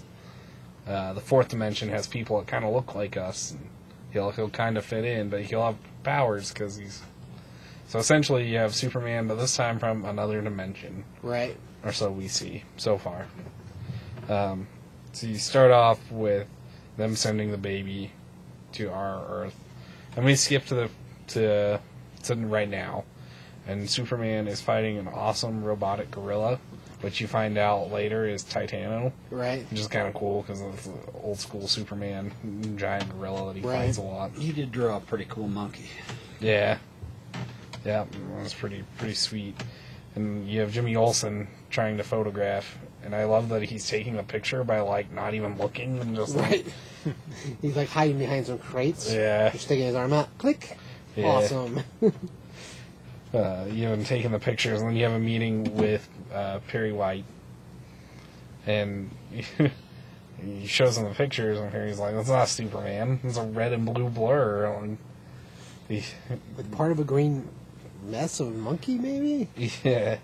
Speaker 7: uh, the fourth dimension has people that kind of look like us. And he'll he'll kind of fit in, but he'll have powers because he's. So essentially, you have Superman, but this time from another dimension,
Speaker 5: Right.
Speaker 7: or so we see so far. Um, so you start off with them sending the baby to our Earth, and we skip to the to to right now, and Superman is fighting an awesome robotic gorilla, which you find out later is Titano
Speaker 5: Right.
Speaker 7: which is kind of cool because it's an old school Superman giant gorilla that he
Speaker 5: Right.
Speaker 7: fights a lot.
Speaker 3: He did draw a pretty cool monkey.
Speaker 7: Yeah, yeah, that's pretty pretty sweet. And you have Jimmy Olsen trying to photograph, and I love that he's taking a picture by like not even looking and just like,
Speaker 5: Right. He's like hiding behind some crates.
Speaker 7: yeah,
Speaker 5: Just sticking his arm out. Click.
Speaker 7: yeah.
Speaker 5: Awesome.
Speaker 7: uh, you know, and taking the pictures, and then you have a meeting with uh, Perry White, and he shows him the pictures, and Perry's like, "That's not Superman. It's a red and blue blur." And he,
Speaker 5: With part of a green mess of monkey, maybe?
Speaker 7: yeah,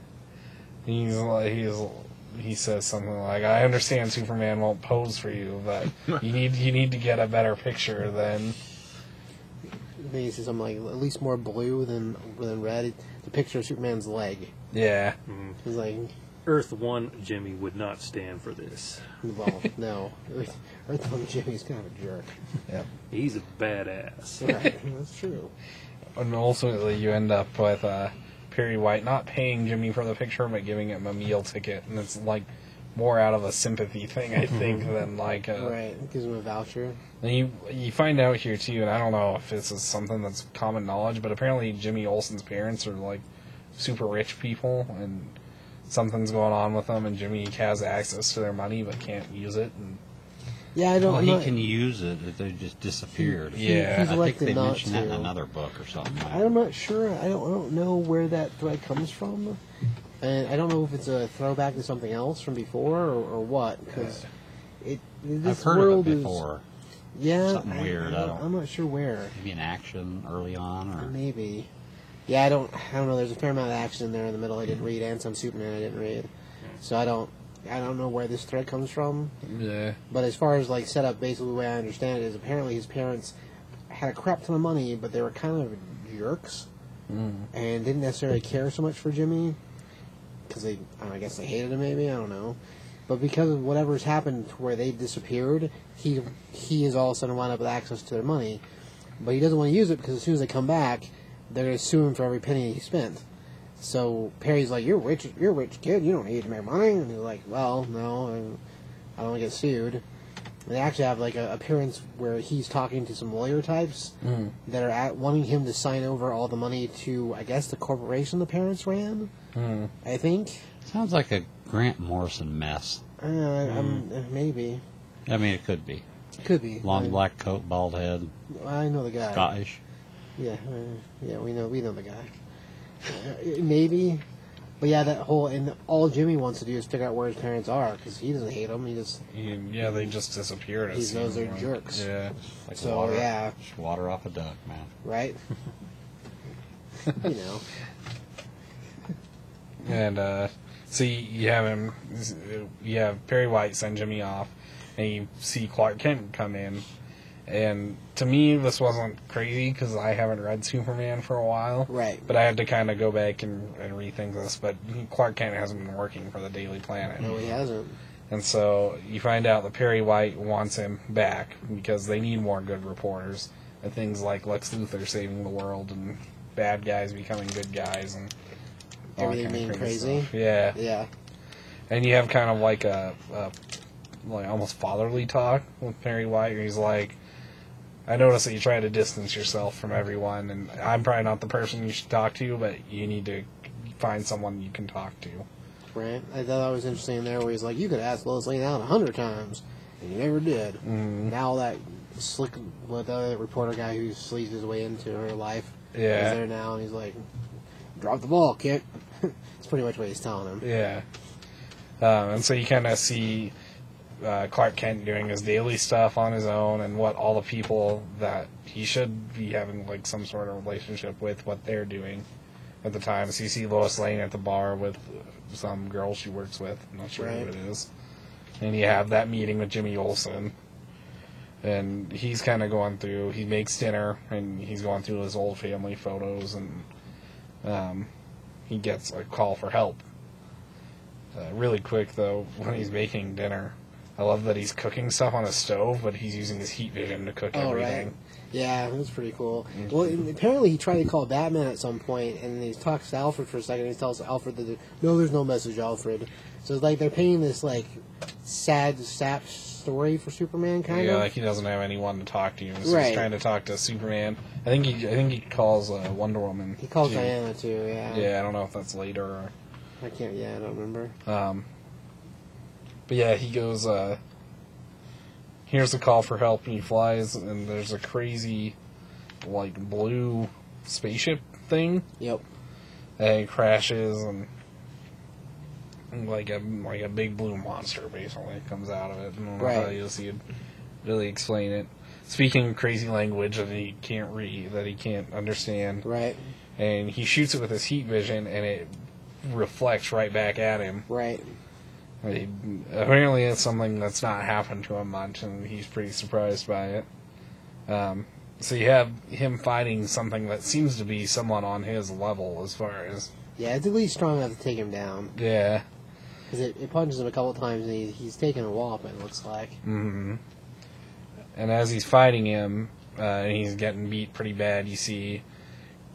Speaker 7: he's like, he's he says something like, "I understand Superman won't pose for you, but you need you need to get a better picture than."
Speaker 5: Maybe it's something like at least more blue than than red. The picture of Superman's leg.
Speaker 7: Yeah,
Speaker 5: He's like,
Speaker 6: Earth One Jimmy would not stand for this.
Speaker 5: well, no. Earth on Jimmy's kind of a jerk.
Speaker 6: He's a badass.
Speaker 5: Right. That's true.
Speaker 7: and ultimately you end up with uh, Perry White not paying Jimmy for the picture, but giving him a meal ticket, and it's like more out of a sympathy thing, I think, than like
Speaker 3: Uh,
Speaker 7: a.
Speaker 5: Right. Gives him a voucher.
Speaker 7: And you you find out here too, and I don't know if this is something that's common knowledge, but apparently Jimmy Olsen's parents are like super rich people, and something's going on with them, and Jimmy has access to their money but can't use it. And
Speaker 5: Yeah, I don't
Speaker 3: Well,
Speaker 5: know.
Speaker 3: he can use it if they just disappeared.
Speaker 7: He- Yeah. he's
Speaker 3: I think
Speaker 5: elected
Speaker 3: they
Speaker 5: not
Speaker 3: mentioned that in
Speaker 5: to.
Speaker 3: another book or something.
Speaker 5: I'm not sure. I don't, I don't know where that thread comes from. And I don't know if it's a throwback to something else from before or, or what. Because it, this
Speaker 3: I've heard
Speaker 5: world
Speaker 3: of it before.
Speaker 5: is. Yeah.
Speaker 3: Something
Speaker 5: I-
Speaker 3: weird, I
Speaker 5: I
Speaker 3: don't-
Speaker 5: am not sure where.
Speaker 3: Maybe an action early on, or
Speaker 5: Maybe. Yeah, I don't. I don't know. There's a fair amount of action in there in the middle. I didn't read, and some Superman I didn't read. So I don't. I don't know where this thread comes from.
Speaker 7: yeah,
Speaker 5: But as far as like setup, basically the way I understand it is apparently his parents had a crap ton of money, but they were kind of jerks and didn't necessarily care so much for Jimmy because they, I, don't know, I guess they hated him. Maybe I don't know. But because of whatever's happened to where they disappeared, he he is all of a sudden wound up with access to their money, but he doesn't want to use it because as soon as they come back, they're going to sue him for every penny he spent. So Perry's like, "You're rich, you're a rich kid. You don't need to make money." And he's like, "Well, no, and I don't want to get sued." And they actually have like a appearance where he's talking to some lawyer types that are at, wanting him to sign over all the money to, I guess, the corporation the parents ran.
Speaker 7: Hmm.
Speaker 5: I think.
Speaker 3: sounds like a Grant Morrison mess.
Speaker 5: Uh, um, uh, maybe.
Speaker 3: I mean, it could be
Speaker 5: Could be.
Speaker 3: long
Speaker 5: I,
Speaker 3: black coat, bald head,
Speaker 5: I know the guy.
Speaker 3: Scottish.
Speaker 5: Yeah, uh, yeah, we know we know the guy. Uh, maybe, but yeah, that whole and all Jimmy wants to do is figure out where his parents are because he doesn't hate them. He just
Speaker 7: And, yeah, they just disappeared. it
Speaker 5: He knows
Speaker 7: seems
Speaker 5: they're
Speaker 7: like.
Speaker 5: jerks.
Speaker 7: Yeah,
Speaker 3: Like
Speaker 5: So,
Speaker 3: water,
Speaker 5: yeah.
Speaker 3: just water off a duck, man.
Speaker 5: right. you know,
Speaker 7: and uh, so you, you have him. You have Perry White send Jimmy off, and you see Clark Kent come in. And to me, this wasn't crazy because I haven't read Superman for a while.
Speaker 5: Right.
Speaker 7: But I had to kind of go back and, and rethink this. But Clark Kent hasn't been working for the Daily Planet.
Speaker 5: no, he hasn't.
Speaker 7: And so you find out that Perry White wants him back because they need more good reporters and things like Lex Luthor saving the world and bad guys becoming good guys and all that
Speaker 5: Everything
Speaker 7: kinda
Speaker 5: being crazy?
Speaker 7: stuff. Yeah,
Speaker 5: Yeah,
Speaker 7: and you have kind of like a, a like almost fatherly talk with Perry White, where he's like, "I notice that you try to distance yourself from everyone, and I'm probably not the person you should talk to, but you need to find someone you can talk to."
Speaker 5: right. I thought that was interesting in there where he's like, you could ask Lois Lane out a hundred times and you never did.
Speaker 7: Mm-hmm.
Speaker 5: Now that slick, what the other reporter guy who sleaves his way into her life
Speaker 7: Yeah.
Speaker 5: is there now, and he's like, drop the ball, kid. That's pretty much what he's telling him.
Speaker 7: Yeah. Um, and so you kind of see uh, Clark Kent doing his daily stuff on his own and what all the people that he should be having like some sort of relationship with, what they're doing at the time. So you see Lois Lane at the bar with some girl she works with. I'm not sure who
Speaker 5: Right.
Speaker 7: it is. And you have that meeting with Jimmy Olsen. And he's kind of going through, he makes dinner and he's going through his old family photos and um, he gets a call for help. Uh, really quick though, when he's making dinner, I love that he's cooking stuff on a stove, but he's using his heat vision to cook
Speaker 5: Oh,
Speaker 7: everything.
Speaker 5: right. Yeah, it was pretty cool.
Speaker 7: Mm-hmm.
Speaker 5: Well, and apparently he tried to call Batman at some point, and he talks to Alfred for a second, and he tells Alfred that, no, there's no message, Alfred. So, like, they're painting this, like, sad, sap story for Superman, kind
Speaker 7: Yeah,
Speaker 5: of.
Speaker 7: like he doesn't have anyone to talk to, so he's
Speaker 5: Right.
Speaker 7: trying to talk to Superman. I think he, I think he calls uh, Wonder Woman.
Speaker 5: he calls
Speaker 7: too.
Speaker 5: Diana, too, yeah.
Speaker 7: Yeah, I don't know if that's later. Or,
Speaker 5: I can't, yeah, I don't remember.
Speaker 7: Um, but yeah, he goes, uh, here's a call for help, and he flies, and there's a crazy, like, blue spaceship thing,
Speaker 5: Yep.
Speaker 7: and it crashes, and, and like, a, like a big blue monster, basically, comes out of it. And I don't know how
Speaker 5: Right.
Speaker 7: you'll see it really explain it. Speaking crazy language that he can't read, that he can't understand,
Speaker 5: Right,
Speaker 7: and he shoots it with his heat vision, and it reflects right back at him.
Speaker 5: right.
Speaker 7: He, apparently, it's something that's not happened to him much, and he's pretty surprised by it. Um, so you have him fighting something that seems to be someone on his level, as far as
Speaker 5: Yeah, it's at least strong enough to take him down.
Speaker 7: yeah.
Speaker 5: Because it, it punches him a couple times, and he, he's taking a wallop, it looks like.
Speaker 7: hmm And as he's fighting him, uh, and he's getting beat pretty bad. You see,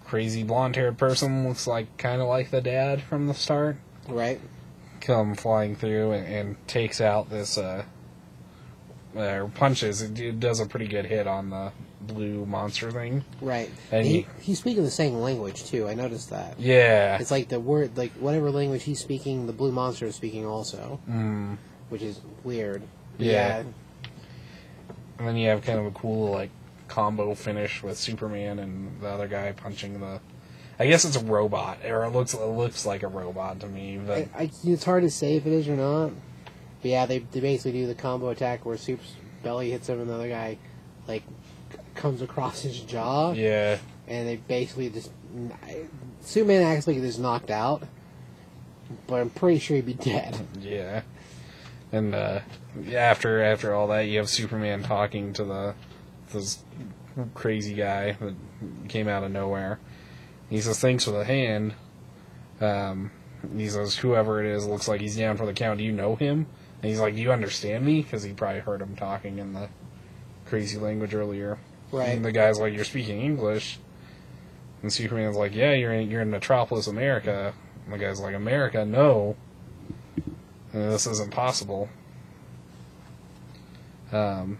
Speaker 7: crazy blonde-haired person looks like kind of like the dad from the start.
Speaker 5: Right?
Speaker 7: come flying through and, and takes out this uh, uh punches it, it does a pretty good hit on the blue monster thing
Speaker 5: Right.
Speaker 7: And
Speaker 5: he,
Speaker 7: he-
Speaker 5: he's speaking the same language, too. I noticed that.
Speaker 7: yeah
Speaker 5: It's like the word, like whatever language he's speaking, the blue monster is speaking also,
Speaker 7: mm.
Speaker 5: which is weird.
Speaker 7: Yeah. and then you have kind of a cool like combo finish with superman and the other guy punching the i guess it's a robot or it looks it looks like a robot to me
Speaker 5: Yeah.
Speaker 7: but
Speaker 5: I, I, it's hard to say if it is or not. But yeah, they, they basically do the combo attack where Soup's belly hits him and the other guy, like, c- comes across his jaw.
Speaker 7: yeah
Speaker 5: And they basically just. I- Superman acts like he's knocked out, but I'm pretty sure he'd be dead.
Speaker 7: Yeah. And uh, after after all that, you have Superman talking to the this crazy guy that came out of nowhere. He says, "Thanks for the hand." Um, he says, "Whoever it is looks like he's down for the count. Do you know him?" And he's like, "Do you understand me?" Because he probably heard him talking in the crazy language earlier.
Speaker 5: Right.
Speaker 7: And the guy's like, "You're speaking English." And Superman's like, "Yeah, you're in, you're in Metropolis, America." And the guy's like, "America, no. Uh, this isn't possible." Um.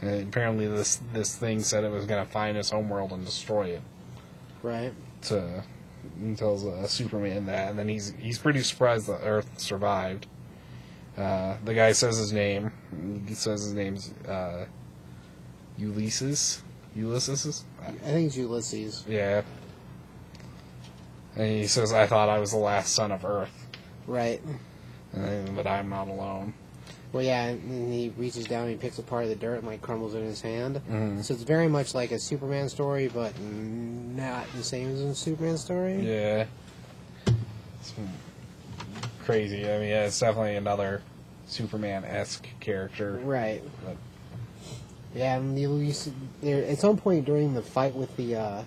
Speaker 7: and apparently, this this thing said it was gonna find his homeworld and destroy it.
Speaker 5: Right?
Speaker 7: To he tells uh, Superman that, and then he's he's pretty surprised that Earth survived. Uh, the guy says his name. He says his name's uh, Ulysses. Ulysses.
Speaker 5: I think it's Ulysses.
Speaker 7: Yeah. And he says, I thought I was the last son of Earth,
Speaker 5: Right.
Speaker 7: and- but I'm not alone.
Speaker 5: Well, yeah, and and he reaches down and he picks apart the dirt and like crumbles it in his hand.
Speaker 7: Mhm.
Speaker 5: So it's very much like a Superman story, but not the same as a Superman story.
Speaker 7: Yeah. It's crazy. I mean, yeah, it's definitely another Superman esque character.
Speaker 5: Right.
Speaker 7: But-
Speaker 5: Yeah, and you, you s- there at some point during the fight with the uh,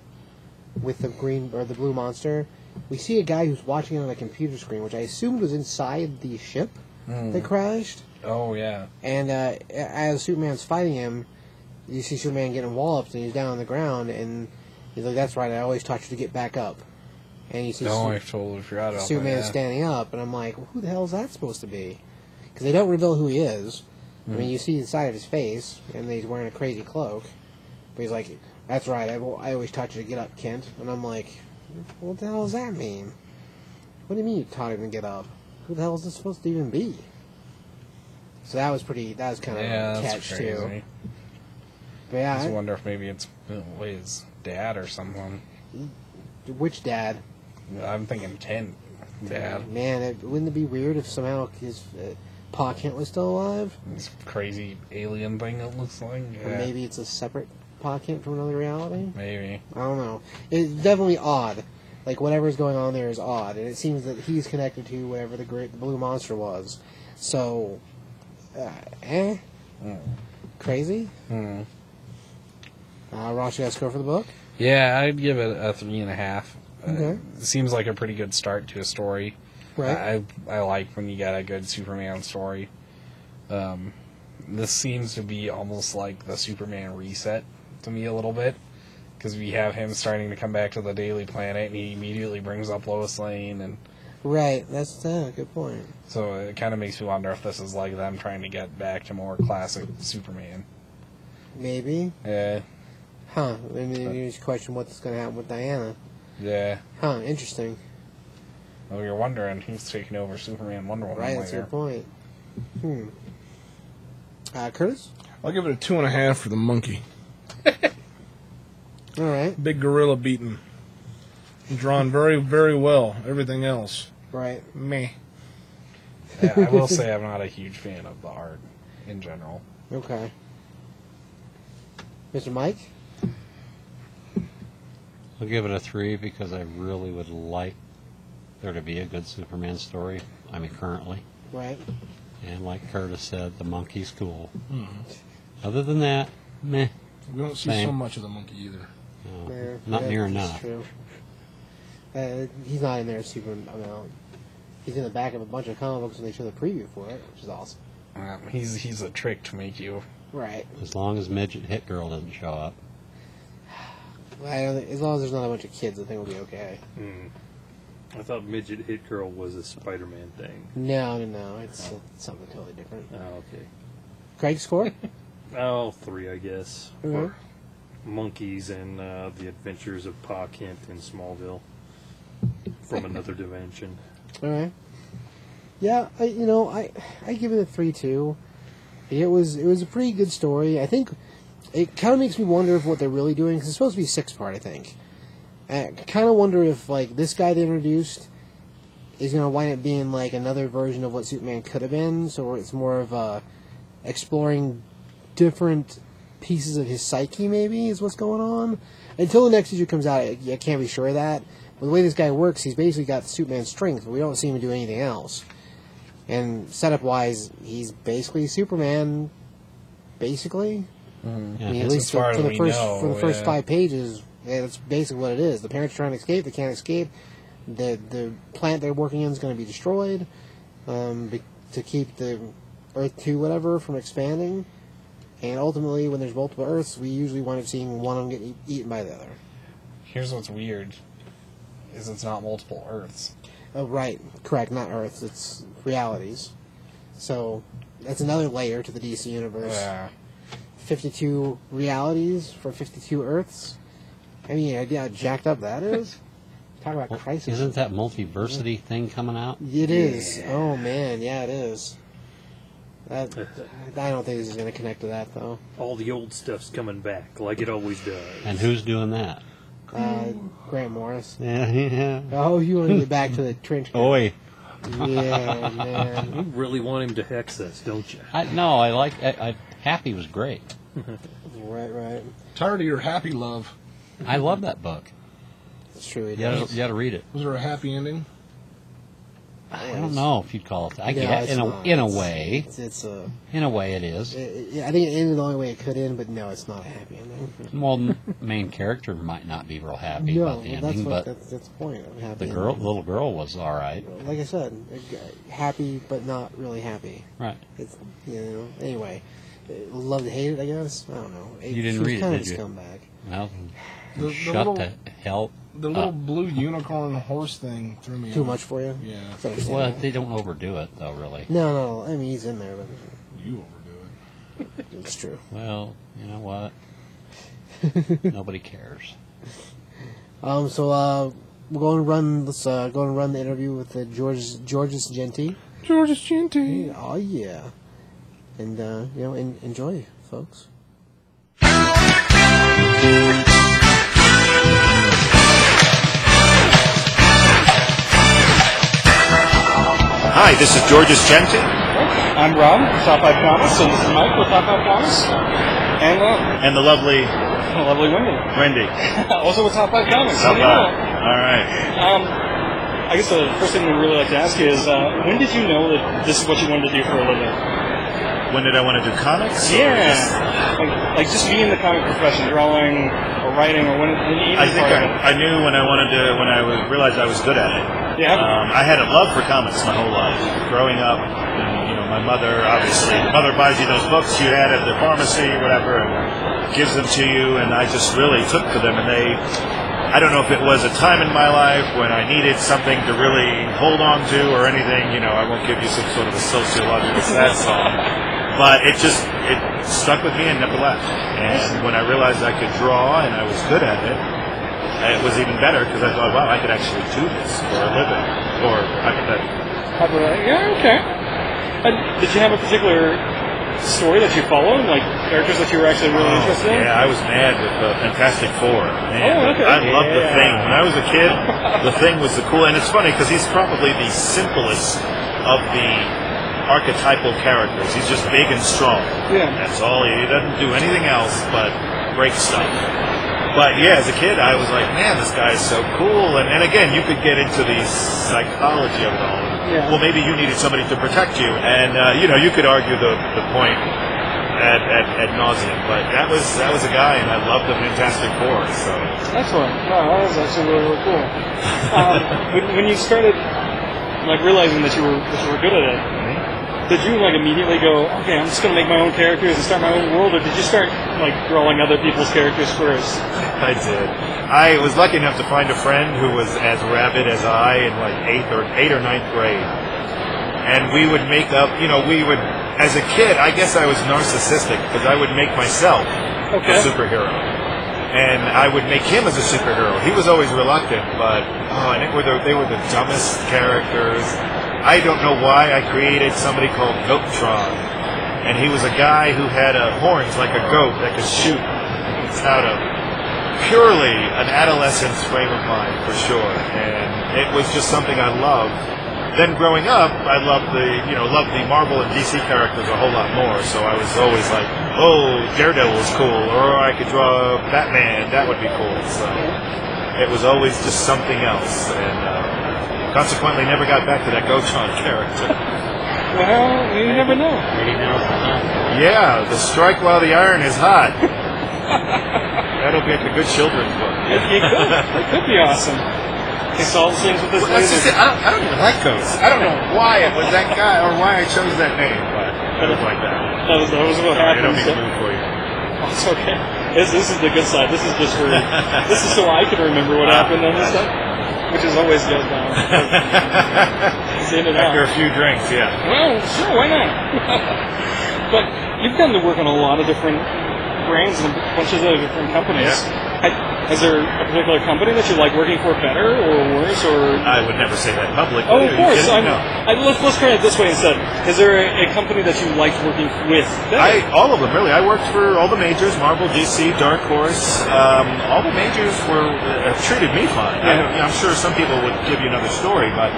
Speaker 5: with the green or the blue monster, we see a guy who's watching on a computer screen, which I assumed was inside the ship that crashed.
Speaker 7: Oh, yeah.
Speaker 5: And uh, as Superman's fighting him, you see Superman getting walloped, and he's down on the ground, and he's like, "That's right, I always taught you to get back up." And you see
Speaker 7: No, I
Speaker 5: Su-
Speaker 7: totally forgot about
Speaker 5: Superman
Speaker 7: that.
Speaker 5: standing up, and I'm like, "Who the hell is that supposed to be?" Because they don't reveal who he is. I
Speaker 7: Mm-hmm.
Speaker 5: mean, you see the side of his face, and he's wearing a crazy cloak. But he's like, "That's right, I, wa- I always taught you to get up, Kent." And I'm like, "What the hell does that mean? What do you mean you taught him to get up? Who the hell is this supposed to even be?" So that was pretty. That was kind of
Speaker 7: yeah,
Speaker 5: a
Speaker 7: that's
Speaker 5: catch
Speaker 7: crazy.
Speaker 5: too. But
Speaker 7: I just
Speaker 5: yeah,
Speaker 7: wonder if maybe it's uh, his dad or someone.
Speaker 5: which dad?
Speaker 7: I'm thinking Kent. Yeah,
Speaker 5: Man, it, wouldn't it be weird if somehow his uh, Pa Kent was still alive?
Speaker 7: this crazy alien thing it looks like.
Speaker 5: Or
Speaker 7: Yeah,
Speaker 5: maybe it's a separate Pa Kent from another reality?
Speaker 7: maybe.
Speaker 5: I don't know. It's definitely odd. Like whatever's going on there is odd, and it seems that he's connected to whatever the great the blue monster was. So, uh, eh,
Speaker 7: Hmm.
Speaker 5: crazy. Uh, Ross, you got a score for the book?
Speaker 7: Yeah, I'd give it a three and a half.
Speaker 5: Okay.
Speaker 7: Uh, seems like a pretty good start to a story.
Speaker 5: Right.
Speaker 7: I I like when you got a good Superman story. Um, this seems to be almost like the Superman reset to me a little bit because we have him starting to come back to the Daily Planet and he immediately brings up Lois Lane and
Speaker 5: right. That's uh, good point.
Speaker 7: so it kind of makes me wonder if this is like them trying to get back to more classic Superman.
Speaker 5: Maybe,
Speaker 7: Yeah,
Speaker 5: huh? And then you just question what's going to happen with Diana.
Speaker 7: yeah.
Speaker 5: Huh? Interesting.
Speaker 7: Well, you're wondering who's taking over Superman Wonder Woman
Speaker 5: Right. That's a
Speaker 7: later.
Speaker 5: good point. Hmm. Uh, Curtis.
Speaker 4: I'll give it a two and a half for the monkey.
Speaker 5: All right.
Speaker 4: Big gorilla beaten. Drawn very, very well. Everything else,
Speaker 5: Right.
Speaker 4: meh.
Speaker 7: Yeah, I will say I'm not a huge fan of the art in general.
Speaker 5: Okay. Mr. Mike.
Speaker 3: I'll give it a three because I really would like there to be a good Superman story. I mean, currently,
Speaker 5: Right.
Speaker 3: and like Curtis said, the monkey's cool.
Speaker 5: Hmm.
Speaker 3: Other than that, meh.
Speaker 4: We don't see
Speaker 3: Same.
Speaker 4: so much of the monkey either.
Speaker 3: No,
Speaker 5: there.
Speaker 3: Uh, not
Speaker 5: Yeah,
Speaker 3: near
Speaker 5: that's
Speaker 3: enough.
Speaker 5: True. Uh, he's not in there a super amount. He's in the back of a bunch of comic books when they show the preview for it, which is awesome.
Speaker 7: Um, he's he's a trick to make you
Speaker 5: Right.
Speaker 3: As long as Midget Hit Girl doesn't show up.
Speaker 5: Well, I don't think, as long as there's not a bunch of kids, I think we'll be okay.
Speaker 6: Hmm. I thought Midget Hit Girl was a Spider Man thing.
Speaker 5: No, no, no. It's uh, something totally different.
Speaker 6: Oh, okay.
Speaker 5: Craig score?
Speaker 6: Oh, three, I guess.
Speaker 5: Mhm.
Speaker 6: Monkeys and uh, the Adventures of Pa Kent in Smallville from another dimension.
Speaker 5: All right. Yeah, I, you know, I I give it a three two. It was it was a pretty good story. I think it kind of makes me wonder if what they're really doing 'cause it's supposed to be six part. I think. I kind of wonder if like this guy they introduced is going to wind up being like another version of what Superman could have been. So it's more of a exploring different pieces of his psyche. Maybe is what's going on. Until the next issue comes out, I, I can't be sure of that. But the way this guy works, he's basically got Superman's strength, but we don't see him do anything else. And setup wise, he's basically Superman. Basically,
Speaker 3: Yeah,
Speaker 5: I mean, at
Speaker 3: it's-
Speaker 5: least
Speaker 7: as far
Speaker 5: for
Speaker 7: as
Speaker 5: the
Speaker 7: we
Speaker 5: first
Speaker 7: know,
Speaker 5: for the first
Speaker 7: yeah.
Speaker 5: five pages, yeah, that's basically what it is. The parents trying to escape, they can't escape. The the plant they're working in is going to be destroyed um, be, to keep the Earth two whatever from expanding. And ultimately, when there's multiple Earths, we usually wind up seeing one of them get e- eaten by the other.
Speaker 7: Here's what's weird is it's not multiple Earths.
Speaker 5: Oh, right, correct, not Earths, it's realities. So that's another layer to the DC universe.
Speaker 7: Yeah.
Speaker 5: 52 realities for 52 Earths. I mean, idea how jacked up that is. Talk about
Speaker 3: well,
Speaker 5: crisis.
Speaker 3: isn't that multiversity thing coming out?
Speaker 5: It is. Oh man, yeah, it is. That, I don't think this is going to connect to that though.
Speaker 6: All the old stuff's coming back, like it always does.
Speaker 3: And who's doing that?
Speaker 5: Uh, Grant Morris.
Speaker 3: Yeah, yeah.
Speaker 5: Oh, you want to get back to the trench? coat.
Speaker 3: Oi.
Speaker 5: Yeah, man.
Speaker 6: You really want him to hex us, don't you?
Speaker 3: I, no, I like. I, I, Happy was great.
Speaker 5: Right, right.
Speaker 4: Tired of your happy love.
Speaker 3: I love that book.
Speaker 5: It's true. It
Speaker 3: You gotta,
Speaker 5: does.
Speaker 3: you gotta read it.
Speaker 4: Was there a happy ending?
Speaker 3: I don't know if you'd call it. I
Speaker 5: No,
Speaker 3: guess
Speaker 5: it's
Speaker 3: in a
Speaker 5: not.
Speaker 3: in a way,
Speaker 5: It's, it's a.
Speaker 3: in a way, it is.
Speaker 5: It, it, I think it ended the only way it could end, but no, it's not a happy ending.
Speaker 3: Well, the main character might not be real happy
Speaker 5: No,
Speaker 3: about the
Speaker 5: that's
Speaker 3: ending,
Speaker 5: what
Speaker 3: but
Speaker 5: that's, that's the point. of a happy
Speaker 3: the
Speaker 5: ending.
Speaker 3: girl, little girl, was all right.
Speaker 5: like I said, a g- happy but not really happy.
Speaker 3: Right.
Speaker 5: It's you know. Anyway, uh, love to hate it. I guess I don't know. It,
Speaker 3: You didn't
Speaker 5: she was
Speaker 3: read it,
Speaker 5: kind
Speaker 3: did
Speaker 5: of
Speaker 3: you?
Speaker 5: a scumbag.
Speaker 3: Well,
Speaker 4: The, the
Speaker 3: shut
Speaker 4: little,
Speaker 3: the hell.
Speaker 4: the little
Speaker 3: up.
Speaker 4: blue unicorn horse thing threw me
Speaker 5: Too
Speaker 4: off.
Speaker 5: much for you.
Speaker 4: Yeah.
Speaker 5: It's understandable.
Speaker 3: Well, they don't overdo it though, really.
Speaker 5: No, no, no. I mean, he's in there, but
Speaker 4: You overdo it.
Speaker 5: it's true.
Speaker 3: Well, you know what? Nobody cares.
Speaker 5: Um, so uh, we're going to run. Let's uh, go and run the interview with uh, George George's Genty.
Speaker 4: George's Chinty.
Speaker 5: Oh yeah, and uh, you know, en- enjoy, folks.
Speaker 8: Hi, this is George's Chemton,
Speaker 2: I'm Rob, Top 5 Comics, and this is Mike with Top 5 Comics. And uh,
Speaker 8: and the lovely
Speaker 2: lovely Wendy.
Speaker 8: Wendy.
Speaker 2: also with Top 5 Comics.
Speaker 8: How
Speaker 2: How you
Speaker 8: about?
Speaker 2: doing?
Speaker 8: All right.
Speaker 2: Um, I guess the first thing we'd really like to ask you is uh, when did you know that this is what you wanted to do for a living?
Speaker 8: When did I want to do comics? or just-
Speaker 2: Yeah. Like, like just being in the comic profession, drawing or writing or when, when you
Speaker 8: I
Speaker 2: even
Speaker 8: think
Speaker 2: started.
Speaker 8: I, I knew when I wanted to, when I was, realized I was good at it.
Speaker 2: Yeah.
Speaker 8: Um, I had a love for comics my whole life. Growing up, and, you know, my mother, obviously, mother buys you those books you had at the pharmacy, whatever, and gives them to you, and I just really took to them, and they, I don't know if it was a time in my life when I needed something to really hold on to or anything, you know, I won't give you some sort of a sociological stats on, but it just, it stuck with me and never left. And when I realized I could draw and I was good at it, it was even better because I thought, wow, I could actually do this for a living, or hypothetically.
Speaker 2: Probably like, yeah, okay. And did you have a particular story that you followed, like characters that you were actually really interested
Speaker 8: Oh,
Speaker 2: in?
Speaker 8: yeah, I was mad with the Fantastic Four. Man,
Speaker 2: Oh, okay.
Speaker 8: I loved the
Speaker 2: Yeah.
Speaker 8: thing. When I was a kid, the thing was the cool, and it's funny because he's probably the simplest of the archetypal characters. He's just big and strong.
Speaker 2: Yeah.
Speaker 8: That's all. He, he doesn't do anything else but break stuff. But yeah, as a kid, I was like, man, this guy is so cool. And, and again, you could get into the psychology of it all.
Speaker 2: Yeah.
Speaker 8: Well, maybe you needed somebody to protect you. And, uh, you know, you could argue the, the point at, at, at nauseum. But that was that was a guy, and I loved the Fantastic Four. So
Speaker 2: Excellent. Wow, that was actually really, really cool. Um, when, when you started like realizing that you were that you were good at it, did you like immediately go, okay, I'm just gonna make my own characters and start my own world, or did you start like drawing other people's characters first?
Speaker 8: I did. I was lucky enough to find a friend who was as rabid as I in like eighth or eight or ninth grade, and we would make up. You know, we would. As a kid, I guess I was narcissistic because I would make myself a
Speaker 2: Okay.
Speaker 8: superhero. And I would make him as a superhero. He was always reluctant, but oh, and it were the, they were the dumbest characters. I don't know why I created somebody called Goatron, and he was a guy who had uh, horns like a goat that could shoot out of purely an adolescent's frame of mind for sure, and it was just something I loved. Then growing up, I loved the you know loved the Marvel and DC characters a whole lot more. So I was always like, oh, Daredevil's cool, or I could draw Batman. That would be cool. So it was always just something else, and uh, consequently, never got back to that Gochon character.
Speaker 2: Well, you never know.
Speaker 8: Yeah, the strike while the iron is hot. That'll be a good children's book.
Speaker 2: It, it could. It could be awesome. He solves things with his
Speaker 8: Well, that's just
Speaker 2: laser.
Speaker 8: it. I, don't, I don't even like ghosts. I don't know why it was that guy or why I chose that name, but it was like that.
Speaker 2: That was, that was
Speaker 8: Sorry,
Speaker 2: what
Speaker 8: I don't
Speaker 2: happened.
Speaker 8: mean
Speaker 2: so-
Speaker 8: to move for you.
Speaker 2: Oh, it's okay. This, this is the good side. This is just for this is so I can remember what happened on this stuff, which is always good. Now. It's in and out.
Speaker 8: After a few drinks, yeah.
Speaker 2: Well, sure, why not? but you've done the work on a lot of different brands and a bunch of other different companies. Ha- Is there a particular company that you like working for better or worse or?
Speaker 8: I would never say that publicly.
Speaker 2: Oh,
Speaker 8: Are
Speaker 2: of
Speaker 8: you
Speaker 2: course.
Speaker 8: kidding?
Speaker 2: I'm,
Speaker 8: no.
Speaker 2: I, let's let's try it this way instead. Is there a, a company that you liked working with? better?
Speaker 8: I, all of them, really. I worked for all the majors Marvel, DC, Dark Horse. Um, all the majors were uh, treated me fine. I don't, I'm sure some people would give you another story, but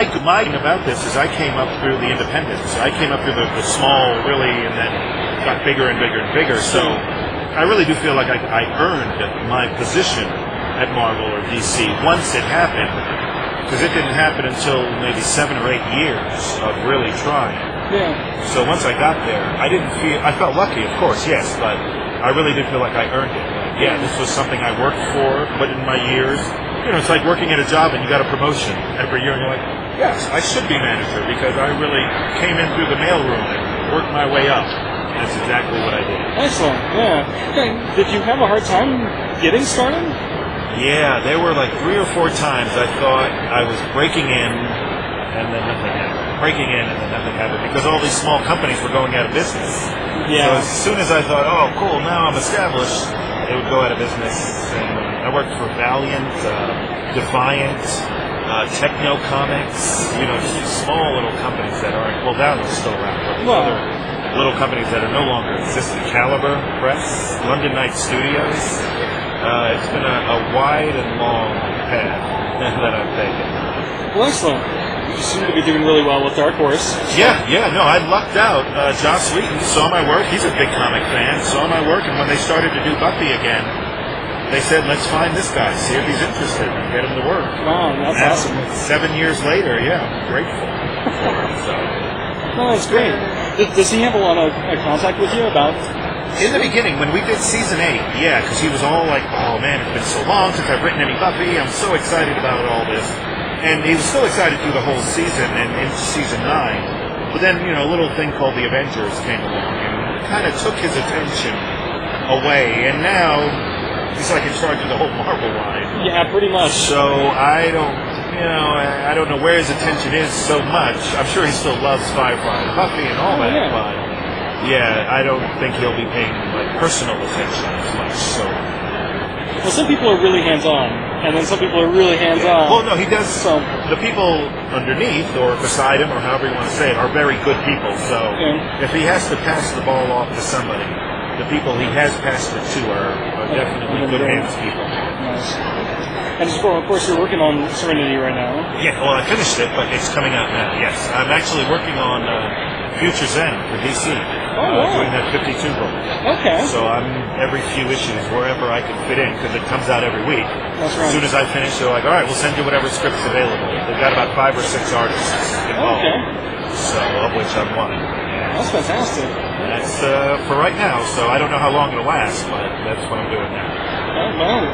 Speaker 8: my, my thing about this is I came up through the independents. I came up through the, the small, really, and then got bigger and bigger and bigger. So I really do feel like I, I earned my position at Marvel or DC once it happened, because it didn't happen until maybe seven or eight years of really trying.
Speaker 2: yeah.
Speaker 8: So once I got there, I didn't feel. I felt lucky, of course, yes, but I really did feel like I earned it. Like, yeah, this was something I worked for, put in my years. You know, it's like working at a job and you got a promotion every year, and you're like, yes, I should be manager because I really came in through the mailroom and worked my way up. And that's exactly what I did.
Speaker 2: Excellent. Yeah. Okay, Did you have a hard time getting started?
Speaker 8: Yeah, there were like three or four times I thought I was breaking in and then nothing happened. Breaking in and then nothing happened because all these small companies were going out of business. So
Speaker 2: Yeah.
Speaker 8: as soon as I thought, oh, cool, now I'm established, they would go out of business. And I worked for Valiant, uh, Defiant, uh, Techno Comics, you know, just these small little companies that aren't, well, Valiant's still around, but these
Speaker 2: Well-
Speaker 8: other little companies that are no longer existing. Caliber Press, London Night Studios. Uh, it's been a, a wide and long path that I've taken.
Speaker 2: Well, excellent. you seem to be doing really well with Dark Horse.
Speaker 8: Yeah, yeah, no, I lucked out. Uh, Joss Wheaton saw my work. He's a big comic fan. Saw my work, and when they started to do Buffy again, they said, "Let's find this guy, see if he's interested, and get him to work."
Speaker 2: Wow, that's
Speaker 8: Now,
Speaker 2: awesome.
Speaker 8: Seven years later, yeah, I'm grateful for him. So
Speaker 2: No, that's great. Does, does he have a lot of uh, contact with you about?
Speaker 8: in the beginning, when we did season eight, yeah, because he was all like, "Oh man, it's been so long since I've written any Buffy. I'm so excited about all this," and he was so excited through the whole season and into season nine. But then, you know, a little thing called the Avengers came along and kind of took his attention away, and now he's like in charge of the whole Marvel line.
Speaker 2: Yeah, pretty much.
Speaker 8: So I don't, you know, I I don't know where his attention is so much. I'm sure he still loves Firefly and Buffy and all
Speaker 2: Oh,
Speaker 8: that,
Speaker 2: yeah.
Speaker 8: but yeah, I don't think he'll be paying like personal attention as much. So
Speaker 2: well, some people are really hands-on, and then some people are really hands-on.
Speaker 8: well, no, he does.
Speaker 2: So-
Speaker 8: the people underneath or beside him or however you want to say it are very good people. So
Speaker 2: Yeah.
Speaker 8: if he has to pass the ball off to somebody, the people he has passed it to are, are
Speaker 2: Okay.
Speaker 8: definitely good
Speaker 2: Yeah.
Speaker 8: hands people.
Speaker 2: Nice. And of course- of course, you're working on Serenity right now.
Speaker 8: Yeah, well, I finished it, but it's coming out now. Yes, I'm actually working on uh, Future's End for DC, uh,
Speaker 2: Oh, wow.
Speaker 8: doing that 52 book.
Speaker 2: Okay.
Speaker 8: So I'm every few issues wherever I can fit in because it comes out every week.
Speaker 2: That's right.
Speaker 8: As soon as I finish, they're like, "All right, we'll send you whatever scripts available." They've got about five or six artists involved,
Speaker 2: Okay.
Speaker 8: so of which I'm one.
Speaker 2: That's fantastic.
Speaker 8: And That's uh, for right now, so I don't know how long it'll last, but that's what I'm doing now.
Speaker 2: Oh, wow. Well,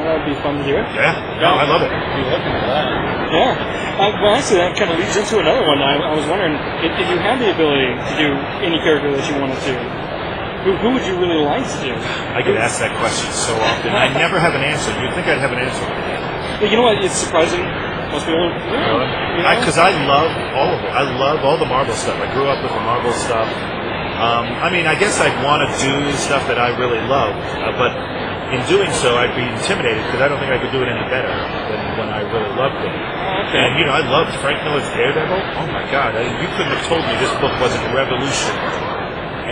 Speaker 2: That'll be fun to do.
Speaker 8: Yeah, no, I love it.
Speaker 2: Yeah. Uh, well, actually, that kind of leads into another one. I, I was wondering if, if you had the ability to do any character that you wanted to, who, who would you really like to do?
Speaker 8: I get asked that question so often. I never have an answer. You'd think I'd have an answer.
Speaker 2: But you know what? It's surprising. Most people.
Speaker 8: Really? Because I, love all of it. I love all the Marvel stuff. I grew up with the Marvel stuff. Um, I mean, I guess I'd want to do stuff that I really love, uh, but in doing so, I'd be intimidated because I don't think I could do it any better than when I really loved it. And you know, I loved Frank Miller's Daredevil. Oh my God, I, you couldn't have told me this book wasn't revolutionary.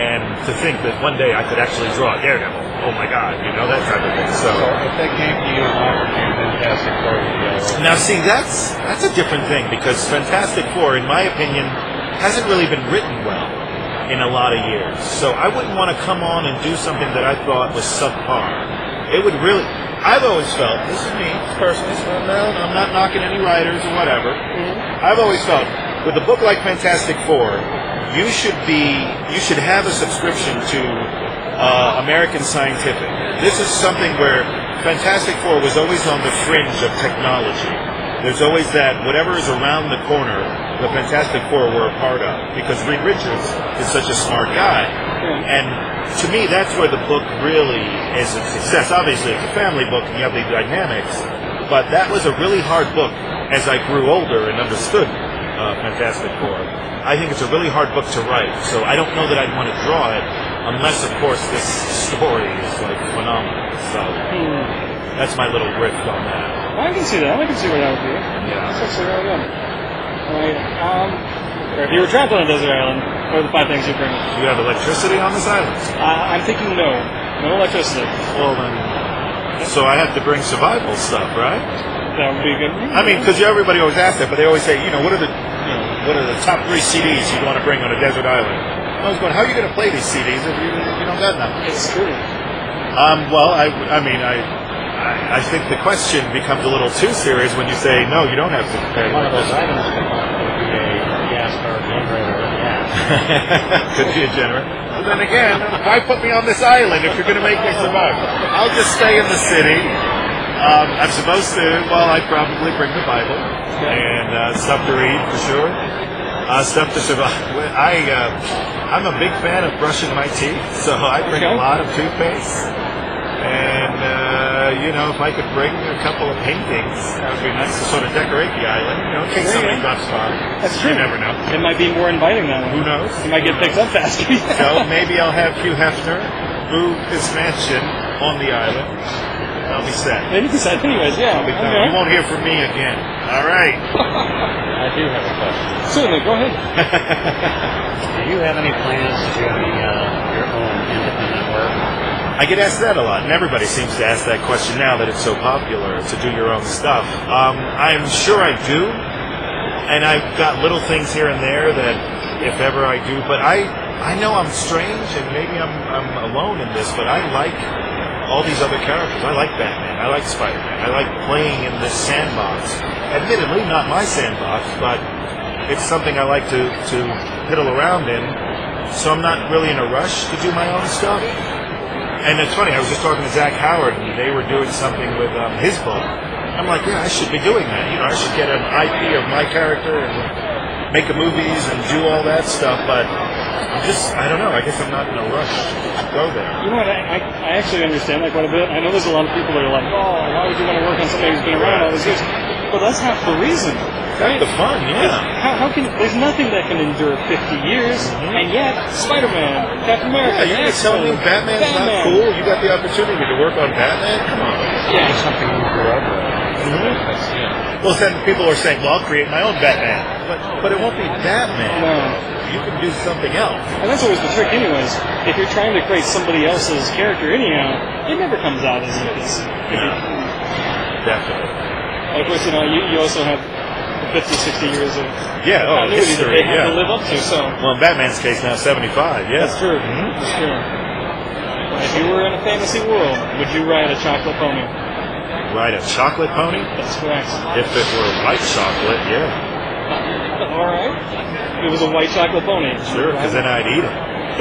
Speaker 8: And to think that one day I could actually draw a Daredevil. Oh my God, you know that type of thing. So.
Speaker 3: if they came to you and offered you Fantastic Four,
Speaker 8: Now, see, that's that's a different thing because Fantastic Four, in my opinion, hasn't really been written well in a lot of years. So I wouldn't want to come on and do something that I thought was subpar. It would really. I've always felt this is me personally. So no, I'm not knocking any writers or whatever. I've always felt with a book like Fantastic Four, you should be you should have a subscription to uh, American Scientific. This is something where Fantastic Four was always on the fringe of technology. There's always that whatever is around the corner, the Fantastic Four were a part of because Reed Richards is such a smart guy. And to me, that's where the book really is a success. Obviously, it's a family book and you have the dynamics, but that was a really hard book as I grew older and understood uh, Fantastic Four. I think it's a really hard book to write, so I don't know that I'd want to draw it unless, of course, this story is like phenomenal. So that's my little riff on that.
Speaker 2: I can see that. I can see where that would be. That's
Speaker 8: Yeah.
Speaker 2: actually really good. Alright, um, or if you were trapped on a desert island, what are the five things you bring?
Speaker 8: Do you have electricity on this island?
Speaker 2: Uh, I'm thinking no. No electricity.
Speaker 8: Well then, so I have to bring survival stuff, right?
Speaker 2: That would be good.
Speaker 8: I mean, because everybody always asks that, but they always say, you know, what are the, you know, what are the top three CDs you'd want to bring on a desert island? And I was going, how are you going to play these CDs if you, if you don't got nothing?
Speaker 2: it's true.
Speaker 8: Um, well, I, I mean, I, I, I think the question becomes a little too serious when you say, no, you don't have to pay.
Speaker 3: One of those items could be a gas powered generator. Yeah.
Speaker 8: Could be a general. But then again, why put me on this island if you're going to make me survive? I'll just stay in the city. Um, I'm supposed to, well, I'd probably bring the Bible and uh, stuff to read for sure. Uh, stuff to survive. Well, I, uh, I'm a big fan of brushing my teeth, so I bring
Speaker 2: Okay.
Speaker 8: a lot of toothpaste. And, uh, you know, if I could bring a couple of paintings, that would be nice to sort of decorate the island, you know, in case
Speaker 2: There
Speaker 8: somebody
Speaker 2: you go.
Speaker 8: drops by.
Speaker 2: That's true.
Speaker 8: You never know.
Speaker 2: It might be more inviting that
Speaker 8: Who
Speaker 2: way.
Speaker 8: knows?
Speaker 2: You might get picked up faster.
Speaker 8: So maybe I'll have Hugh Hefner move his mansion on the island. I'll be set.
Speaker 2: Maybe besides, anyways, yeah.
Speaker 8: I'll be done. You
Speaker 2: okay.
Speaker 8: won't hear from me again. All right.
Speaker 3: I do have a question.
Speaker 2: Certainly, go ahead.
Speaker 3: Do you have any plans to do any, uh, your own independent work?
Speaker 8: I get asked that a lot, and everybody seems to ask that question now that it's so popular to do your own stuff. Um, I'm sure I do. and I've got little things here and there that if ever I do, but I I know I'm strange and maybe I'm I'm alone in this, but I like all these other characters. I like Batman. I like Spider Man. I like playing in this sandbox. Admittedly, not my sandbox, but it's something I like to to piddle around in. So I'm not really in a rush to do my own stuff. And it's funny, I was just talking to Zach Howard, and they were doing something with um, his book. I'm like, yeah, I should be doing that. You know, I should get an IP of my character and make a movies and do all that stuff. But I'm just, I don't know. I guess I'm not in a rush to go there.
Speaker 2: You know what? I, I, I actually understand that quite a bit. I know there's a lot of people that are like, oh, why would you want to work on something who's been around all these years? But that's half the reason.
Speaker 8: That's the fun, yeah.
Speaker 2: How, how can there's nothing that can endure 50 years, and yet Spider-Man, Captain
Speaker 8: Mm-hmm.
Speaker 2: America,
Speaker 8: Yeah, you guys telling me
Speaker 2: X-Men,
Speaker 8: Batman's not
Speaker 2: Batman.
Speaker 8: cool? You got the opportunity to work on Batman? Come on.
Speaker 2: Yeah,
Speaker 8: Well, then people are saying, well, I'll create my own Batman. But, but it won't be Batman.
Speaker 2: no.
Speaker 8: You can do something else.
Speaker 2: And that's always the trick, anyways. If you're trying to create somebody else's character, anyhow, it never comes out as it is. If you-
Speaker 8: Definitely.
Speaker 2: Of course, you know, you, you also have 50, 60 years of
Speaker 8: Yeah, oh,
Speaker 2: continuity that
Speaker 8: history,
Speaker 2: they have to
Speaker 8: yeah.
Speaker 2: live up to, so.
Speaker 8: Well, in Batman's case now, 75, yeah.
Speaker 2: That's true.
Speaker 8: Mm-hmm.
Speaker 2: That's true. If you were in a fantasy world, would you ride a chocolate pony?
Speaker 8: Ride a chocolate pony?
Speaker 2: That's correct.
Speaker 8: If it were white chocolate, yeah.
Speaker 2: All right. If It was a white chocolate pony.
Speaker 8: Sure, because then I'd eat it.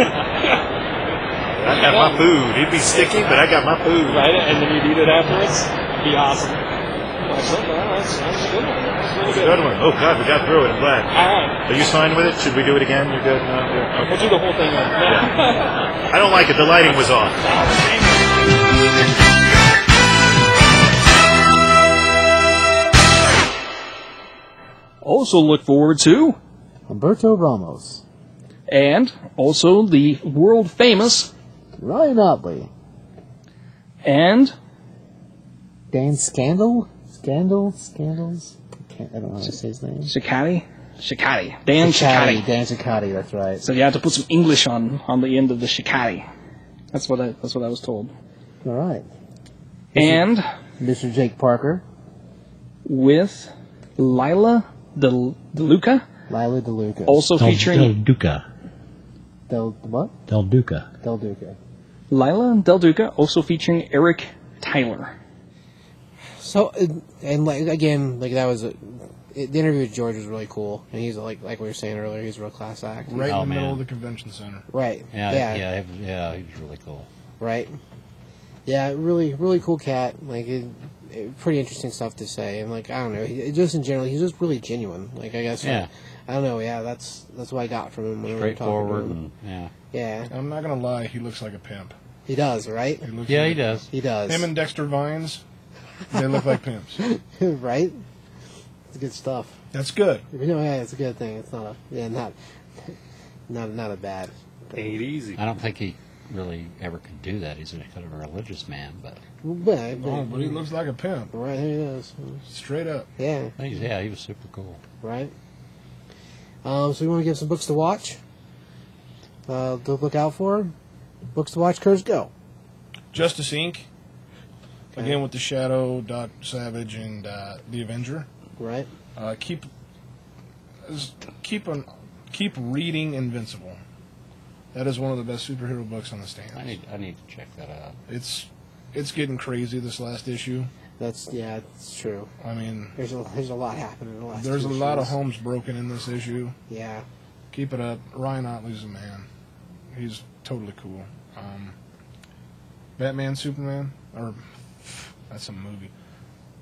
Speaker 8: I got my food. It'd be sticky, but I got my food.
Speaker 2: Ride it, and then you'd eat it afterwards. Be awesome. That's, that's, that's a good one. That's really
Speaker 8: It's a good one. Oh, God, we got through it. I'm glad.
Speaker 2: All right.
Speaker 8: Are you fine with it? Should we do it again? You're good? No, you're-
Speaker 2: We'll do the whole thing. then.
Speaker 8: I don't like it. The lighting was off.
Speaker 6: Also look forward to,
Speaker 9: Humberto Ramos,
Speaker 6: and also the world famous
Speaker 9: Ryan Otley,
Speaker 6: and
Speaker 9: Dan Scandal, Scandal, Scandals. I, can't, I don't know how to say his name.
Speaker 6: Shikati, Shikati, Dan
Speaker 9: Ciccotti,
Speaker 6: Shikati.
Speaker 9: Dan Ciccotti, that's right.
Speaker 6: So you have to put some English on on the end of the Shikati. That's what I that's what I was told.
Speaker 9: All right.
Speaker 6: And
Speaker 9: Mr. Jake Parker,
Speaker 6: with Lila Del DeLuca,
Speaker 9: Lila DeLuca.
Speaker 6: also
Speaker 3: Del, Del
Speaker 6: featuring
Speaker 3: Duca.
Speaker 9: Del, what?
Speaker 3: Del Duca.
Speaker 9: Del Duca.
Speaker 6: Lila Del Duca, also featuring Eric Tyler.
Speaker 5: So uh, and like again, like that was a, it, the interview with George was really cool, and he's like like we were saying earlier, he's a real class act.
Speaker 4: Right
Speaker 3: Oh,
Speaker 4: in the middle
Speaker 3: man.
Speaker 4: of the convention center.
Speaker 5: Right.
Speaker 3: Yeah,
Speaker 5: Yeah.
Speaker 3: yeah, yeah, it was- yeah. He was really cool.
Speaker 5: Right. Yeah. Really, really cool cat. Like, it, it, pretty interesting stuff to say, and like I don't know, he, just in general, he's just really genuine. Like I guess.
Speaker 3: Yeah.
Speaker 5: I don't know. Yeah, that's that's what I got from him. When we were talking to
Speaker 3: Straightforward
Speaker 5: him.
Speaker 3: and yeah,
Speaker 5: Yeah,
Speaker 4: I'm not gonna lie, he looks like a pimp.
Speaker 5: he does. Right.
Speaker 4: He looks
Speaker 3: yeah,
Speaker 4: like
Speaker 3: he does.
Speaker 5: He does.
Speaker 4: Him and Dexter Vines, they look like pimps.
Speaker 5: right. It's good stuff.
Speaker 4: That's good.
Speaker 5: You know, yeah, it's a good thing. It's not a yeah, not not not a bad.
Speaker 6: Ain't easy.
Speaker 3: I don't think he really ever could do that. He's a kind of a religious man, but
Speaker 5: Well,
Speaker 4: Oh, but he looks like a pimp,
Speaker 5: right here it is.
Speaker 4: straight up.
Speaker 5: Yeah,
Speaker 3: he's, yeah, he was super cool.
Speaker 5: right. Um, so we want to give some books to watch. Uh, to look out for. Books to watch. Curse go.
Speaker 4: Justice Inc. Again with the Shadow, Doc Savage, and uh, the Avenger.
Speaker 5: Right.
Speaker 4: Uh, keep just keep on keep reading Invincible. That is one of the best superhero books on the
Speaker 3: I
Speaker 4: stand.
Speaker 3: need I need to check that out.
Speaker 4: It's it's getting crazy this last issue.
Speaker 5: That's yeah, it's true.
Speaker 4: I mean,
Speaker 5: There's a there's a lot happening in the last.
Speaker 4: there's a
Speaker 5: two
Speaker 4: lot of
Speaker 5: shows.
Speaker 4: homes broken in this issue.
Speaker 5: Yeah.
Speaker 4: Keep it up. Ryan Otley's a man. He's totally cool. Um, Batman, Superman, or that's a movie.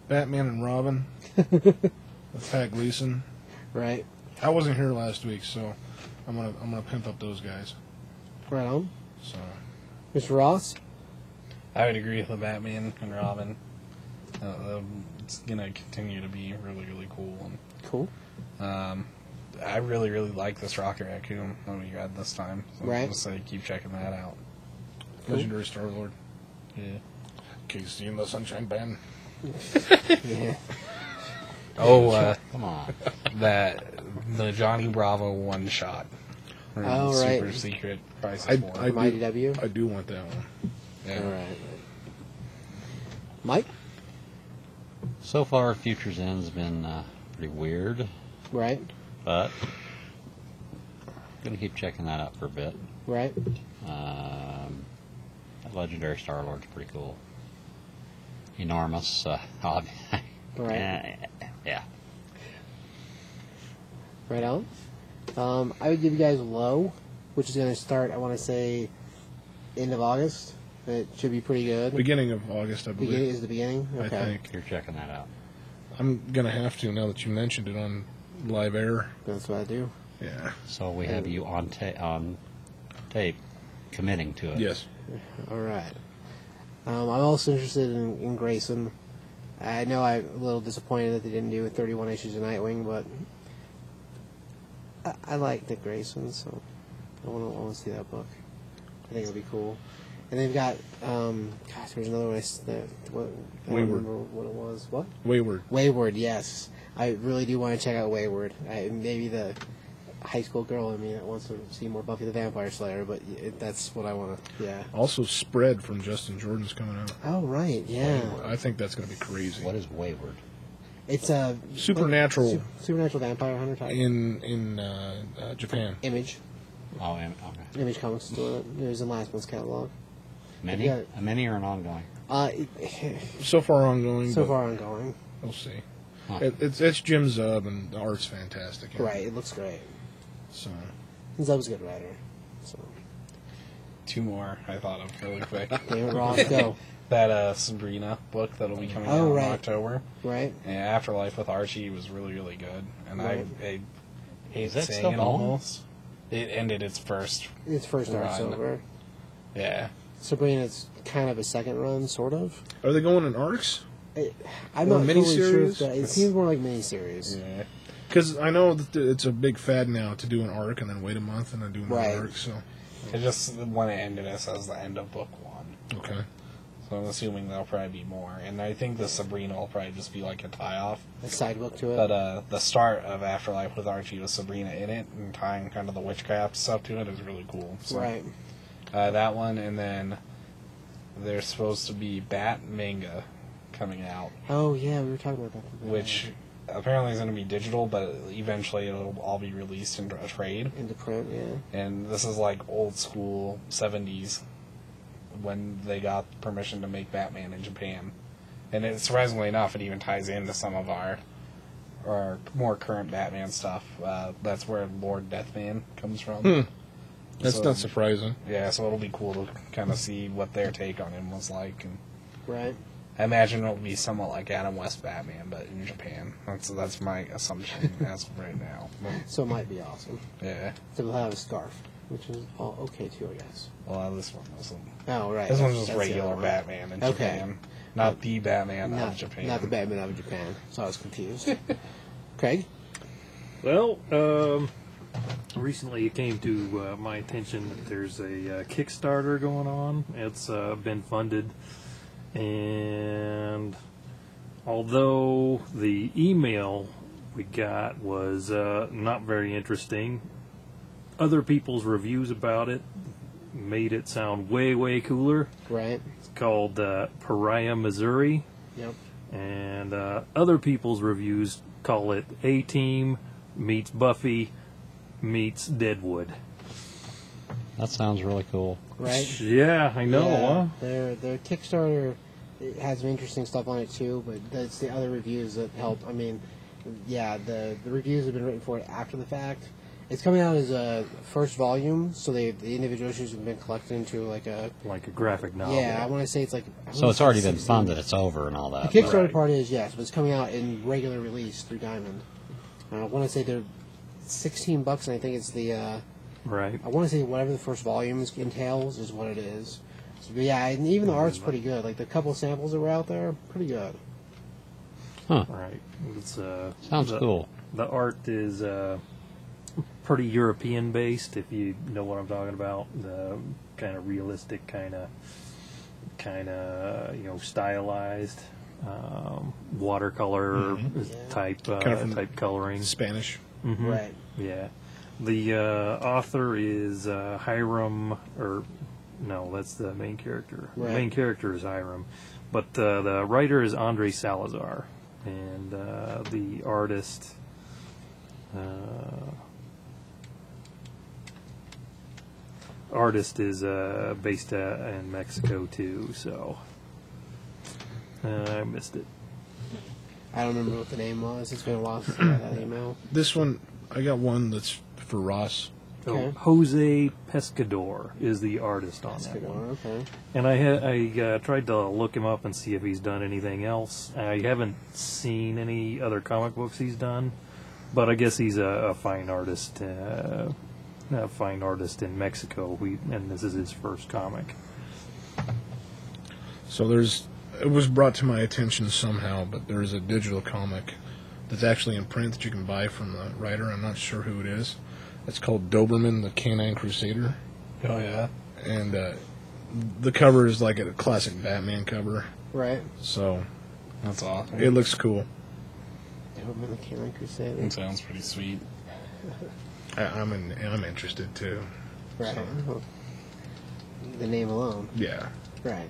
Speaker 4: Batman and Robin with Pat Gleason.
Speaker 5: Right.
Speaker 4: I wasn't here last week, so I'm gonna I'm gonna pimp up those guys.
Speaker 5: Right on.
Speaker 4: So
Speaker 5: Mr. Ross.
Speaker 7: I would agree with the Batman and Robin. Uh, um, it's gonna continue to be really, really cool.
Speaker 5: Cool.
Speaker 7: And, um, I really, really like this Rocket Raccoon that we got this time. So I'm
Speaker 5: Right.
Speaker 7: gonna say keep checking that out.
Speaker 4: legendary Star Lord,
Speaker 7: Yeah.
Speaker 4: Casey and the Sunshine Band.
Speaker 5: Yeah.
Speaker 7: Oh, uh,
Speaker 3: Come on,
Speaker 7: that the Johnny Bravo one shot.
Speaker 5: Oh,
Speaker 7: Super
Speaker 5: right.
Speaker 7: secret crisis.
Speaker 4: I,
Speaker 7: War.
Speaker 4: I
Speaker 5: From
Speaker 4: do
Speaker 5: IDW.
Speaker 4: I do want that one.
Speaker 7: Yeah.
Speaker 5: All right. Mike.
Speaker 3: so far, Futures End's been uh, pretty weird.
Speaker 5: Right.
Speaker 3: but gonna keep checking that out for a bit.
Speaker 5: Right.
Speaker 3: Um, that legendary Star Lord's pretty cool. Enormous, uh, ob-
Speaker 5: Right.
Speaker 3: Yeah, yeah.
Speaker 5: Right on. Um, I would give you guys low, which is going to start. I want to say end of August. It should be pretty good.
Speaker 4: Beginning of August, I believe.
Speaker 5: Begin- is the beginning. Okay.
Speaker 4: I think
Speaker 3: You're checking that out.
Speaker 4: I'm gonna have to now that you mentioned it on live air.
Speaker 5: That's what I do.
Speaker 4: Yeah.
Speaker 3: So we have you on ta- on tape, committing to it.
Speaker 4: Yes.
Speaker 5: All right. Um, I'm also interested in, in Grayson. I know I'm a little disappointed that they didn't do 31 issues of Nightwing, but I, I like Dick Grayson, so I want to I want to see that book. I think it'll be cool. And they've got, um, gosh, there's another one. I s- that what, I don't
Speaker 4: Wayward.
Speaker 5: remember what it was. What?
Speaker 4: Wayward.
Speaker 5: Wayward, yes. I really do want to check out Wayward. I, maybe the high school girl in me that wants to see more Buffy the Vampire Slayer, but y- it, that's what I want to. Yeah.
Speaker 4: Also, Spread from Justin Jordan's coming out.
Speaker 5: Oh right, yeah.
Speaker 4: I think that's gonna be crazy.
Speaker 3: What is wayward?
Speaker 5: It's a
Speaker 4: Supernatural.
Speaker 5: Su- supernatural vampire hunter type.
Speaker 4: in in uh, uh, Japan?
Speaker 5: Image,
Speaker 3: Oh, am- okay.
Speaker 5: Image Comics is doing it. It was in last month's catalog.
Speaker 3: Many,
Speaker 5: Yeah.
Speaker 3: a many or an ongoing?
Speaker 5: Uh, it-
Speaker 4: So far ongoing.
Speaker 5: so
Speaker 4: but
Speaker 5: far ongoing.
Speaker 4: we'll see.
Speaker 3: Huh.
Speaker 4: It, it's it's Jim Zub and the art's fantastic. yeah.
Speaker 5: Right, it looks great.
Speaker 4: So
Speaker 5: Zeb's a good writer. So
Speaker 7: Two more I thought of really quick.
Speaker 5: David Roth, go
Speaker 7: that uh, Sabrina book that'll be coming
Speaker 5: Oh,
Speaker 7: out
Speaker 5: right.
Speaker 7: in October.
Speaker 5: right.
Speaker 7: And Afterlife with Archie was really, really good. And
Speaker 5: Right.
Speaker 7: I, I hate
Speaker 3: Is that
Speaker 7: saying
Speaker 3: still
Speaker 7: it
Speaker 3: going?
Speaker 7: almost. It ended its first.
Speaker 5: Its first arc's
Speaker 7: Right.
Speaker 5: over.
Speaker 7: Yeah.
Speaker 5: Sabrina's kind of a second run, sort of.
Speaker 4: are they going in arcs?
Speaker 5: It, I'm
Speaker 4: Or
Speaker 5: not totally sure. If
Speaker 4: miniseries?
Speaker 5: that, it seems more like miniseries.
Speaker 7: yeah.
Speaker 4: Because I know that th- it's a big fad now to do an arc and then wait a month and then do another
Speaker 5: Right.
Speaker 4: arc. So
Speaker 7: It just, when it ended, it says the end of book one.
Speaker 4: okay,
Speaker 7: So I'm assuming there'll probably be more. And I think the Sabrina will probably just be like a tie off.
Speaker 5: A side book to it.
Speaker 7: But uh, the start of Afterlife with Archie with Sabrina in it and tying kind of the witchcraft stuff to it is really cool. So,
Speaker 5: right.
Speaker 7: Uh, that one, and then there's supposed to be Bat manga coming out,
Speaker 5: Oh yeah, we were talking about that.
Speaker 7: which apparently is going to be digital, but eventually it'll all be released in a trade.
Speaker 5: into print, yeah.
Speaker 7: And this is like old school 70s when they got permission to make Batman in Japan. And it, surprisingly enough, it even ties into some of our our more current Batman stuff. Uh, that's where Lord Deathman comes from.
Speaker 4: Hmm. that's
Speaker 7: So-
Speaker 4: not surprising.
Speaker 7: Yeah, so it'll be cool to kind of see what their take on him was like. And
Speaker 5: Right.
Speaker 7: I imagine it'll be somewhat like Adam West Batman, but in Japan. That's that's my assumption as of right now. But,
Speaker 5: So it might be awesome.
Speaker 7: yeah,
Speaker 5: So we'll have a scarf, which is all okay too, I guess.
Speaker 7: well, this one was
Speaker 5: Oh right.
Speaker 7: this
Speaker 5: that's-
Speaker 7: one's just
Speaker 5: that's the
Speaker 7: regular
Speaker 5: other one.
Speaker 7: Batman in
Speaker 5: Okay.
Speaker 7: Japan, not the Batman
Speaker 5: Not,
Speaker 7: of Japan.
Speaker 5: not the Batman out of Japan. So I was confused. Craig.
Speaker 6: Well, um, recently it came to uh, my attention that there's a uh, Kickstarter going on. It's uh, been funded, and although the email we got was uh, not very interesting, other people's reviews about it made it sound way, way cooler.
Speaker 5: Right.
Speaker 6: It's called uh, Pariah, Missouri
Speaker 5: Yep.
Speaker 6: and uh, other people's reviews call it A Team meets Buffy meets Deadwood.
Speaker 3: That sounds really cool.
Speaker 5: Right.
Speaker 6: Yeah, I know.
Speaker 5: yeah,
Speaker 6: huh?
Speaker 5: Their their Kickstarter it has some interesting stuff on it too, but that's the other reviews that help. I mean, yeah, the the reviews have been written for it after the fact. It's coming out as a first volume, so they the individual issues have been collected into like a
Speaker 6: Like a graphic
Speaker 7: Oh,
Speaker 6: novel.
Speaker 5: yeah. I want to say it's like I
Speaker 3: So
Speaker 5: wanna
Speaker 3: it's
Speaker 5: say
Speaker 3: already been
Speaker 5: 16.
Speaker 3: funded. It's over and all that.
Speaker 5: The Kickstarter
Speaker 6: Right.
Speaker 5: part is yes, but it's coming out in regular release through Diamond. Uh, I want to say they're sixteen bucks, and I think it's the uh,
Speaker 6: Right.
Speaker 5: I want to say whatever the first volume is- entails is what it is. So, but yeah, and even the art's pretty good. Like the couple samples that were out there, pretty good.
Speaker 6: Right. It's, uh,
Speaker 3: Sounds
Speaker 6: the-
Speaker 3: cool.
Speaker 6: The art is uh, pretty European based, if you know what I'm talking about. The kind of realistic, kind of, kind of you know stylized um, watercolor
Speaker 5: Mm-hmm.
Speaker 6: type uh,
Speaker 4: Kinda from-
Speaker 6: type coloring.
Speaker 4: Spanish.
Speaker 5: Right.
Speaker 6: Yeah. The uh, author is uh, Hiram, or no, that's the main character.
Speaker 5: Right.
Speaker 6: The main character is Hiram, but uh, the writer is Andre Salazar, and uh, the artist artist is uh, based uh, in Mexico too, so uh, I missed it.
Speaker 5: I don't remember what the name was. It's been a while since I got that email.
Speaker 4: This one, I got one that's for Ross.
Speaker 6: So
Speaker 5: Okay.
Speaker 6: Jose Pescador is the artist on that one.
Speaker 5: Okay.
Speaker 6: And I ha- I uh, tried to look him up and see if he's done anything else. I haven't seen any other comic books he's done, but I guess he's a, a fine artist, uh, a fine artist in Mexico. We, and this is his first comic.
Speaker 4: So there's, it was brought to my attention somehow, but there's a digital comic that's actually in print that you can buy from the writer. I'm not sure who it is. It's called Doberman the Canine Crusader,
Speaker 7: Oh yeah.
Speaker 4: and uh, the cover is like a classic Batman cover.
Speaker 5: Right.
Speaker 4: So
Speaker 7: That's awesome.
Speaker 4: it looks cool.
Speaker 5: Doberman the Canine Crusader.
Speaker 7: It sounds pretty sweet.
Speaker 4: I, I'm in, I'm interested too.
Speaker 5: Right. Well, The name alone.
Speaker 4: Yeah,
Speaker 5: Right.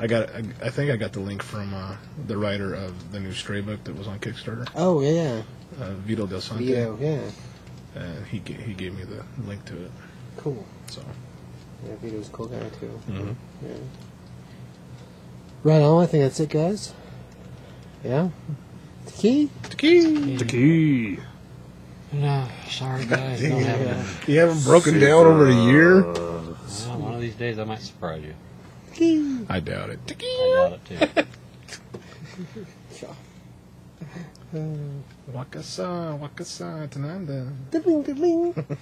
Speaker 4: I got. I, I think I got the link from uh, the writer of the new Stray book that was on Kickstarter,
Speaker 5: Oh yeah,
Speaker 4: uh, Vito Del Sante.
Speaker 5: Vito. Yeah.
Speaker 4: And he ga- he gave me the link to it.
Speaker 5: Cool.
Speaker 4: So
Speaker 5: Yeah, Vito's a cool guy too. Yeah. Right on. I think that's it, guys. Yeah. The key.
Speaker 6: The key.
Speaker 3: No, sorry guys. Don't have it.
Speaker 4: you haven't broken down over a year.
Speaker 3: Well, one of these days I might surprise you.
Speaker 4: I doubt it.
Speaker 3: I doubt it too.
Speaker 4: Wakasa, wakasa, tananda.
Speaker 5: Ding, ding, ding.